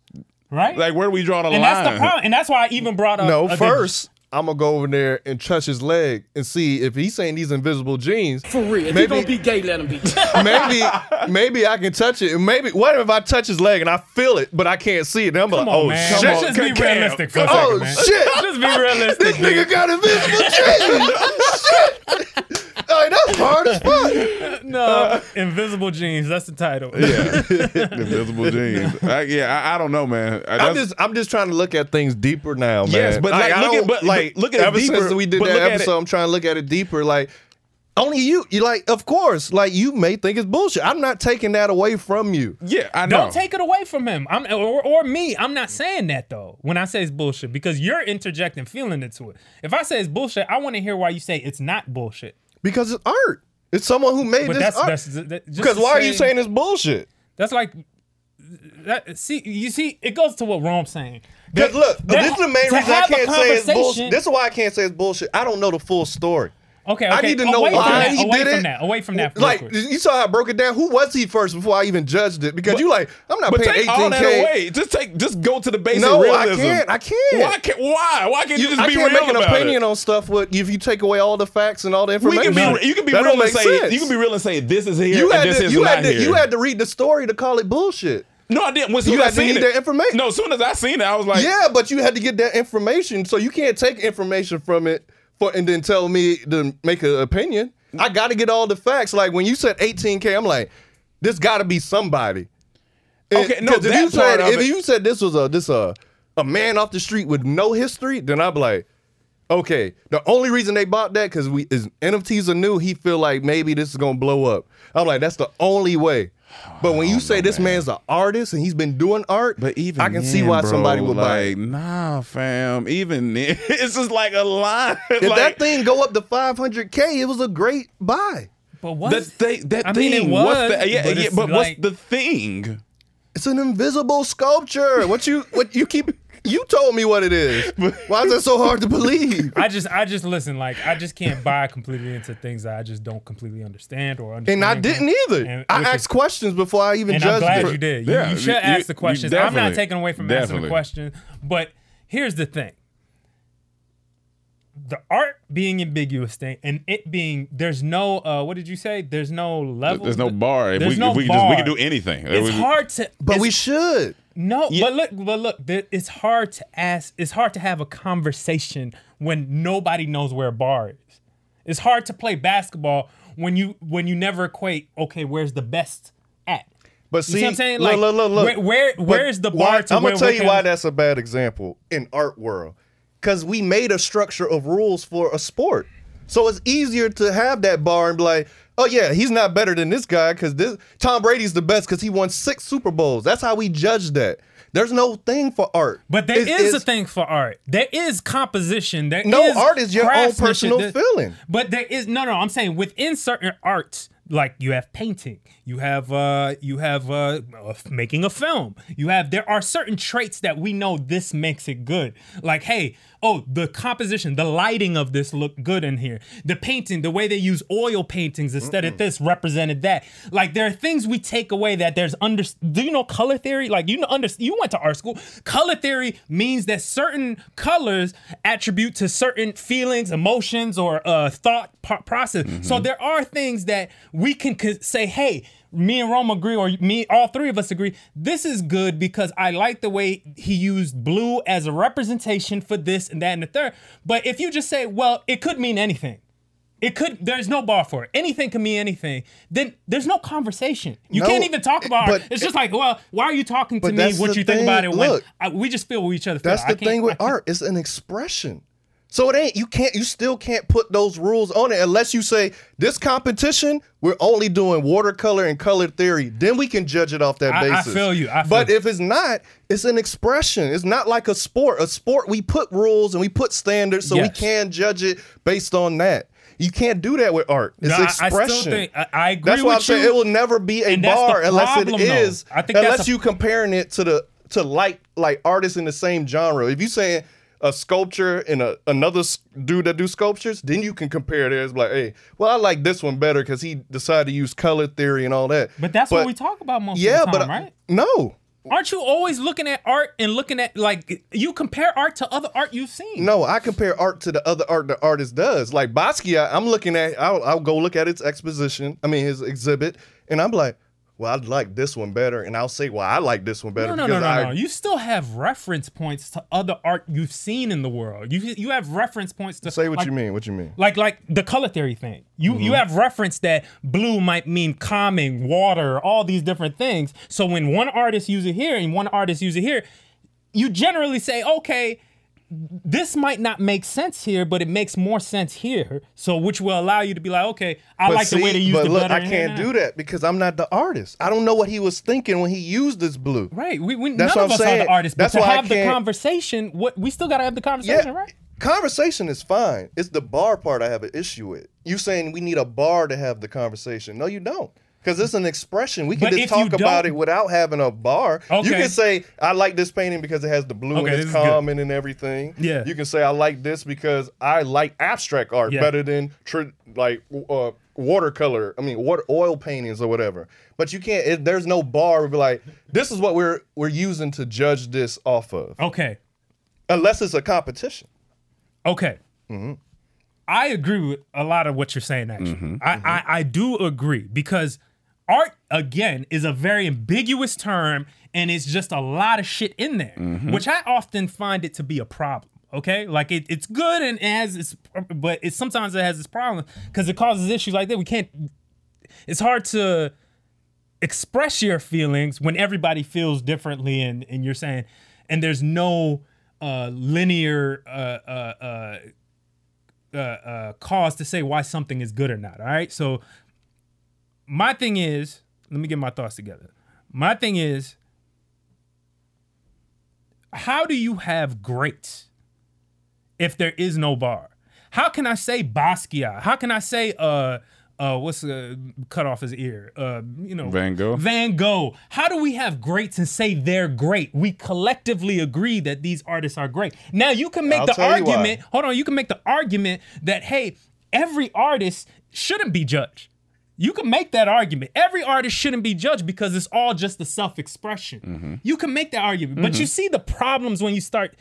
Speaker 6: right?
Speaker 7: like where do we draw the line?
Speaker 6: and that's the problem. And that's why I even brought up
Speaker 3: No,
Speaker 6: uh, the-
Speaker 3: first I'm gonna go over there and touch his leg and see if he's saying these invisible jeans.
Speaker 2: For real. If
Speaker 3: Maybe-
Speaker 2: you gonna be gay, let him be.
Speaker 3: maybe, maybe I can touch it. And Maybe what if I touch his leg and I feel it, but I can't see it? And I'm
Speaker 6: Come
Speaker 3: like,
Speaker 6: on,
Speaker 3: oh
Speaker 6: man.
Speaker 3: shit,
Speaker 6: Let's
Speaker 7: on,
Speaker 6: just be
Speaker 7: Cam,
Speaker 6: realistic for a
Speaker 3: come
Speaker 6: second,
Speaker 3: on.
Speaker 6: man.
Speaker 3: Oh, shit.
Speaker 6: Let's be realistic.
Speaker 3: this nigga
Speaker 6: dude.
Speaker 3: got invisible jeans. shit, like, that's hard as fuck.
Speaker 6: No, invisible jeans. That's the title.
Speaker 7: Yeah, invisible jeans. I, yeah, I, I don't know, man. I,
Speaker 3: I'm
Speaker 7: that's-
Speaker 3: just, I'm just trying to look at things deeper now, man.
Speaker 7: Yes, but, like,
Speaker 3: I
Speaker 7: look at-
Speaker 3: don't-
Speaker 7: but- but look at it
Speaker 3: ever since
Speaker 7: deeper,
Speaker 3: we did
Speaker 7: but
Speaker 3: that
Speaker 7: look at it-
Speaker 3: episode, I'm trying to look at it deeper. Like, only you, you like, of course, like you may think it's bullshit. I'm not taking that away from you.
Speaker 7: yeah, I know.
Speaker 6: Don't take it away from him. I'm or, or me. I'm not saying that though. When I say it's bullshit, because you're interjecting feeling into it. If I say it's bullshit, I want to hear why you say it's not bullshit.
Speaker 3: because it's art. It's someone who made
Speaker 6: But
Speaker 3: this
Speaker 6: that's
Speaker 3: art.
Speaker 6: that's that- just
Speaker 3: because
Speaker 6: to
Speaker 3: why are
Speaker 6: say-
Speaker 3: you saying it's bullshit?
Speaker 6: that's like that? See, you see, it goes to what Rome's saying.
Speaker 3: Because look,
Speaker 6: that-
Speaker 3: this is the main
Speaker 6: to
Speaker 3: reason I
Speaker 6: have a
Speaker 3: can't say it's bullshit.
Speaker 6: conversation-
Speaker 3: This is why I can't say it's bullshit. I don't know the full story.
Speaker 6: Okay, okay.
Speaker 3: I need to know
Speaker 6: away from
Speaker 3: why
Speaker 6: that,
Speaker 3: he
Speaker 6: away
Speaker 3: did
Speaker 6: from
Speaker 3: it.
Speaker 6: that. Away from that. real
Speaker 3: Like
Speaker 6: quick.
Speaker 3: you saw how I broke it down. Who was he first before I even judged it? Because you like, I'm not
Speaker 7: But
Speaker 3: paying
Speaker 7: take all
Speaker 3: 18
Speaker 7: that
Speaker 3: k.
Speaker 7: away. Just take, just go to the basic
Speaker 3: No, I
Speaker 7: realism.
Speaker 3: can't. I can't.
Speaker 7: Why can't? Why? Why can't you, just
Speaker 3: I
Speaker 7: be
Speaker 3: can't
Speaker 7: real
Speaker 3: make an
Speaker 7: about
Speaker 3: opinion
Speaker 7: it?
Speaker 3: on stuff with if you take away all the facts and all the
Speaker 7: We
Speaker 3: information.
Speaker 7: can be, re- you can be
Speaker 3: That
Speaker 7: real
Speaker 3: don't
Speaker 7: and
Speaker 3: make
Speaker 7: say
Speaker 3: sense.
Speaker 7: you can be real and say this is here
Speaker 3: You
Speaker 7: and
Speaker 3: had
Speaker 7: this
Speaker 3: to,
Speaker 7: is
Speaker 3: you
Speaker 7: not
Speaker 3: had to,
Speaker 7: here.
Speaker 3: you had to read the story to call it bullshit.
Speaker 7: no, I didn't. When soon
Speaker 3: You had
Speaker 7: as
Speaker 3: to
Speaker 7: I seen
Speaker 3: need
Speaker 7: it,
Speaker 3: that information.
Speaker 7: No, as soon as I seen it, I was like,
Speaker 3: yeah, but you had to get that information, so you can't take information from it for and then tell me to make an opinion. I got to get all the facts. Like when you said 18k, I'm like, this got to be somebody. And-
Speaker 7: Okay, no,
Speaker 3: 'cause if
Speaker 7: that
Speaker 3: you
Speaker 7: part
Speaker 3: said
Speaker 7: of
Speaker 3: if
Speaker 7: it-
Speaker 3: you said this was a this a a man off the street with no history, then I'd be like, okay. The only reason they bought that because we is NFTs are new. He feel like maybe this is gonna blow up. I'm like, that's the only way. But when you say this man's an artist and he's been doing art,
Speaker 7: But even
Speaker 3: I can see
Speaker 7: then,
Speaker 3: why
Speaker 7: bro,
Speaker 3: somebody would buy it.
Speaker 7: like, Nah, fam. Even then, it's just like a line.
Speaker 3: If
Speaker 7: like,
Speaker 3: that thing go up to 500k, it was a great buy.
Speaker 6: but what?
Speaker 7: that thing, that
Speaker 6: I
Speaker 7: thing.
Speaker 6: mean, it was,
Speaker 7: what's the, yeah,
Speaker 6: but
Speaker 7: yeah,
Speaker 6: it's
Speaker 7: but
Speaker 6: like-
Speaker 7: what's the thing?
Speaker 3: It's an invisible sculpture. What you what you keep you told me what it is. Why is it so hard to believe?
Speaker 6: I just, I just listen. Like, I just can't buy completely into things that I just don't completely understand or understand.
Speaker 3: And I didn't either.
Speaker 6: And-
Speaker 3: I
Speaker 6: which is-
Speaker 3: asked questions before I even
Speaker 6: and I'm
Speaker 3: judged
Speaker 6: glad
Speaker 3: it.
Speaker 6: you did. You,
Speaker 7: Yeah,
Speaker 6: you
Speaker 7: you-
Speaker 6: should ask
Speaker 7: you-
Speaker 6: the
Speaker 7: you
Speaker 6: questions. I'm not
Speaker 7: definitely-
Speaker 6: taking away from asking
Speaker 7: definitely.
Speaker 6: the question, but here's the thing: the art being ambiguous thing, and it being there's no uh, what did you say? There's no level.
Speaker 7: There's no bar. If
Speaker 6: There's
Speaker 7: we,
Speaker 6: no
Speaker 7: if we, can Just, we
Speaker 6: bar.
Speaker 7: can do anything.
Speaker 6: It's
Speaker 7: We-
Speaker 6: hard to.
Speaker 3: But
Speaker 6: it's-
Speaker 3: we should.
Speaker 6: No, but look, but look, there, it's hard to ask. It's hard to have a conversation when nobody knows where a bar is. It's hard to play basketball when you when you never equate. Okay, where's the best at?
Speaker 3: But
Speaker 6: you
Speaker 3: see,
Speaker 6: see what I'm saying?
Speaker 3: look,
Speaker 6: Like,
Speaker 3: look, look, look.
Speaker 6: where- where-
Speaker 3: But
Speaker 6: where's the
Speaker 3: why-
Speaker 6: bar to
Speaker 3: I'm
Speaker 6: where
Speaker 3: gonna tell
Speaker 6: we
Speaker 3: you
Speaker 6: can-
Speaker 3: why that's a bad example in art world, because we made a structure of rules for a sport, so it's easier to have that bar and be like, oh yeah, he's not better than this guy because this Tom Brady's the best because he won six Super Bowls. That's how we judge that. There's no thing for art,
Speaker 6: But there is
Speaker 3: It's-
Speaker 6: a
Speaker 3: it's-
Speaker 6: thing for art. There is composition. There
Speaker 3: No,
Speaker 6: is
Speaker 3: art is your own
Speaker 6: craftsmanship.
Speaker 3: personal
Speaker 6: There-
Speaker 3: feeling.
Speaker 6: But there is no, no. I'm saying within certain arts, like you have painting, you have, uh, you have uh, uh, making a film. You have there are certain traits that we know this makes it good. Like hey, oh, the composition, the lighting of this looked good in here. The painting, the way they use oil paintings instead of this represented that. Like there are things we take away that there's under. Do you know color theory? Like you know under. You went to art school. Color theory means that certain colors attribute to certain feelings, emotions, or uh, thought po- process.
Speaker 3: Mm-hmm.
Speaker 6: So there are things that we can co- say, hey. Me and Rome agree, or me, all three of us agree. This is good because I like the way he used blue as a representation for this and that and the third. But if you just say, well, it could mean anything, it could. There's no bar for it. Anything can mean anything. Then there's no conversation. You
Speaker 3: No,
Speaker 6: can't even talk about.
Speaker 3: but-
Speaker 6: art. It's just like, well, why are you talking to
Speaker 3: But
Speaker 6: me?
Speaker 3: that's
Speaker 6: What
Speaker 3: the
Speaker 6: you think about
Speaker 3: thing.
Speaker 6: it? When
Speaker 3: Look.
Speaker 6: I, we just feel what each other. feel.
Speaker 3: That's
Speaker 6: I
Speaker 3: the
Speaker 6: can't-
Speaker 3: thing with
Speaker 6: I-
Speaker 3: art. It's an expression. So it ain't you can't you still can't put those rules on it unless you say this competition we're only doing watercolor and color theory. Then we can judge it off that
Speaker 6: I- I
Speaker 3: basis.
Speaker 6: feel you. I feel
Speaker 3: but
Speaker 6: you.
Speaker 3: if it's not, it's an expression. It's not like a sport. A sport we put rules and we put standards so
Speaker 6: Yes.
Speaker 3: we can judge it based on that. You can't do that with art. It's
Speaker 6: No, I- I still
Speaker 3: expression.
Speaker 6: think- I- I agree
Speaker 3: That's why
Speaker 6: with
Speaker 3: I'm saying
Speaker 6: you.
Speaker 3: it will never be a
Speaker 6: And that's the
Speaker 3: bar unless it
Speaker 6: problem, though.
Speaker 3: is.
Speaker 6: I think that's
Speaker 3: unless
Speaker 6: a-
Speaker 3: you comparing it to the to like like artists in the same genre. If you saying a sculpture and a, another s- dude that do sculptures, then you can compare theirs. Like, hey, well, I like this one better because he decided to use color theory and all that.
Speaker 6: But that's what we talk about most
Speaker 3: Yeah,
Speaker 6: of the time,
Speaker 3: but I-
Speaker 6: right?
Speaker 3: no,
Speaker 6: Aren't you always looking at art and looking at like you compare art to other art you've seen?
Speaker 3: no, I compare art to the other art the artist does. Like Basquiat, I'm looking at, I'll, I'll go look at his exposition. I mean, his exhibit, and I'm like. Well, I'd like this one better, and I'll say, "Well, I like this one better."
Speaker 6: No, no, no,
Speaker 3: because
Speaker 6: no,
Speaker 3: I
Speaker 6: no. You still have reference points to other art you've seen in the world. You you have reference points to
Speaker 3: Say what
Speaker 6: like,
Speaker 3: you mean. What you mean?
Speaker 6: Like like the color theory thing. You
Speaker 3: Mm-hmm.
Speaker 6: you have reference that blue might mean calming, water, all these different things. So when one artist uses it here and one artist uses it here, you generally say, okay, this might not make sense here, but it makes more sense here. So which will allow you to be like, okay, I like the way they use
Speaker 3: but
Speaker 6: the
Speaker 3: look,
Speaker 6: butter
Speaker 3: I
Speaker 6: in here
Speaker 3: can't
Speaker 6: now.
Speaker 3: do that because I'm not the artist. I don't know what he was thinking when he used this blue.
Speaker 6: Right, we, we
Speaker 3: That's
Speaker 6: none
Speaker 3: what I'm
Speaker 6: of us are
Speaker 3: saying.
Speaker 6: the artists, but
Speaker 3: That's
Speaker 6: to
Speaker 3: why I
Speaker 6: have the
Speaker 3: can't-
Speaker 6: conversation, what we still gotta have the conversation,
Speaker 3: Yeah,
Speaker 6: right?
Speaker 3: conversation is fine. It's the bar part I have an issue with. You saying we need a bar to have the conversation? No, you don't. Because it's an expression. We can
Speaker 6: But
Speaker 3: just
Speaker 6: if you
Speaker 3: talk about
Speaker 6: don't-
Speaker 3: it without having a bar. You
Speaker 6: Okay.
Speaker 3: can say, I like this painting because it has the blue
Speaker 6: Okay,
Speaker 3: and
Speaker 6: this
Speaker 3: it's
Speaker 6: is good.
Speaker 3: calm and and everything.
Speaker 6: Yeah.
Speaker 3: You can say, I like this because I like abstract art
Speaker 6: Yeah.
Speaker 3: better than tr- like w- uh, watercolor. I mean, water, oil paintings or whatever. But you can't, it, there's no bar. where be like, this is what we're, we're using to judge this off of,
Speaker 6: Okay.
Speaker 3: unless it's a competition.
Speaker 6: Okay. I agree with a lot of what you're saying, actually. I, I, I do agree because art, again, is a very ambiguous term and it's just a lot of shit in there, which I often find it to be a problem. Okay, like it, it's good and it has its, but it sometimes it has its problem because it causes issues like that. We can't. It's hard to express your feelings when everybody feels differently and and you're saying and there's no uh linear uh uh uh uh, uh, cause to say why something is good or not. All right. So my thing is, let me get my thoughts together. My thing is, how do you have greats if there is no bar? How can I say Basquiat? How can I say uh uh what's uh, cut off his ear? Uh you know
Speaker 7: Van Gogh?
Speaker 6: Van Gogh. How do we have greats and say they're great? We collectively agree that these artists are great. Now you can make
Speaker 3: I'll
Speaker 6: the
Speaker 3: tell you why.
Speaker 6: argument hold on, you can make the argument that hey, every artist shouldn't be judged. You can make that argument. Every artist shouldn't be judged because it's all just the self-expression. You can make that argument, but you see the problems when you start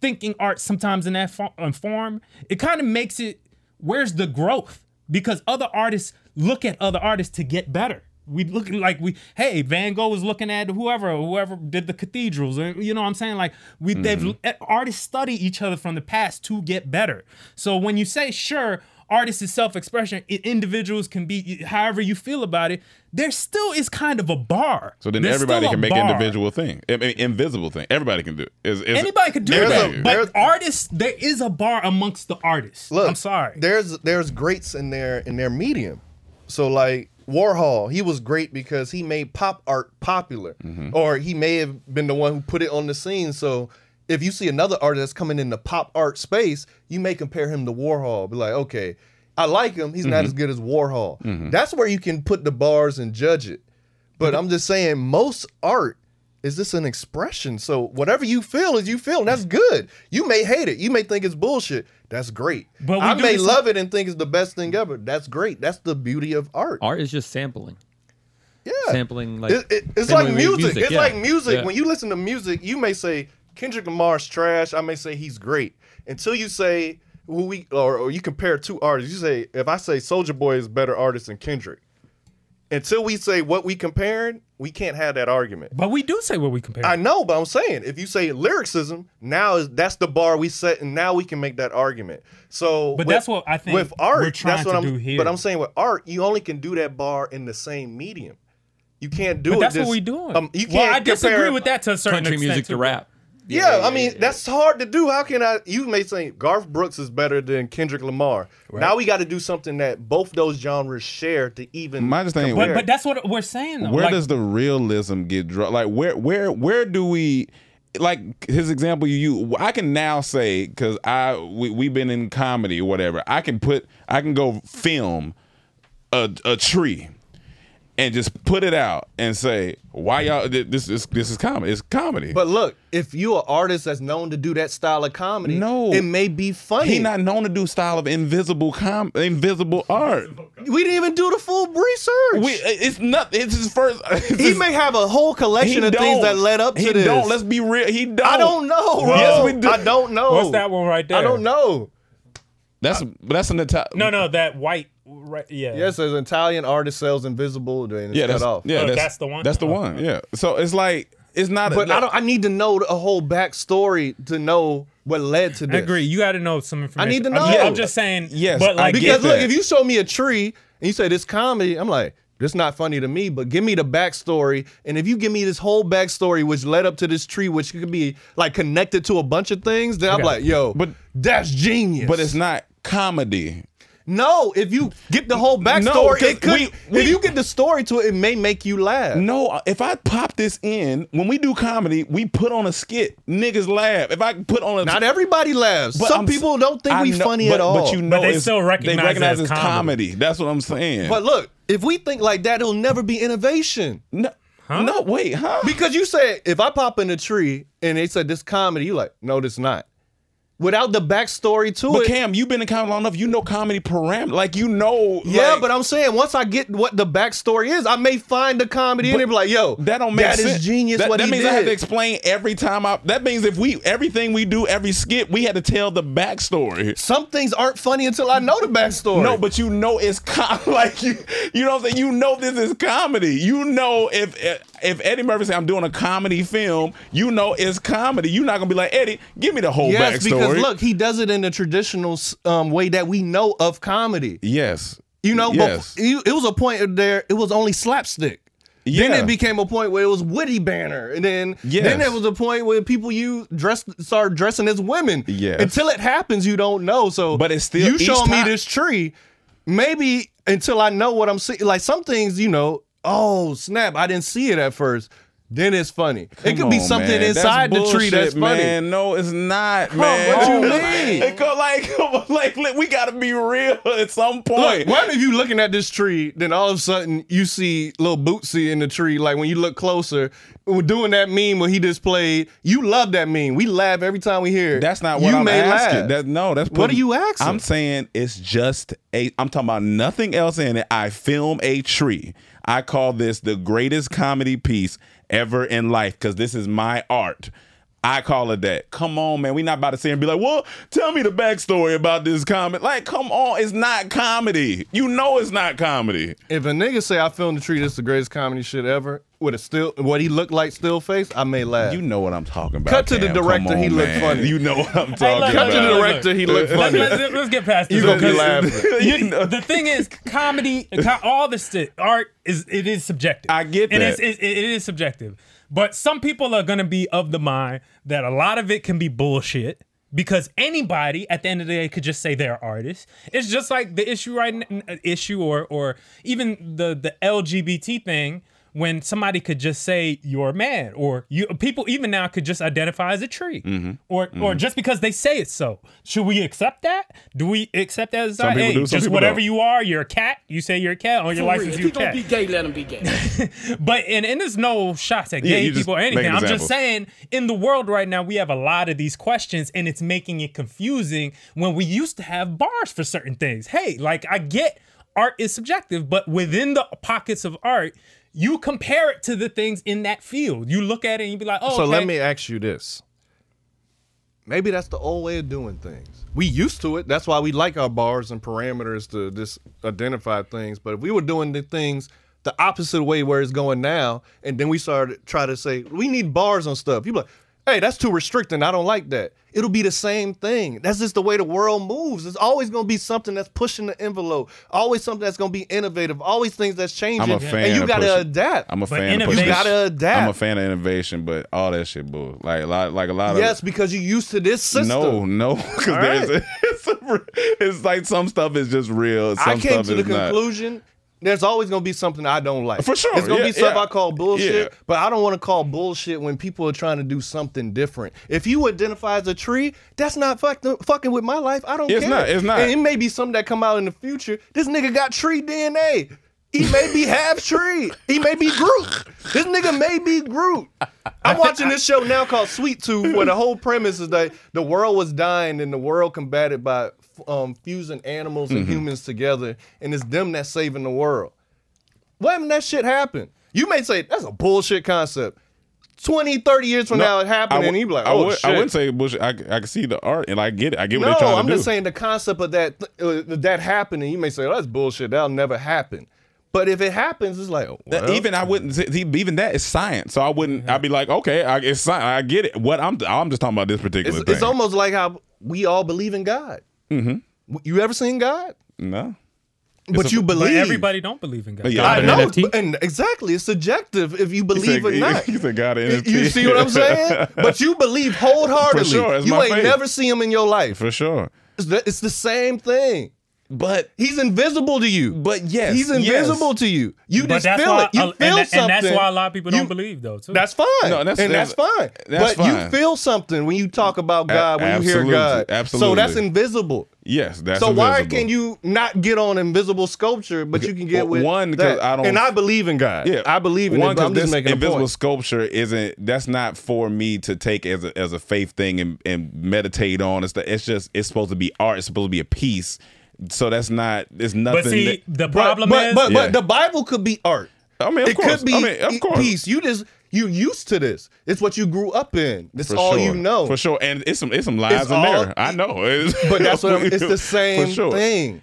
Speaker 6: thinking art sometimes in that fo- um, form. It kind of makes it where's the growth because other artists look at other artists to get better. we look like we hey Van Gogh was looking at whoever whoever did the cathedrals and you know what I'm saying like we
Speaker 7: Mhm.
Speaker 6: they've eh, artists study each other from the past to get better. So when you say sure artists is self-expression i- individuals can be however you feel about it there still is kind of a bar
Speaker 7: So then
Speaker 6: There's
Speaker 7: everybody
Speaker 6: still a
Speaker 7: can make
Speaker 6: bar.
Speaker 7: individual thing, I mean, invisible thing. Everybody can do it. It's- it's-
Speaker 6: anybody could do
Speaker 7: everybody
Speaker 6: that
Speaker 7: can
Speaker 6: but artists there is a bar amongst the artists
Speaker 3: Look, I'm sorry. There's there's greats in their in their medium. So like Warhol, he was great because he made pop art popular, or he may have been the one who put it on the scene. So if you see another artist that's coming in the pop art space, you may compare him to Warhol. Be like, okay, I like him. He's not
Speaker 7: Mhm.
Speaker 3: as good as Warhol.
Speaker 7: Mhm.
Speaker 3: That's where you can put the bars and judge it. But I'm just saying, most art is this an expression. So whatever you feel is you feel, and that's good. You may hate it. You may think it's bullshit. That's great.
Speaker 8: But we
Speaker 3: I
Speaker 8: do
Speaker 3: may
Speaker 8: this-
Speaker 3: love it and think it's the best thing ever. That's great. That's the beauty of art.
Speaker 8: Art is just sampling.
Speaker 3: Yeah.
Speaker 8: Sampling like
Speaker 3: It- it- it's like
Speaker 8: sampling
Speaker 3: music. It's
Speaker 8: yeah.
Speaker 3: like music.
Speaker 8: Yeah.
Speaker 3: When you listen to music, you may say Kendrick Lamar's trash. I may say he's great. Until you say who we or, or you compare two artists. You say if I say Soldier Boy is better artist than Kendrick. Until we say what we comparing, we can't have that argument.
Speaker 6: But we do say what we compare.
Speaker 3: I know, but I'm saying if you say lyricism, now is that's the bar we set, and now we can make that argument. So,
Speaker 6: But that's what I think
Speaker 3: with art.
Speaker 6: we're trying
Speaker 3: that's what
Speaker 6: to
Speaker 3: I'm,
Speaker 6: do here.
Speaker 3: But I'm saying with art, you only can do that bar in the same medium. You can't do
Speaker 6: But
Speaker 3: it.
Speaker 6: that's
Speaker 3: just-
Speaker 6: what we doing.
Speaker 3: Um, you can't
Speaker 6: well, I disagree
Speaker 3: compare-
Speaker 6: with that to a certain
Speaker 8: Country
Speaker 6: extent.
Speaker 8: music to
Speaker 6: too.
Speaker 8: rap.
Speaker 3: Yeah, I mean that's hard to do. How can I? You may say Garth Brooks is better than Kendrick Lamar. Now we got to do something that both those genres share to even.
Speaker 7: My just thing-
Speaker 3: compare.
Speaker 6: But, but that's what we're saying. Though.
Speaker 7: where
Speaker 6: Like,
Speaker 7: does the realism get drawn? Like where where where do we like his example you you I can now say because I we we've been in comedy or whatever I can put I can go film a a tree and just put it out and say why y'all th- this is this is comedy it's comedy
Speaker 3: But look, if you are artist that's known to do that style of comedy,
Speaker 7: No.
Speaker 3: it may be funny.
Speaker 7: He not known to do style of invisible com invisible art.
Speaker 3: We didn't even do the full research.
Speaker 7: We it's not it's his first
Speaker 3: he may have a whole collection
Speaker 7: He
Speaker 3: of things
Speaker 7: don't.
Speaker 3: that led up to
Speaker 7: He
Speaker 3: this.
Speaker 7: don't. Let's be real. He don't.
Speaker 3: I don't know. Bro.
Speaker 7: Yes, we do.
Speaker 3: I don't know.
Speaker 6: What's that one right there?
Speaker 3: I don't know.
Speaker 7: That's that's an Italian.
Speaker 6: No, no, that white. Right, yeah.
Speaker 3: Yes, as Italian artist sells invisible, then it's
Speaker 7: Yeah,
Speaker 3: cut
Speaker 7: that's,
Speaker 3: off.
Speaker 7: yeah,
Speaker 6: Oh, that's the one?
Speaker 7: That's the one. Yeah. So it's like it's not.
Speaker 3: But
Speaker 7: a,
Speaker 3: I don't. I need to know a whole backstory to know what led to
Speaker 6: I
Speaker 3: this.
Speaker 6: agree. You got to know some
Speaker 3: I
Speaker 6: information.
Speaker 3: need to
Speaker 6: I'm
Speaker 3: know.
Speaker 6: just, I'm just saying.
Speaker 7: Yes,
Speaker 6: but
Speaker 7: I
Speaker 6: like,
Speaker 7: get
Speaker 3: Because look,
Speaker 7: that.
Speaker 3: if you show me a tree and you say this comedy, I'm like, this not funny to me, but give me the backstory. And if you give me this whole backstory which led up to this tree, which could be like connected to a bunch of things, then I'm
Speaker 7: Okay.
Speaker 3: like, yo,
Speaker 7: But-
Speaker 3: that's genius.
Speaker 7: But it's not comedy.
Speaker 3: no, if you get the whole backstory,
Speaker 7: No, 'cause
Speaker 3: it could,
Speaker 7: we- we-
Speaker 3: if you get the story to it, it may make you laugh.
Speaker 7: No, if I pop this in when we do comedy, we put on a skit. Niggas laugh. If I put on a
Speaker 3: Not everybody laughs.
Speaker 7: But
Speaker 3: Some
Speaker 7: I'm s-
Speaker 3: people don't think
Speaker 7: I
Speaker 3: we
Speaker 7: know-
Speaker 3: funny
Speaker 7: but,
Speaker 3: at all.
Speaker 7: But you know,
Speaker 6: they
Speaker 7: it's-
Speaker 6: still recognize it
Speaker 7: they recognize
Speaker 6: as
Speaker 7: it's
Speaker 6: comedy.
Speaker 7: comedy. That's what I'm saying.
Speaker 3: But look, if we think like that, it'll never be innovation.
Speaker 7: no, no, wait, huh?
Speaker 3: Because you said if I pop in a tree and they said this comedy, you like, no, this not. Without the backstory to
Speaker 7: But
Speaker 3: it.
Speaker 7: Cam, you've been in comedy long enough. You know comedy parameters. Like you know.
Speaker 3: yeah,
Speaker 7: like,
Speaker 3: but I'm saying once I get what the backstory is, I may find the comedy in
Speaker 7: But
Speaker 3: it. and Be like, yo,
Speaker 7: that don't make
Speaker 3: that
Speaker 7: sense.
Speaker 3: is genius.
Speaker 7: That,
Speaker 3: what
Speaker 7: that
Speaker 3: he
Speaker 7: means
Speaker 3: did.
Speaker 7: I have to explain every time I. That means if we everything we do, every skit, we had to tell the backstory.
Speaker 3: Some things aren't funny until I know the backstory.
Speaker 7: No, but you know it's com- like you you know what I'm saying? you know this is comedy. You know if if Eddie Murphy said I'm doing a comedy film, you know it's comedy. You're not gonna be like Eddie, give me the whole
Speaker 3: yes,
Speaker 7: backstory.
Speaker 3: because look, he does it in the traditional um, way that we know of comedy.
Speaker 7: yes,
Speaker 3: You know,
Speaker 7: yes,
Speaker 3: befo- you- it was a point there. It was only slapstick.
Speaker 7: Yeah.
Speaker 3: Then it became a point where it was witty banner, and then
Speaker 7: Yes.
Speaker 3: then there was a point where people you dress start dressing as women.
Speaker 7: Yes.
Speaker 3: Until it happens, you don't know. So,
Speaker 7: But it's still
Speaker 3: you
Speaker 7: each
Speaker 3: showing
Speaker 7: time-
Speaker 3: me this tree. Maybe until I know what I'm seeing. Like some things, you know. Oh snap! I didn't see it at first. Then it's funny. it could
Speaker 7: Come
Speaker 3: be
Speaker 7: on,
Speaker 3: something
Speaker 7: man. That's
Speaker 3: inside the tree
Speaker 7: bullshit,
Speaker 3: that's funny.
Speaker 7: Man. No, it's not, man.
Speaker 3: what you
Speaker 7: mean? It go like, like, look, we gotta be real at some
Speaker 3: Look,
Speaker 7: point.
Speaker 3: what if you looking at this tree, then all of a sudden you see little Bootsy in the tree? Like when you look closer, we're doing that meme where he just played. You love that meme. We laugh every time we hear. it.
Speaker 7: That's not what
Speaker 3: you
Speaker 7: I'm
Speaker 3: may
Speaker 7: asking.
Speaker 3: laugh.
Speaker 7: That- no, that's
Speaker 3: What are you asking?
Speaker 7: I'm saying it's just a. I'm talking about nothing else in it. I film a tree. I call this the greatest comedy piece ever in life because this is my art. I call it that. Come on, man. we not about to sit here and be like, well, tell me the backstory about this comment. Like, come on, it's not comedy. You know it's not comedy.
Speaker 3: If a nigga say I filmed the tree, this is the greatest comedy shit ever, with a still what he looked like still face, I may laugh.
Speaker 7: You know what I'm talking about.
Speaker 3: Cut to the
Speaker 7: Cam. Come
Speaker 3: director,
Speaker 7: on,
Speaker 3: he looked
Speaker 7: man.
Speaker 3: funny.
Speaker 7: You know what I'm talking
Speaker 3: Cut
Speaker 7: about.
Speaker 3: to the director, he looked
Speaker 6: Let's,
Speaker 3: funny.
Speaker 6: let's, let's get past
Speaker 3: You
Speaker 6: this.
Speaker 3: gonna be
Speaker 6: because
Speaker 3: laughing.
Speaker 6: you- the thing is, comedy, co- all this shit, art is it is subjective.
Speaker 7: I get
Speaker 6: It
Speaker 7: that.
Speaker 6: is, it, it is subjective. But some people are gonna be of the mind that a lot of it can be bullshit because anybody at the end of the day could just say they're artists. It's just like the issue right n- n- issue or or even the the LGBT thing. When somebody could just say you're a man, or you people even now could just identify as a tree,
Speaker 7: Mm-hmm.
Speaker 6: or or just because they say it so, should we accept that? Do we accept that as
Speaker 7: Some
Speaker 6: our-
Speaker 7: people
Speaker 6: hey,
Speaker 7: do, some
Speaker 6: just
Speaker 7: people
Speaker 6: whatever
Speaker 7: don't.
Speaker 6: you are, you're a cat. You say you're a cat on your license,
Speaker 2: If he
Speaker 6: you're a
Speaker 2: gonna
Speaker 6: cat.
Speaker 2: be gay, let him be gay.
Speaker 6: But and, and there's no shots at
Speaker 7: Yeah,
Speaker 6: gay
Speaker 7: you just
Speaker 6: people or
Speaker 7: make an
Speaker 6: anything. I'm just
Speaker 7: example.
Speaker 6: saying, in the world right now, we have a lot of these questions, and it's making it confusing when we used to have bars for certain things. Hey, like I get art is subjective, but within the pockets of art, you compare it to the things in that field. You look at it and you be like, oh,
Speaker 3: So let
Speaker 6: okay.
Speaker 3: me ask you this. Maybe that's the old way of doing things. We used to it. That's why we like our bars and parameters to just identify things. But if we were doing the things the opposite way where it's going now, and then we started try to say we need bars on stuff, people like, hey, that's too restricting. I don't like that. It'll be the same thing. That's just the way the world moves. It's always gonna be something that's pushing the envelope. Always something that's gonna be innovative. Always things that's changing.
Speaker 7: I'm a fan.
Speaker 3: and you
Speaker 7: of
Speaker 3: gotta
Speaker 7: pushing-
Speaker 3: adapt.
Speaker 7: I'm a
Speaker 6: But
Speaker 7: fan. Of pushing.
Speaker 6: innovation- You
Speaker 3: gotta
Speaker 7: I'm a
Speaker 3: adapt.
Speaker 7: fan of innovation, but all that shit, bull. Like a lot, like a lot
Speaker 3: yes,
Speaker 7: of.
Speaker 3: because you used to this system.
Speaker 7: No, no, because
Speaker 3: right.
Speaker 7: there's it's, a- it's like some stuff is just real. Some
Speaker 3: I came
Speaker 7: stuff
Speaker 3: to the
Speaker 7: is not.
Speaker 3: conclusion there's always gonna be something I don't like.
Speaker 7: For sure,
Speaker 3: It's gonna
Speaker 7: yeah,
Speaker 3: be stuff
Speaker 7: yeah.
Speaker 3: I call bullshit,
Speaker 7: Yeah.
Speaker 3: but I don't wanna call bullshit when people are trying to do something different. If you identify as a tree, that's not fuck, fucking with my life. I don't
Speaker 7: It's
Speaker 3: care.
Speaker 7: not, it's not.
Speaker 3: And it may be something that come out in the future. This nigga got tree DNA. He may be half tree. He may be Groot. This nigga may be Groot. I'm watching this show now called Sweet Tooth, where the whole premise is that the world was dying and the world combated by um, fusing animals
Speaker 7: Mm-hmm.
Speaker 3: and humans together, and it's them that's saving the world. What happened that shit happened? You may say, that's a bullshit concept. 20, 30 years from
Speaker 7: No,
Speaker 3: now, it happened,
Speaker 7: I
Speaker 3: and he be like,
Speaker 7: I
Speaker 3: oh,
Speaker 7: would,
Speaker 3: shit.
Speaker 7: I wouldn't say bullshit. I, I can see the art, and I get it. I get what
Speaker 3: No,
Speaker 7: they're trying
Speaker 3: I'm
Speaker 7: to do.
Speaker 3: just saying the concept of that uh, that happening. You may say oh, that's bullshit. That'll never happen. But if it happens, it's like oh,
Speaker 7: That-
Speaker 3: well,
Speaker 7: even I wouldn't. say- Even that is science. So I wouldn't. I'd be like, okay, I, it's science. I get it. What I'm. I'm just talking about this particular
Speaker 3: It's,
Speaker 7: thing.
Speaker 3: it's almost like how we all believe in God. Mm-hmm. You ever seen God?
Speaker 7: no.
Speaker 3: but you believe.
Speaker 6: But everybody don't believe in God.
Speaker 7: Yeah.
Speaker 3: I
Speaker 7: An
Speaker 3: know,
Speaker 8: NFT?
Speaker 3: but- and exactly, it's subjective if you
Speaker 7: said-
Speaker 3: believe or not.
Speaker 7: you said God an
Speaker 3: You- You
Speaker 7: NFT.
Speaker 3: see what I'm saying? But you believe wholeheartedly.
Speaker 7: For sure, it's
Speaker 3: you
Speaker 7: my
Speaker 3: ain't
Speaker 7: faith.
Speaker 3: never see him in your life.
Speaker 7: For sure.
Speaker 3: It's the, it's the same thing.
Speaker 7: But
Speaker 3: He's invisible to you.
Speaker 7: But yes,
Speaker 3: he's
Speaker 7: yes.
Speaker 3: invisible to you. You
Speaker 6: But
Speaker 3: just
Speaker 6: that's
Speaker 3: feel
Speaker 6: why,
Speaker 3: it. You
Speaker 6: uh,
Speaker 3: feel
Speaker 6: and, that-
Speaker 3: something.
Speaker 6: and that's why a lot of people
Speaker 3: You-
Speaker 6: don't believe though. Too.
Speaker 3: That's fine.
Speaker 7: No, that's-
Speaker 3: and that's,
Speaker 7: that's-
Speaker 3: fine.
Speaker 7: that's
Speaker 3: but you
Speaker 7: fine.
Speaker 3: feel something when you talk about God, when you hear
Speaker 7: absolutely,
Speaker 3: God. So
Speaker 7: absolutely.
Speaker 3: that's invisible.
Speaker 7: yes, that's
Speaker 3: so why
Speaker 7: invisible.
Speaker 3: can you not get on invisible sculpture, but you can get with
Speaker 7: One,
Speaker 3: that?
Speaker 7: because I don't-
Speaker 3: And I believe in God.
Speaker 7: Yeah,
Speaker 3: I believe in
Speaker 7: one
Speaker 3: it. But I'm
Speaker 7: because
Speaker 3: just
Speaker 7: this
Speaker 3: making a
Speaker 7: invisible
Speaker 3: point.
Speaker 7: sculpture isn't. That's not for me to take as a, as a faith thing and, and meditate on. It's the, It's just. It's supposed to be art. It's supposed to be a piece. So that's not. It's nothing.
Speaker 6: but see,
Speaker 7: that-
Speaker 6: the problem
Speaker 3: but,
Speaker 6: is
Speaker 3: But, but
Speaker 7: Yeah.
Speaker 3: the Bible could be art.
Speaker 7: I mean, of
Speaker 3: it
Speaker 7: course.
Speaker 3: could be
Speaker 7: I mean, of
Speaker 3: e-
Speaker 7: course.
Speaker 3: peace. You just you used to this. It's what you grew up in. It's
Speaker 7: For
Speaker 3: all
Speaker 7: sure.
Speaker 3: you know.
Speaker 7: For sure. And it's some it's some lies
Speaker 3: It's
Speaker 7: in
Speaker 3: all-
Speaker 7: there. I know. It's-
Speaker 3: But that's what I'm, it's
Speaker 7: For
Speaker 3: the same
Speaker 7: sure.
Speaker 3: thing.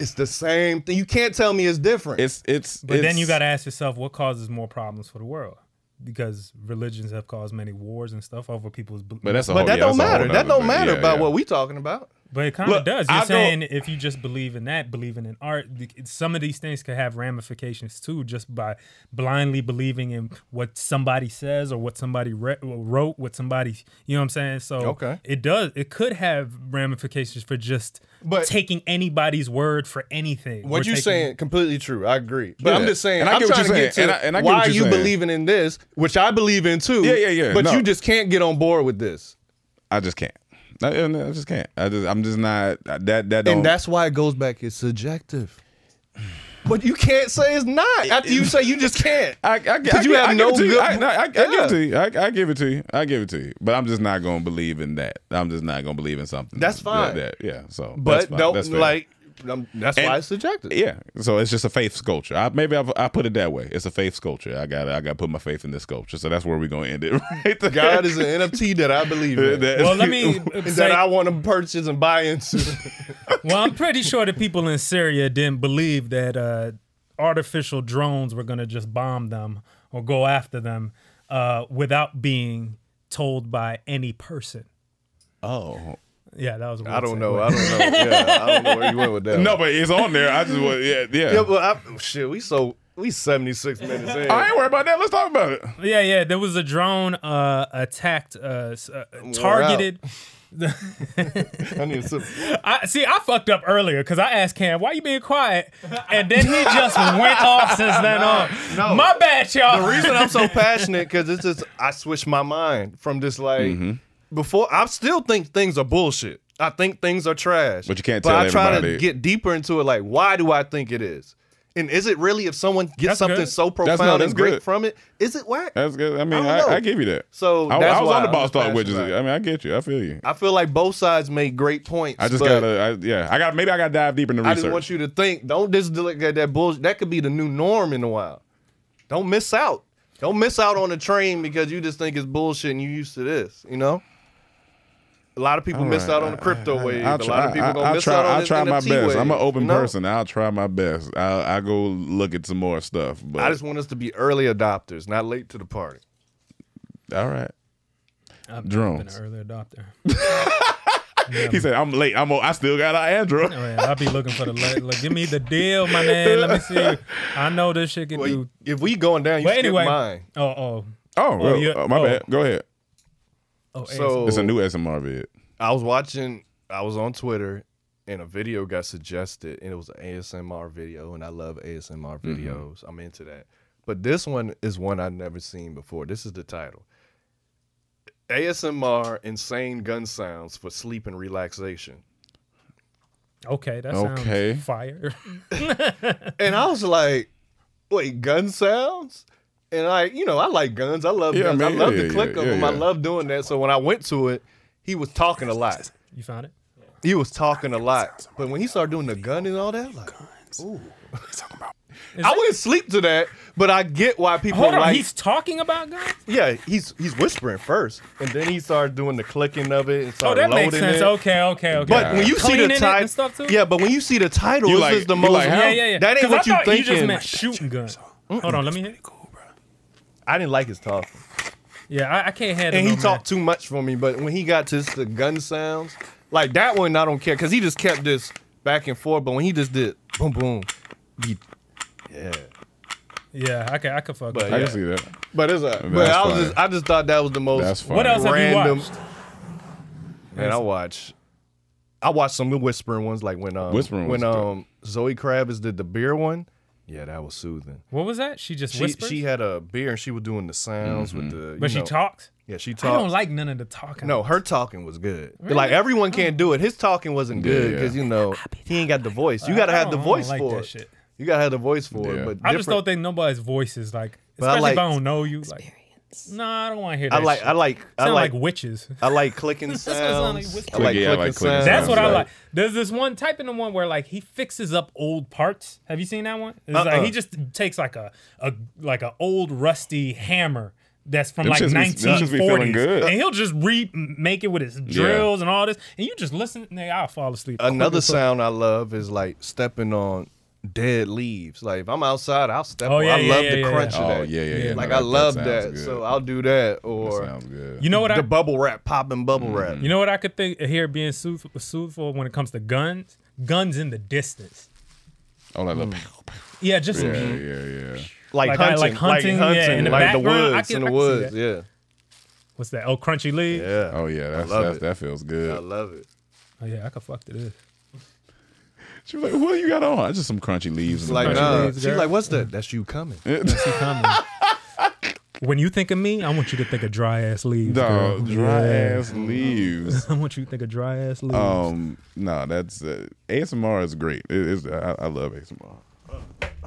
Speaker 3: It's the same thing. You can't tell me it's different.
Speaker 7: It's it's
Speaker 6: But then
Speaker 7: it's-
Speaker 6: you got to ask yourself what causes more problems for the world? Because religions have caused many wars and stuff over people's. bel-
Speaker 7: But that's a
Speaker 3: but
Speaker 7: whole,
Speaker 3: that
Speaker 7: yeah,
Speaker 3: don't
Speaker 7: that's a whole
Speaker 3: matter. That
Speaker 7: nother
Speaker 3: don't
Speaker 7: thing.
Speaker 3: matter
Speaker 7: Yeah,
Speaker 3: about
Speaker 7: yeah.
Speaker 3: what we talking about.
Speaker 6: But it kind of
Speaker 7: Look,
Speaker 6: does. You're
Speaker 7: I go-
Speaker 6: saying if you just believe in that, believing in art, th- some of these things could have ramifications too, just by blindly believing in what somebody says or what somebody re- wrote, what somebody, you know what I'm saying? So
Speaker 3: Okay.
Speaker 6: it does. It could have ramifications for just
Speaker 3: But-
Speaker 6: taking anybody's word for anything.
Speaker 3: What
Speaker 6: We're
Speaker 3: you
Speaker 6: taking-
Speaker 3: saying completely true. I agree. But
Speaker 7: Yeah.
Speaker 3: I'm just saying
Speaker 7: And I
Speaker 3: I'm
Speaker 7: get what
Speaker 3: trying
Speaker 7: you're
Speaker 3: to get to
Speaker 7: saying. And I- and I get
Speaker 3: why
Speaker 7: what you're
Speaker 3: you
Speaker 7: saying.
Speaker 3: believing in this, which I believe in too.
Speaker 7: Yeah, yeah, yeah.
Speaker 3: But
Speaker 7: No.
Speaker 3: you just can't get on board with this.
Speaker 7: I just can't. I, I just can't. I just I'm just not that that don't
Speaker 3: And that's why it goes back. It's subjective. But you can't say it's not after you say you just can't.
Speaker 7: I, I, I,
Speaker 3: Because you
Speaker 7: give-
Speaker 3: have
Speaker 7: I give
Speaker 3: no
Speaker 7: it to you.
Speaker 3: good-
Speaker 7: I, no, I, I give
Speaker 3: Yeah.
Speaker 7: it to you. I, I give it to you. I give it to you. But I'm just not going to believe in that. I'm just not going to believe in something.
Speaker 3: That's
Speaker 7: like
Speaker 3: fine.
Speaker 7: that. Yeah. So,
Speaker 3: But
Speaker 7: that's fine.
Speaker 3: don't
Speaker 7: That's fair.
Speaker 3: like I'm, that's why it's subjective.
Speaker 7: Yeah, so it's just a faith sculpture. I, maybe I've, I put it that way. It's a faith sculpture. I got I got to put my faith in this sculpture. So that's where we're gonna end it. Right there.
Speaker 3: God is an NFT that I believe in.
Speaker 7: That-
Speaker 6: Well, let me
Speaker 3: and
Speaker 6: say-
Speaker 3: that I want to purchase and buy into.
Speaker 6: Well, I'm pretty sure the people in Syria didn't believe that uh, artificial drones were going to just bomb them or go after them uh, without being told by any person.
Speaker 7: Oh.
Speaker 6: Yeah, that was. a
Speaker 3: I
Speaker 6: weird
Speaker 3: don't
Speaker 6: segue.
Speaker 3: know. I don't know. Yeah, I don't know where you went with that.
Speaker 7: No,
Speaker 3: one.
Speaker 7: but it's on there. I just wa- yeah yeah.
Speaker 3: yeah, but I, shit, we so we 76 minutes in.
Speaker 7: I ain't worried about that. Let's talk about it.
Speaker 6: Yeah, yeah. There was a drone uh, attacked, uh, s- uh,
Speaker 3: out.
Speaker 6: targeted.
Speaker 3: I need some.
Speaker 6: I see. I fucked up earlier because I asked Cam, "Why you being quiet?" And then he just went off since then on.
Speaker 3: no.
Speaker 6: My bad, y'all.
Speaker 3: The reason I'm so passionate because it's just I switched my mind from just like before. I still think things are bullshit. I think things are trash.
Speaker 7: But you can't
Speaker 3: But
Speaker 7: tell
Speaker 3: I try
Speaker 7: everybody.
Speaker 3: to get deeper into it. Like, why do I think it is? And is it really if someone gets
Speaker 6: That's
Speaker 3: something
Speaker 6: good.
Speaker 3: so
Speaker 7: no,
Speaker 3: profound
Speaker 7: that's
Speaker 3: and great
Speaker 7: good.
Speaker 3: from it? Is it whack?
Speaker 7: That's good. I mean,
Speaker 3: don't
Speaker 7: I, I,
Speaker 3: know.
Speaker 7: give you that.
Speaker 3: So
Speaker 7: I,
Speaker 3: that's
Speaker 7: I was
Speaker 3: why
Speaker 7: on the
Speaker 3: I'm
Speaker 7: boss talk
Speaker 3: passionate
Speaker 7: with you. I
Speaker 3: about it.
Speaker 7: mean, I get you. I feel you.
Speaker 3: I feel like both sides made great points.
Speaker 7: I just
Speaker 3: but
Speaker 7: gotta. I, yeah, I got. Maybe I gotta dive deep into
Speaker 3: I
Speaker 7: research.
Speaker 3: just want you to think. Don't just look at that bullshit. That could be the new norm in a while. Don't miss out. Don't miss out on the train because you just think it's bullshit and you used to this. You know. A lot of people miss out on the crypto wave.
Speaker 7: I'll
Speaker 3: A lot of
Speaker 7: try-
Speaker 3: people
Speaker 7: I-
Speaker 3: gonna
Speaker 7: I'll
Speaker 3: miss
Speaker 7: try,
Speaker 3: out on
Speaker 7: I'll
Speaker 3: this
Speaker 7: try my
Speaker 3: NFT
Speaker 7: best.
Speaker 3: wave,
Speaker 7: I'm an open
Speaker 3: you know?
Speaker 7: person. I'll try my best. I'll, I'll go look at some more stuff. But
Speaker 3: I just want us to be early adopters, not late to the party.
Speaker 7: all right.
Speaker 6: I've been
Speaker 7: Drones.
Speaker 6: an early adopter.
Speaker 7: He said, "I'm late. I'm. o- I still got an Android."
Speaker 6: Oh, yeah, I'll be looking for the le- like, give me the deal, my man. Let me see. I know this shit can do.
Speaker 3: If we going down, you
Speaker 6: But
Speaker 3: skip
Speaker 6: anyway,
Speaker 3: mine.
Speaker 6: oh, oh,
Speaker 7: Oh, well,
Speaker 6: yeah.
Speaker 7: uh, my
Speaker 6: Oh.
Speaker 7: bad. Go ahead.
Speaker 6: oh,
Speaker 3: So
Speaker 7: It's a new SMR vid.
Speaker 3: I was watching, I was on Twitter, and a video got suggested, and it was an ASMR video, and I love ASMR
Speaker 7: Mm-hmm.
Speaker 3: videos. I'm into that. But this one is one I've never seen before. This is the title ASMR Insane Gun Sounds for Sleep and Relaxation.
Speaker 6: okay, that sounds
Speaker 7: Okay.
Speaker 6: fire.
Speaker 3: And I was like, wait, gun sounds? And I, you know, I like guns. I love
Speaker 7: Yeah,
Speaker 3: guns.
Speaker 7: man,
Speaker 3: I love
Speaker 7: yeah,
Speaker 3: the
Speaker 7: yeah,
Speaker 3: click of
Speaker 7: yeah,
Speaker 3: them. I
Speaker 7: yeah.
Speaker 3: love doing that. So when I went to it, he was talking a lot.
Speaker 6: You found it?
Speaker 3: He was talking a lot. But when he started doing the gun and all that, I'm like, I wouldn't sleep to that, but I get why people
Speaker 6: Hold on,
Speaker 3: like.
Speaker 6: he's talking about Oh, guns.
Speaker 3: yeah, he's he's whispering first, and then he started doing the clicking of it and
Speaker 6: Oh,
Speaker 3: started
Speaker 6: that
Speaker 3: loading
Speaker 6: makes sense.
Speaker 3: it.
Speaker 6: Okay, okay, okay.
Speaker 3: But when you see
Speaker 6: Cleaning
Speaker 3: the
Speaker 6: it and stuff, too?
Speaker 3: title, yeah, but when you see the title,
Speaker 7: You
Speaker 3: this
Speaker 7: like-
Speaker 3: is the
Speaker 7: you
Speaker 3: most.
Speaker 7: like how?
Speaker 6: yeah, yeah, yeah.
Speaker 3: That ain't
Speaker 6: 'Cause
Speaker 3: what
Speaker 6: I
Speaker 3: you
Speaker 6: thought You just
Speaker 3: thinking.
Speaker 6: meant shooting gun. Hold on, let me hear. it.
Speaker 3: I didn't like his talk,
Speaker 6: Yeah, I, I can't handle.
Speaker 3: and he
Speaker 6: no
Speaker 3: talked too much for me. But when he got to the gun sounds, like that one, I don't care because he just kept this back and forth. But when he just did boom, boom, beat, yeah.
Speaker 6: man. Yeah, I can. I can fuck.
Speaker 3: But
Speaker 6: with
Speaker 7: I
Speaker 6: it.
Speaker 3: yeah.
Speaker 7: can see that.
Speaker 3: But it's a, but
Speaker 7: That's
Speaker 3: I was
Speaker 7: fire.
Speaker 3: just, I just thought that was the most.
Speaker 7: That's fine.
Speaker 6: What else have you
Speaker 3: random.
Speaker 6: watched?
Speaker 3: Man, I watch. I watch some of the whispering ones, like when um,
Speaker 7: Whispering
Speaker 3: when
Speaker 7: ones,
Speaker 3: um Zoe Kravitz did the beer one. Yeah, that was soothing.
Speaker 6: What was that? She just
Speaker 3: She
Speaker 6: whispers.
Speaker 3: she had a beer and she was doing the sounds with
Speaker 7: Mm-hmm.
Speaker 3: the. you
Speaker 6: but she
Speaker 3: know-
Speaker 6: talks.
Speaker 3: Yeah, she talked.
Speaker 6: I don't like Oh. none of the talking.
Speaker 3: No, her talking was good. Like everyone can't do it. His talking wasn't good
Speaker 7: Yeah.
Speaker 3: because you know he ain't got the voice. You
Speaker 6: I-
Speaker 3: gotta
Speaker 6: I
Speaker 3: have the
Speaker 6: don't- I don't
Speaker 3: voice
Speaker 6: like
Speaker 3: for
Speaker 6: that
Speaker 3: it.
Speaker 6: shit.
Speaker 3: You gotta have the voice for
Speaker 7: Yeah.
Speaker 3: it. But
Speaker 6: I just
Speaker 3: different-
Speaker 6: don't think nobody's voice is like,
Speaker 3: But I
Speaker 6: especially if
Speaker 3: like-
Speaker 6: I don't know you. Like, nah, I don't want to hear
Speaker 3: I
Speaker 6: that.
Speaker 3: like
Speaker 6: shit.
Speaker 3: I like I
Speaker 6: Sound
Speaker 3: like
Speaker 6: like witches.
Speaker 3: I like clicking
Speaker 6: what it sound like,
Speaker 3: sounds. I
Speaker 6: whispering.
Speaker 3: like
Speaker 7: Yeah, I like
Speaker 3: clicking
Speaker 7: clicking
Speaker 3: sounds.
Speaker 6: That's what I
Speaker 7: Right.
Speaker 6: like. There's this one type in the one where like he fixes up old parts. Have you seen that one? It's like
Speaker 3: Uh-uh.
Speaker 6: he just takes like a a like a old rusty hammer that's from
Speaker 7: Them
Speaker 6: like
Speaker 7: shits be- them shits be feeling
Speaker 6: 1940s,
Speaker 7: good.
Speaker 6: and he'll just remake it with his drills and all this, and you just listen. Nigga, I'll fall asleep. Quick
Speaker 3: Another
Speaker 6: as fuck.
Speaker 3: sound I love is like stepping on dead leaves. Like if I'm outside, I'll step
Speaker 6: Oh,
Speaker 3: on.
Speaker 6: yeah,
Speaker 3: I
Speaker 6: yeah,
Speaker 3: love
Speaker 6: yeah,
Speaker 3: the
Speaker 6: yeah.
Speaker 3: crunch
Speaker 7: Oh,
Speaker 3: of that.
Speaker 7: yeah, yeah, yeah.
Speaker 3: Like
Speaker 7: No,
Speaker 3: I
Speaker 7: that- that
Speaker 3: love
Speaker 7: sounds
Speaker 3: that.
Speaker 7: good.
Speaker 3: So I'll do that
Speaker 7: That
Speaker 3: or
Speaker 7: sounds Mm-hmm. good.
Speaker 6: You know what
Speaker 3: the
Speaker 6: I?
Speaker 3: bubble wrap, popping bubble wrap.
Speaker 6: You know what I could think here being sooth- soothful when it comes to guns. Guns in the distance.
Speaker 7: oh, that
Speaker 6: Mm.
Speaker 7: little.
Speaker 6: Yeah, just
Speaker 7: Yeah, yeah, yeah.
Speaker 3: like,
Speaker 6: like I-
Speaker 3: hunting,
Speaker 6: like hunting, yeah, in the
Speaker 3: like the
Speaker 6: background, I
Speaker 3: woods,
Speaker 6: can-
Speaker 3: in
Speaker 6: I
Speaker 3: the
Speaker 6: can see
Speaker 3: woods. Yeah,
Speaker 6: what's that? Oh, crunchy leaves.
Speaker 3: yeah.
Speaker 7: Oh yeah, that's,
Speaker 3: love
Speaker 7: that's,
Speaker 3: it.
Speaker 7: that feels
Speaker 3: I
Speaker 7: good.
Speaker 3: love it.
Speaker 6: Oh yeah, I could fuck to this.
Speaker 7: She was like, "What you got on?" I just some crunchy leaves. and
Speaker 3: Like uh,
Speaker 7: crunchy
Speaker 3: nah,
Speaker 6: leaves,
Speaker 3: she's
Speaker 6: girl.
Speaker 3: like, what's that? That's you coming.
Speaker 6: She coming. when you think of me, I want you to think of dry ass leaves. girl.
Speaker 7: No, dry
Speaker 6: Yeah.
Speaker 7: ass leaves.
Speaker 6: I want you to think of dry ass leaves.
Speaker 7: Um, no, that's uh, ASMR is great. It is. I, I love ASMR.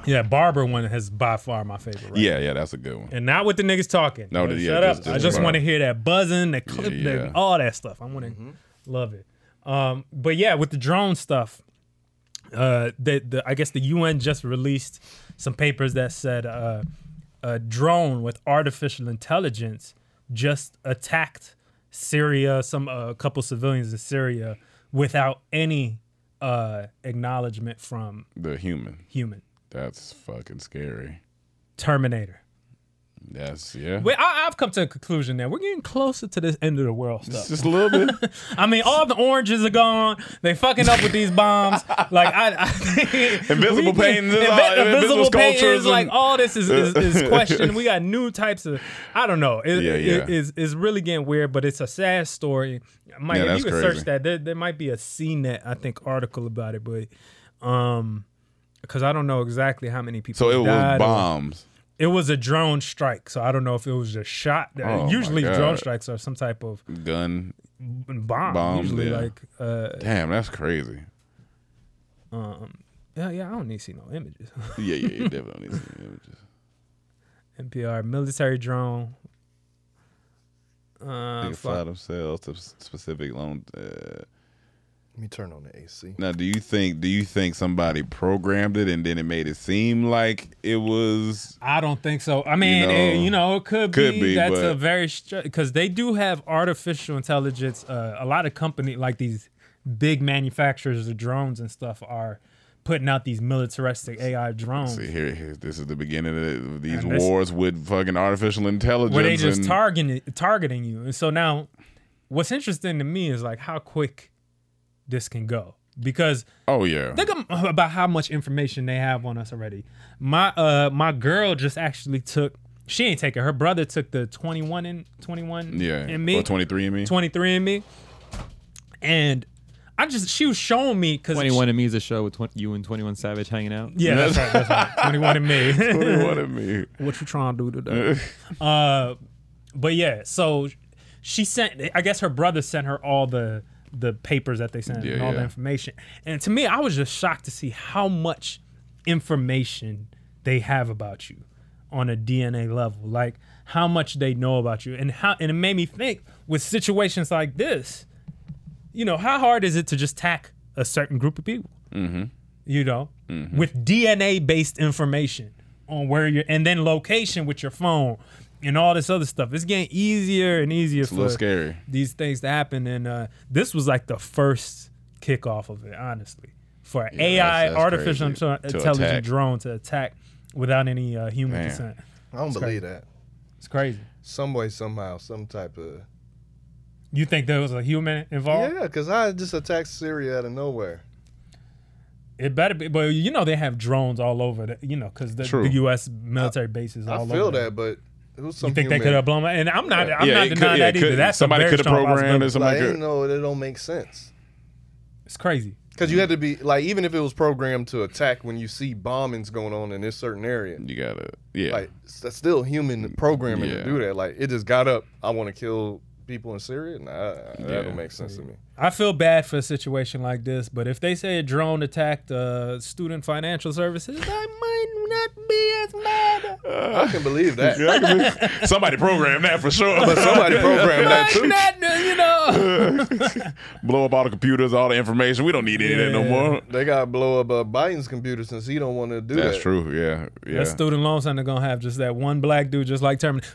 Speaker 6: yeah, barber one has by far my favorite. Right?
Speaker 7: Yeah, yeah, that's a good one.
Speaker 6: And not with the niggas talking.
Speaker 7: No,
Speaker 6: Like,
Speaker 7: yeah,
Speaker 6: shut up.
Speaker 7: just-
Speaker 6: I
Speaker 7: just
Speaker 6: just
Speaker 7: barber.
Speaker 6: want to hear that buzzing, that clip,
Speaker 7: Yeah,
Speaker 6: that-
Speaker 7: yeah.
Speaker 6: all that stuff. I want to love it. Um, but yeah, with the drone stuff, uh, the, the I guess the UN just released some papers that said uh, a drone with artificial intelligence just attacked Syria, some uh, a couple civilians in Syria, without any uh, acknowledgement from
Speaker 7: The human.
Speaker 6: human.
Speaker 7: That's fucking scary.
Speaker 6: Terminator.
Speaker 7: That's yeah.
Speaker 6: Wait, I, I've come to a conclusion now. We're getting closer to this end of the world stuff.
Speaker 7: Just a little bit.
Speaker 6: I mean, all the oranges are gone. They fucking up with these bombs. Like I, I think
Speaker 7: Invisible
Speaker 6: we can-
Speaker 7: painting is all- invisible
Speaker 6: painting
Speaker 7: sculptures
Speaker 6: is like
Speaker 7: and-
Speaker 6: all this is, is, is questioned. We got new types of. I don't know. It,
Speaker 7: Yeah,
Speaker 6: it-
Speaker 7: yeah.
Speaker 6: it's, it's really getting weird, but it's a sad story. Mike,
Speaker 7: Yeah,
Speaker 6: if
Speaker 7: that's
Speaker 6: you could
Speaker 7: crazy.
Speaker 6: search that, there, there might be a CNET I think article about it, but um, because I don't know exactly how many people.
Speaker 7: So it was
Speaker 6: died or-
Speaker 7: bombs.
Speaker 6: it was a drone strike, so I don't know if it was just shot. Uh,
Speaker 7: Oh, my
Speaker 6: usually, drone
Speaker 7: God.
Speaker 6: strikes are some type of
Speaker 7: Gun.
Speaker 6: bomb.
Speaker 7: Bomb,
Speaker 6: usually,
Speaker 7: yeah.
Speaker 6: like uh,
Speaker 7: Damn, that's crazy.
Speaker 6: um, yeah, yeah. I don't need to see no images.
Speaker 7: Yeah, yeah, you definitely need some images.
Speaker 6: NPR military drone. Uh,
Speaker 7: They
Speaker 6: fuck.
Speaker 7: fly themselves to s- specific loan. Uh,
Speaker 3: Let me turn on the AC.
Speaker 7: now, do you think? Do you think somebody programmed it and then it made it seem like it was?
Speaker 6: I don't think so. I mean, it- you know,
Speaker 7: know,
Speaker 6: it, could,
Speaker 7: could
Speaker 6: be,
Speaker 7: be,
Speaker 6: that's
Speaker 7: but-
Speaker 6: a very because they do have artificial intelligence. Uh, a lot of company like these big manufacturers of drones and stuff are putting out these militaristic AI drones.
Speaker 7: See, here, here, this is the beginning of the- these
Speaker 6: And this-
Speaker 7: wars with fucking artificial intelligence.
Speaker 6: where they just
Speaker 7: and-
Speaker 6: targeting targeting you. And so now, what's interesting to me is like how quick this can go because
Speaker 7: Oh yeah.
Speaker 6: think am- about how much information they have on us already. My uh my girl just actually took. She ain't taking. Her brother took the twenty one and twenty one.
Speaker 7: yeah.
Speaker 6: and me
Speaker 7: Or twenty three and me.
Speaker 6: 23 and me, and I just she was showing me because
Speaker 8: Twenty One and Me is a show with 20, you and Twenty One Savage hanging out.
Speaker 6: Yeah, that's right. That's right. Twenty one and me.
Speaker 7: Twenty one and me.
Speaker 6: what you trying to do today. uh, but yeah, so she sent. I guess her brother sent her all the the papers that they sent
Speaker 7: Yeah,
Speaker 6: and all the
Speaker 7: yeah.
Speaker 6: information. And to me, I was just shocked to see how much information they have about you on a DNA level, like how much they know about you, and how. And it made me think with situations like this, you know, how hard is it to just tack a certain group of people?
Speaker 7: Mm-hmm.
Speaker 6: you know, with DNA based information on where you're and then location with your phone and all this other stuff. It's getting easier and easier
Speaker 7: It's a
Speaker 6: for
Speaker 7: little scary.
Speaker 6: these things to happen. And uh, this was like the first kickoff of it, honestly, for an
Speaker 7: Yeah,
Speaker 6: AI
Speaker 7: that's- that's
Speaker 6: artificial
Speaker 7: crazy.
Speaker 6: inte-
Speaker 7: To
Speaker 6: intelligent
Speaker 7: attack.
Speaker 6: drone to attack without any uh, human
Speaker 7: Man.
Speaker 6: consent.
Speaker 3: I don't believe that.
Speaker 6: It's crazy.
Speaker 3: Some way, somehow, some type of.
Speaker 6: You think there was a human involved?
Speaker 3: Yeah, because I just attacked Syria out of nowhere.
Speaker 6: It better be, but you know they have drones all over, the, you know, because the,
Speaker 7: True.
Speaker 6: the U.S. military bases all
Speaker 3: I
Speaker 6: over.
Speaker 3: feel
Speaker 6: there.
Speaker 3: that, but who's some
Speaker 6: You think they
Speaker 3: human-
Speaker 6: could have blown? it? And I'm not. I'm
Speaker 7: yeah,
Speaker 6: not
Speaker 7: it
Speaker 6: denying
Speaker 7: could, yeah,
Speaker 6: that
Speaker 7: it
Speaker 6: either.
Speaker 7: could-
Speaker 6: That's
Speaker 7: somebody
Speaker 6: a very
Speaker 7: could have
Speaker 6: strong
Speaker 7: programmed it.
Speaker 6: possibility.
Speaker 7: Somebody
Speaker 3: Like,
Speaker 7: could.
Speaker 3: no, that don't make sense.
Speaker 6: It's crazy.
Speaker 3: Because you had to be like, even if it was programmed to attack when you see bombings going on in this certain area,
Speaker 7: You gotta. Yeah.
Speaker 3: like s- that's still human programming
Speaker 7: Yeah.
Speaker 3: to do that. Like it just got up. I want to kill people in Syria. Nah, that don't make sense to me.
Speaker 6: I feel bad for a situation like this, but if they say a drone attacked uh, student financial services, I might not be as mad.
Speaker 3: I can believe that.
Speaker 7: Yeah, I can be- somebody programmed that for sure.
Speaker 3: But somebody programmed that
Speaker 6: Might
Speaker 3: too.
Speaker 6: not, you know.
Speaker 7: blow up all the computers, all the information. We don't need any of that no more.
Speaker 3: They got to blow up uh, Biden's computer since he don't want to do
Speaker 7: That's
Speaker 3: that.
Speaker 7: true. Yeah, yeah.
Speaker 6: That student loan center gonna have just that one black dude, just like Terminator.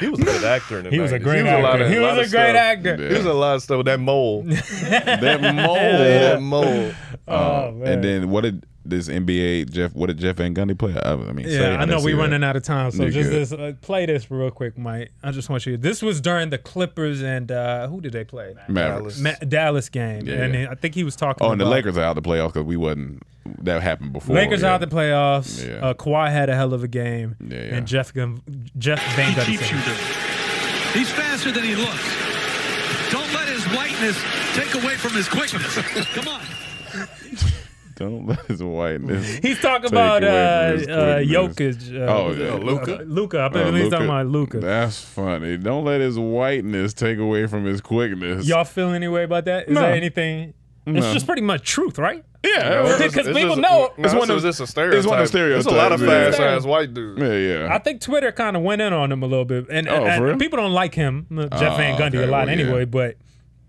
Speaker 3: He was a good actor in the
Speaker 6: He was a
Speaker 3: 90s.
Speaker 6: great
Speaker 3: a lot
Speaker 6: actor.
Speaker 3: of-
Speaker 6: He
Speaker 3: lot
Speaker 6: was
Speaker 3: of
Speaker 6: a great
Speaker 3: stuff.
Speaker 6: actor.
Speaker 3: He was in a lot of stuff with that mole.
Speaker 7: that mole.
Speaker 3: that mole.
Speaker 6: Oh man.
Speaker 7: Uh, And then what did this NBA Jeff? What did Jeff and Gundy play? I, I mean, say,
Speaker 6: Yeah, I know
Speaker 7: didn't
Speaker 6: we
Speaker 7: see
Speaker 6: running
Speaker 7: that.
Speaker 6: out of time, so
Speaker 7: You
Speaker 6: just
Speaker 7: good.
Speaker 6: this, uh, play this real quick, Mike. I just want you. This was during the Clippers and uh, who did they play?
Speaker 7: Mavericks.
Speaker 6: Ma- Dallas game,
Speaker 7: Yeah.
Speaker 6: and I think he was talking.
Speaker 7: Oh, and the
Speaker 6: about-
Speaker 7: Lakers are out of the playoffs because we wasn't. That happened before.
Speaker 6: Lakers
Speaker 7: yeah.
Speaker 6: out the playoffs.
Speaker 7: Yeah.
Speaker 6: Uh, Kawhi had a hell of a game,
Speaker 7: Yeah, yeah.
Speaker 6: and Jeff Gun- Jeff Van Gundy.
Speaker 10: He's faster than he looks. Don't let his whiteness take away from his quickness. Come on.
Speaker 7: Don't let his whiteness.
Speaker 6: He's talking
Speaker 7: Take
Speaker 6: about uh,
Speaker 7: away from his
Speaker 6: uh,
Speaker 7: quickness.
Speaker 6: Jokic. Uh,
Speaker 7: Oh, yeah. Luka?
Speaker 6: Luca. I
Speaker 7: Uh,
Speaker 6: believe he's talking
Speaker 7: Luka.
Speaker 6: about Luca.
Speaker 7: That's funny. Don't let his whiteness take away from his quickness.
Speaker 6: Y'all feel any way about that? Is
Speaker 7: No.
Speaker 6: there anything? It's just pretty much truth, right?
Speaker 7: yeah,
Speaker 3: It's
Speaker 6: Because
Speaker 3: just- it's
Speaker 6: people
Speaker 3: just-
Speaker 6: know-
Speaker 3: nah,
Speaker 7: Oh, It's one of-
Speaker 3: it's just a
Speaker 7: it's one of
Speaker 3: stereotype. There's a lot of
Speaker 7: stereotypes,
Speaker 3: fast
Speaker 7: yeah.
Speaker 3: ass white dudes.
Speaker 7: yeah, yeah.
Speaker 6: I think Twitter kind of went in on him a little bit, and,
Speaker 7: Oh,
Speaker 6: and
Speaker 7: for real? Oh,
Speaker 6: people don't like him, Jeff Van Gundy,
Speaker 7: okay,
Speaker 6: a lot
Speaker 7: well, yeah.
Speaker 6: anyway. But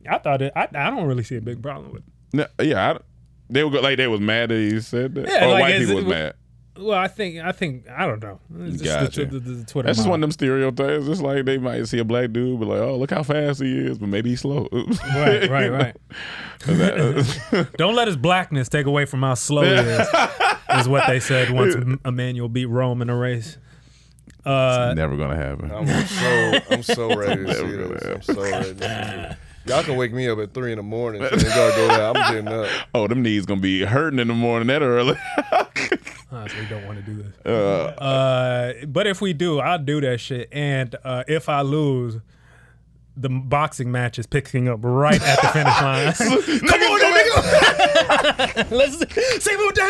Speaker 6: I thought it. I, I don't really see a big problem with. it.
Speaker 7: No, yeah, I, they were go- like they was mad that he said that.
Speaker 6: Yeah,
Speaker 7: or
Speaker 6: like,
Speaker 7: white
Speaker 6: is
Speaker 7: people
Speaker 6: it-
Speaker 7: was mad.
Speaker 6: Well, I think I think I don't know. It's just the,
Speaker 7: Gotcha.
Speaker 6: the, the, the Twitter.
Speaker 7: That's just
Speaker 6: mob.
Speaker 7: one of them stereo things. It's like they might see a black dude, but like, oh, look how fast he is, but maybe he's slow.
Speaker 6: Right, right, right. Don't let his blackness take away from how slow it is. is what they said once M- Emmanuel beat Rome in a race. Uh,
Speaker 7: It's never gonna happen.
Speaker 3: I'm so I'm so ready to
Speaker 7: Never
Speaker 3: see
Speaker 7: gonna
Speaker 3: those. I'm
Speaker 7: happen.
Speaker 3: so ready. To see those. Y'all can wake me up at three in the morning. So y'all go down. I'm getting up.
Speaker 7: Oh, them knees gonna be hurting in the morning that early.
Speaker 6: Honestly, don't want to do this.
Speaker 7: Uh,
Speaker 6: Uh, but if we do, I'll do that shit. And uh, if I lose, the boxing match is picking up right at the finish line.
Speaker 7: Come on,
Speaker 6: Let's see what the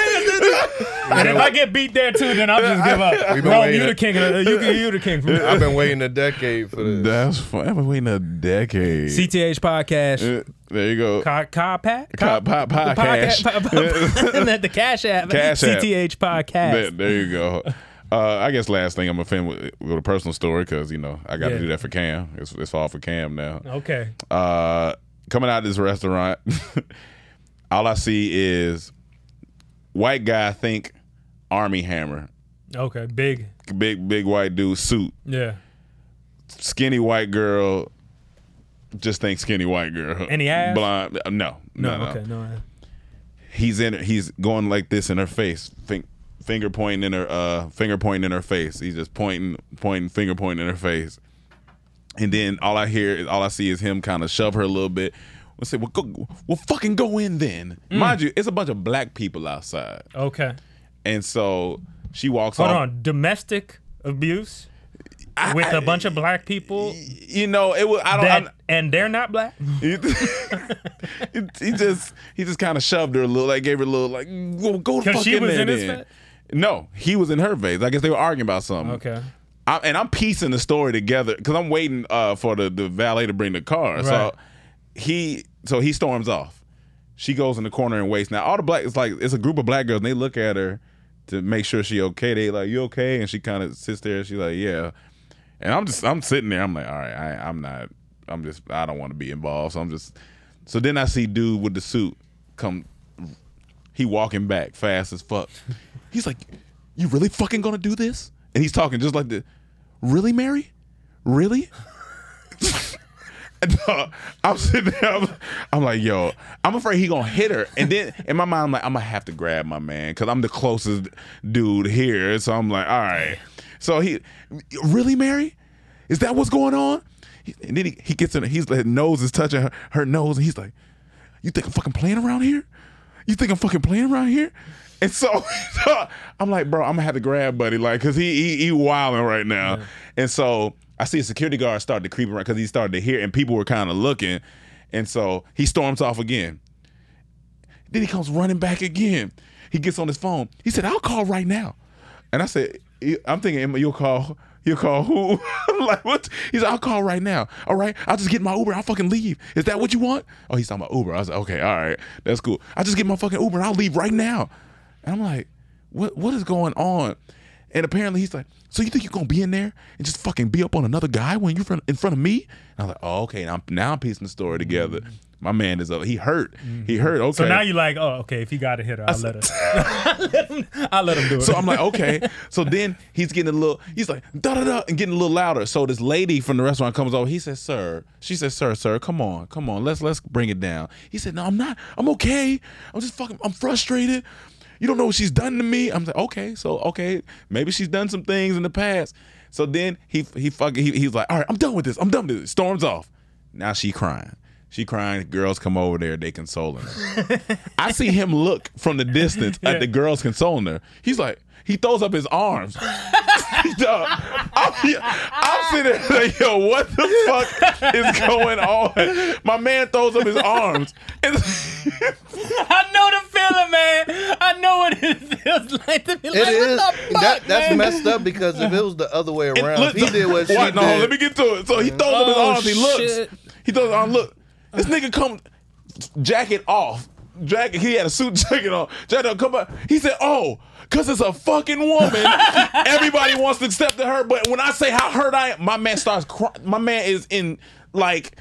Speaker 6: hands. and if I get beat there too, then I'll just give up.
Speaker 3: We've been
Speaker 6: Rome,
Speaker 3: waiting.
Speaker 6: you the king. Of the, you, you the king.
Speaker 3: I've been waiting a decade for this.
Speaker 7: That's fun. I've been waiting a decade.
Speaker 6: CTH podcast.
Speaker 7: Uh, there you go.
Speaker 6: Car, car, pack?
Speaker 7: Car- pa- pa-
Speaker 6: The
Speaker 7: cash.
Speaker 6: podcast- pa- pa- and then the cash app.
Speaker 7: Cash app.
Speaker 6: CTH podcast.
Speaker 7: There, there you go. Uh, I guess last thing I'm a fan with, with a personal story because you know I got to
Speaker 6: Yeah. Oh.
Speaker 7: do that for Cam. It's, it's all for Cam now.
Speaker 6: Okay.
Speaker 7: Uh, coming out of this restaurant, all I see is white guy think army hammer,
Speaker 6: Okay. Big.
Speaker 7: big big white dude suit,
Speaker 6: Yeah.
Speaker 7: skinny white girl, just think skinny white girl.
Speaker 6: Any ass?
Speaker 7: Blonde? uh, No, no,
Speaker 6: No.
Speaker 7: no.
Speaker 6: okay. No. I-
Speaker 7: He's in. He's going like this in her face. Think. Finger pointing in her, uh, finger pointing in her face. He's just pointing, pointing, finger pointing in her face. And then all I hear, is all I see is him kind of shove her a little bit. We'll say, well, go, well, fucking go in then.
Speaker 6: Mm.
Speaker 7: Mind you, it's a bunch of black people outside,
Speaker 6: Okay.
Speaker 7: and so she walks
Speaker 6: Hold
Speaker 7: off.
Speaker 6: on. Domestic abuse with a bunch of black people
Speaker 7: You know, it was. I don't.
Speaker 6: that,
Speaker 7: I'm-
Speaker 6: and they're not black.
Speaker 7: he, he- he just he just kind of shoved her a little, like gave her a little, like go go the
Speaker 6: 'Cause
Speaker 7: fuck
Speaker 6: she
Speaker 7: in
Speaker 6: was
Speaker 7: there.
Speaker 6: in his
Speaker 7: then."
Speaker 6: face?
Speaker 7: No, he was in her face. I guess they were arguing about something.
Speaker 6: Okay.
Speaker 7: I, and I'm piecing the story together because I'm waiting uh, for the, the valet to bring the car.
Speaker 6: Right.
Speaker 7: So he so he storms off. She goes in the corner and waits. Now all the black it's like it's a group of black girls and they look at her to make sure she okay. They like you okay, and she kind of sits there. and She's like yeah, and I'm just I'm sitting there. I'm like all right, I, I'm not. I'm just I don't want to be involved. So I'm just so then I see dude with the suit come. He walking back fast as fuck. He's like, "You really fucking gonna do this?" And he's talking just like the, "Really, Mary? Really?" And, uh, I'm sitting there. I'm, I'm like, yo, I'm afraid he gonna hit her. And then in my mind, I'm like, I'm gonna have to grab my man because I'm the closest dude here. So I'm like, all right. So he, really, Mary? Is that what's going on? He- And then he, he gets in. He's like, nose is touching her, her nose, and he's like, you think I'm fucking playing around here? You think I'm fucking playing around here? And so I'm like, bro, I'm gonna have to grab buddy, like, cause he he, he wilding right now. And so I see a security guard start to creep around because he started to hear, and people were kind of looking. And so he storms off again. Then he comes running back again. He gets on his phone. He said, "I'll call right now." And I said, "I'm thinking, Emma, you'll call." You'll call who? I'm like what? He said, I'll call right now. All right, I'll just get my Uber. I'll fucking leave. Is that what you want? Oh, he's talking about Uber. I was like, okay, all right, that's cool. I'll just get my fucking Uber and I'll leave right now. And I'm like, what? What is going on? And apparently he's like, so you think you're gonna be in there and just fucking be up on another guy when you're front- in front of me? And I'm like, oh, okay. Now I'm now I'm piecing the story together. My man is up. He hurt. He hurt. Okay.
Speaker 6: Mm-hmm. So now you're like, oh, okay. If he got a hitter, I'll let it. I'll let him do it.
Speaker 7: So I'm like, okay. So then he's getting a little, he's like, da da da, and getting a little louder. So this lady from the restaurant comes over. He says, sir. She says, sir, sir, come on, come on, let's let's bring it down. He said, no, I'm not. I'm okay. I'm just fucking. I'm frustrated. You don't know what she's done to me. I'm like, okay, so okay, maybe she's done some things in the past. So then he he fucking he, he's like, all right, I'm done with this. I'm done with this. Storms off. Now she crying. She crying. Girls come over there. They consoling her. I see him look from the distance at the girls consoling her. He's like, he throws up his arms. Dog, I'm, I'm sitting there like, yo, what the fuck is going on? My man throws up his arms. And
Speaker 6: I know the feeling, man. I know what it feels like to be like,
Speaker 3: It is
Speaker 6: what the fuck,
Speaker 3: that that's
Speaker 6: man?
Speaker 3: messed up because if it was the other way around,
Speaker 7: look,
Speaker 3: if he did what she
Speaker 7: Wait,
Speaker 3: did.
Speaker 7: no, let me get to it. So he throws up his
Speaker 6: Oh,
Speaker 7: arms. He looks.
Speaker 6: shit.
Speaker 7: He throws his arms. Look, this nigga come jacket off. Jacket. He had a suit jacket on. Jacket on, come up. He said, "Oh, cause it's a fucking woman. Everybody wants to accept to her, but when I say how hurt I am, my man starts. Cry- my man is in like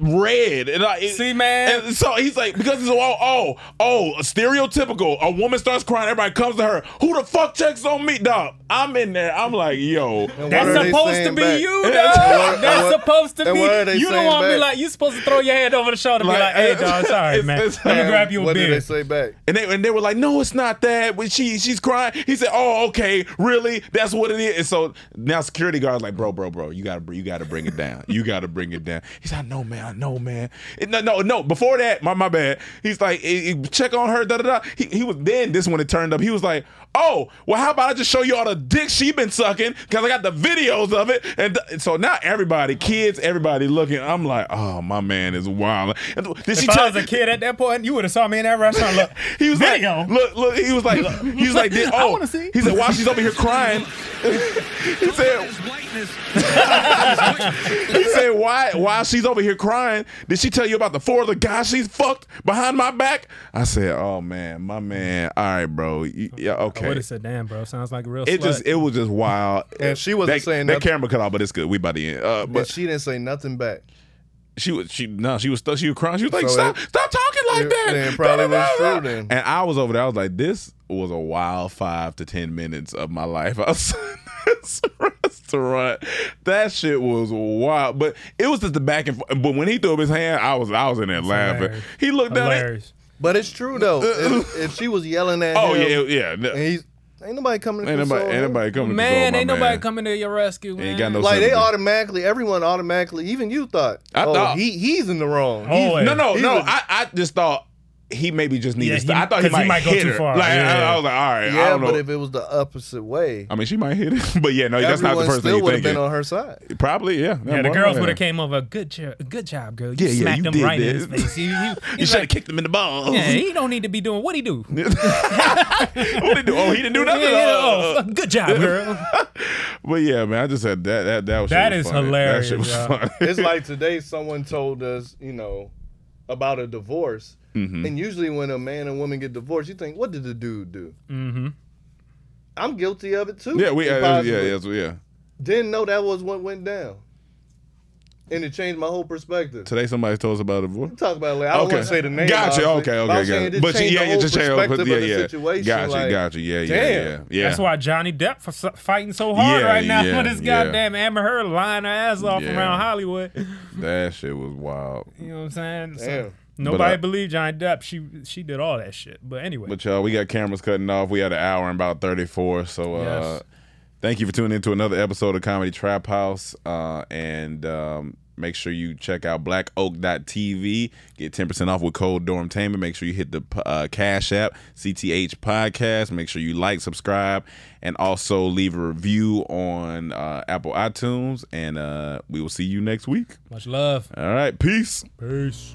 Speaker 7: red. And I, See, man. And so he's like, because it's all, oh, oh, stereotypical. A woman starts crying, everybody comes to her. Who the fuck checks on me, dog? I'm in there. I'm like, yo,
Speaker 3: And
Speaker 6: That's
Speaker 3: what are they
Speaker 6: supposed to
Speaker 3: saying
Speaker 6: be
Speaker 3: back?
Speaker 6: you,
Speaker 3: And
Speaker 6: dog.
Speaker 3: what-
Speaker 6: That's
Speaker 3: and what-
Speaker 6: supposed to
Speaker 3: and
Speaker 6: be.
Speaker 3: what are they
Speaker 6: You don't
Speaker 3: saying
Speaker 6: want to be
Speaker 3: back?
Speaker 6: like. You supposed to throw your hand over the shoulder and be like,
Speaker 7: Like,
Speaker 6: "Hey, dog, it's all right, man.
Speaker 7: it's-
Speaker 6: Let me
Speaker 7: it's-
Speaker 6: grab you a
Speaker 7: what did
Speaker 6: beer."
Speaker 7: they
Speaker 3: say back?
Speaker 7: And they and they were like, "No, it's not that." When she she's crying, he said, "Oh, okay, really? That's what it is." And so now security guard's like, "Bro, bro, bro, you gotta br- you gotta bring it down. You gotta bring it down." He's like, "No, man, I know, man. And no, no, no." Before that, my my bad. He's like, eh, eh, "Check on her." Da da da. He, he was then this one it turned up. He was like, "Oh, well, how about I just show you all the dick she been sucking because I got the videos of it." And, th- and so now everybody, kids, everybody looking. I'm like, "Oh, my man is wild." And th- did
Speaker 6: If
Speaker 7: she
Speaker 6: I
Speaker 7: tell
Speaker 6: was a kid at that point, you would have saw me in that restaurant. Look,
Speaker 7: he was
Speaker 6: video.
Speaker 7: like, look, look. He was like, he was like, this,
Speaker 6: I
Speaker 7: oh,
Speaker 6: wanna see.
Speaker 7: he said, while she's over here crying, he said, he said, why, while she's over here crying, did she tell you about the four other guys she's fucked behind my back? I said, oh man, my man, all right, bro, You- yeah,
Speaker 6: I would
Speaker 7: okay.
Speaker 6: have said, "Damn, bro, sounds like a real."
Speaker 7: It
Speaker 6: slut.
Speaker 7: just, it was just wild.
Speaker 3: And she wasn't
Speaker 7: that,
Speaker 3: saying
Speaker 7: that
Speaker 3: nothing.
Speaker 7: camera cut off, but it's good. We about to end. Uh,
Speaker 3: But
Speaker 7: but
Speaker 3: she didn't say nothing back.
Speaker 7: she was, she no, she was, stu- she was crying. She was like,
Speaker 3: So
Speaker 7: stop,
Speaker 3: it-
Speaker 7: stop talking like
Speaker 3: it-
Speaker 7: that.
Speaker 3: then it probably
Speaker 7: Da, da,
Speaker 3: was
Speaker 7: da, da.
Speaker 3: true then.
Speaker 7: And I was over there. I was like, this was a wild five to ten minutes of my life. I was in this restaurant. That shit was wild. But it was just the back and forth. But when he threw up his hand, I was I was in there laughing.
Speaker 6: hilarious.
Speaker 7: He looked down. At,
Speaker 6: Hilarious.
Speaker 3: But it's true though. if, if she was yelling at
Speaker 7: oh yeah,
Speaker 3: him,
Speaker 7: yeah. no.
Speaker 3: and he's ain't nobody coming. to
Speaker 7: Ain't nobody,
Speaker 3: console
Speaker 7: ain't
Speaker 3: him.
Speaker 7: nobody coming. to console
Speaker 6: man,
Speaker 7: my
Speaker 6: ain't nobody
Speaker 7: man.
Speaker 6: coming to your rescue. Man.
Speaker 7: Ain't got no.
Speaker 3: Like they
Speaker 7: sympathy.
Speaker 3: automatically, everyone automatically, even you thought,
Speaker 7: I
Speaker 3: oh,
Speaker 7: thought-
Speaker 3: he he's in the wrong. He's-
Speaker 6: Always.
Speaker 7: No, no,
Speaker 3: He
Speaker 7: no.
Speaker 3: was-
Speaker 7: I, I just thought he maybe just needed.
Speaker 6: Yeah,
Speaker 7: to
Speaker 6: he-
Speaker 7: I thought he
Speaker 6: 'cause
Speaker 7: might,
Speaker 6: he might go
Speaker 7: hit
Speaker 6: too
Speaker 7: her.
Speaker 6: far.
Speaker 7: Like, I- I,
Speaker 6: Yeah.
Speaker 7: was like, all right, Oh, I
Speaker 3: yeah,
Speaker 7: don't know.
Speaker 3: but if it was the opposite way,
Speaker 7: I mean, she might hit it, but yeah, no, that's not the
Speaker 3: everyone
Speaker 7: first thing
Speaker 3: still
Speaker 7: you
Speaker 3: would have
Speaker 7: think.
Speaker 3: been on her side.
Speaker 7: Probably, yeah.
Speaker 6: Yeah, the
Speaker 7: why
Speaker 6: girls
Speaker 7: not?
Speaker 6: would have came over. Good job, good job, girl. You
Speaker 7: Yeah, yeah,
Speaker 6: smacked
Speaker 7: you
Speaker 6: him
Speaker 7: did
Speaker 6: right in
Speaker 7: that.
Speaker 6: his face. You, you,
Speaker 7: You should have kicked him in the balls.
Speaker 6: Yeah, he don't need to be doing what he do.
Speaker 7: What did he do? Oh, he didn't do nothing.
Speaker 6: Yeah,
Speaker 7: Uh,
Speaker 6: oh, good job, girl.
Speaker 7: But yeah, man, I just said that. That that was
Speaker 6: That
Speaker 7: shit
Speaker 6: is
Speaker 7: was funny.
Speaker 6: hilarious,
Speaker 7: That shit was
Speaker 6: yeah.
Speaker 7: funny.
Speaker 3: it's like today someone told us, you know, about a divorce.
Speaker 7: Mm-hmm.
Speaker 3: And usually when a man and woman get divorced, you think, what did the dude do? Mm-hmm. I'm guilty of it too.
Speaker 7: yeah, we
Speaker 3: and
Speaker 7: uh, yeah
Speaker 3: possibly.
Speaker 7: yeah so, yeah.
Speaker 3: Didn't know that was what went down. And it changed my whole perspective.
Speaker 7: Today somebody told us about a divorce.
Speaker 3: Talk about it later. I don't
Speaker 7: Okay.
Speaker 3: want to say the name. obviously,
Speaker 7: Gotcha. Okay.
Speaker 3: But I'm
Speaker 7: Okay.
Speaker 3: saying
Speaker 7: Gotcha.
Speaker 3: it
Speaker 7: But
Speaker 3: changed
Speaker 7: yeah,
Speaker 3: the
Speaker 7: yeah,
Speaker 3: whole
Speaker 7: just change
Speaker 3: perspective of
Speaker 7: yeah,
Speaker 3: the
Speaker 7: yeah.
Speaker 3: situation.
Speaker 7: Gotcha.
Speaker 3: like,
Speaker 7: gotcha. Yeah. Yeah. Yeah.
Speaker 3: damn.
Speaker 7: Yeah.
Speaker 6: That's why Johnny Depp for so- fighting so hard
Speaker 7: Yeah,
Speaker 6: right now
Speaker 7: yeah,
Speaker 6: for this
Speaker 7: yeah.
Speaker 6: goddamn Amber Heard lying her ass off
Speaker 7: Yeah.
Speaker 6: around Hollywood.
Speaker 7: That shit was wild.
Speaker 6: You know what I'm saying? So,
Speaker 3: Damn.
Speaker 6: nobody
Speaker 7: But I-
Speaker 6: believed Johnny Depp. She she did all that shit. But anyway,
Speaker 7: But y'all, we got cameras cutting off. We had an hour and about 34. So uh,
Speaker 6: Yes.
Speaker 7: thank you for tuning in to another episode of Comedy Trap House. Uh, and um, make sure you check out blackoak.tv. Get 10% off with code Dormtainment. Make sure you hit the uh, Cash App, CTH Podcast. Make sure you like, subscribe, and also leave a review on uh, Apple iTunes. And uh, we will see you next week.
Speaker 6: much love.
Speaker 7: All right. Peace.
Speaker 6: Peace.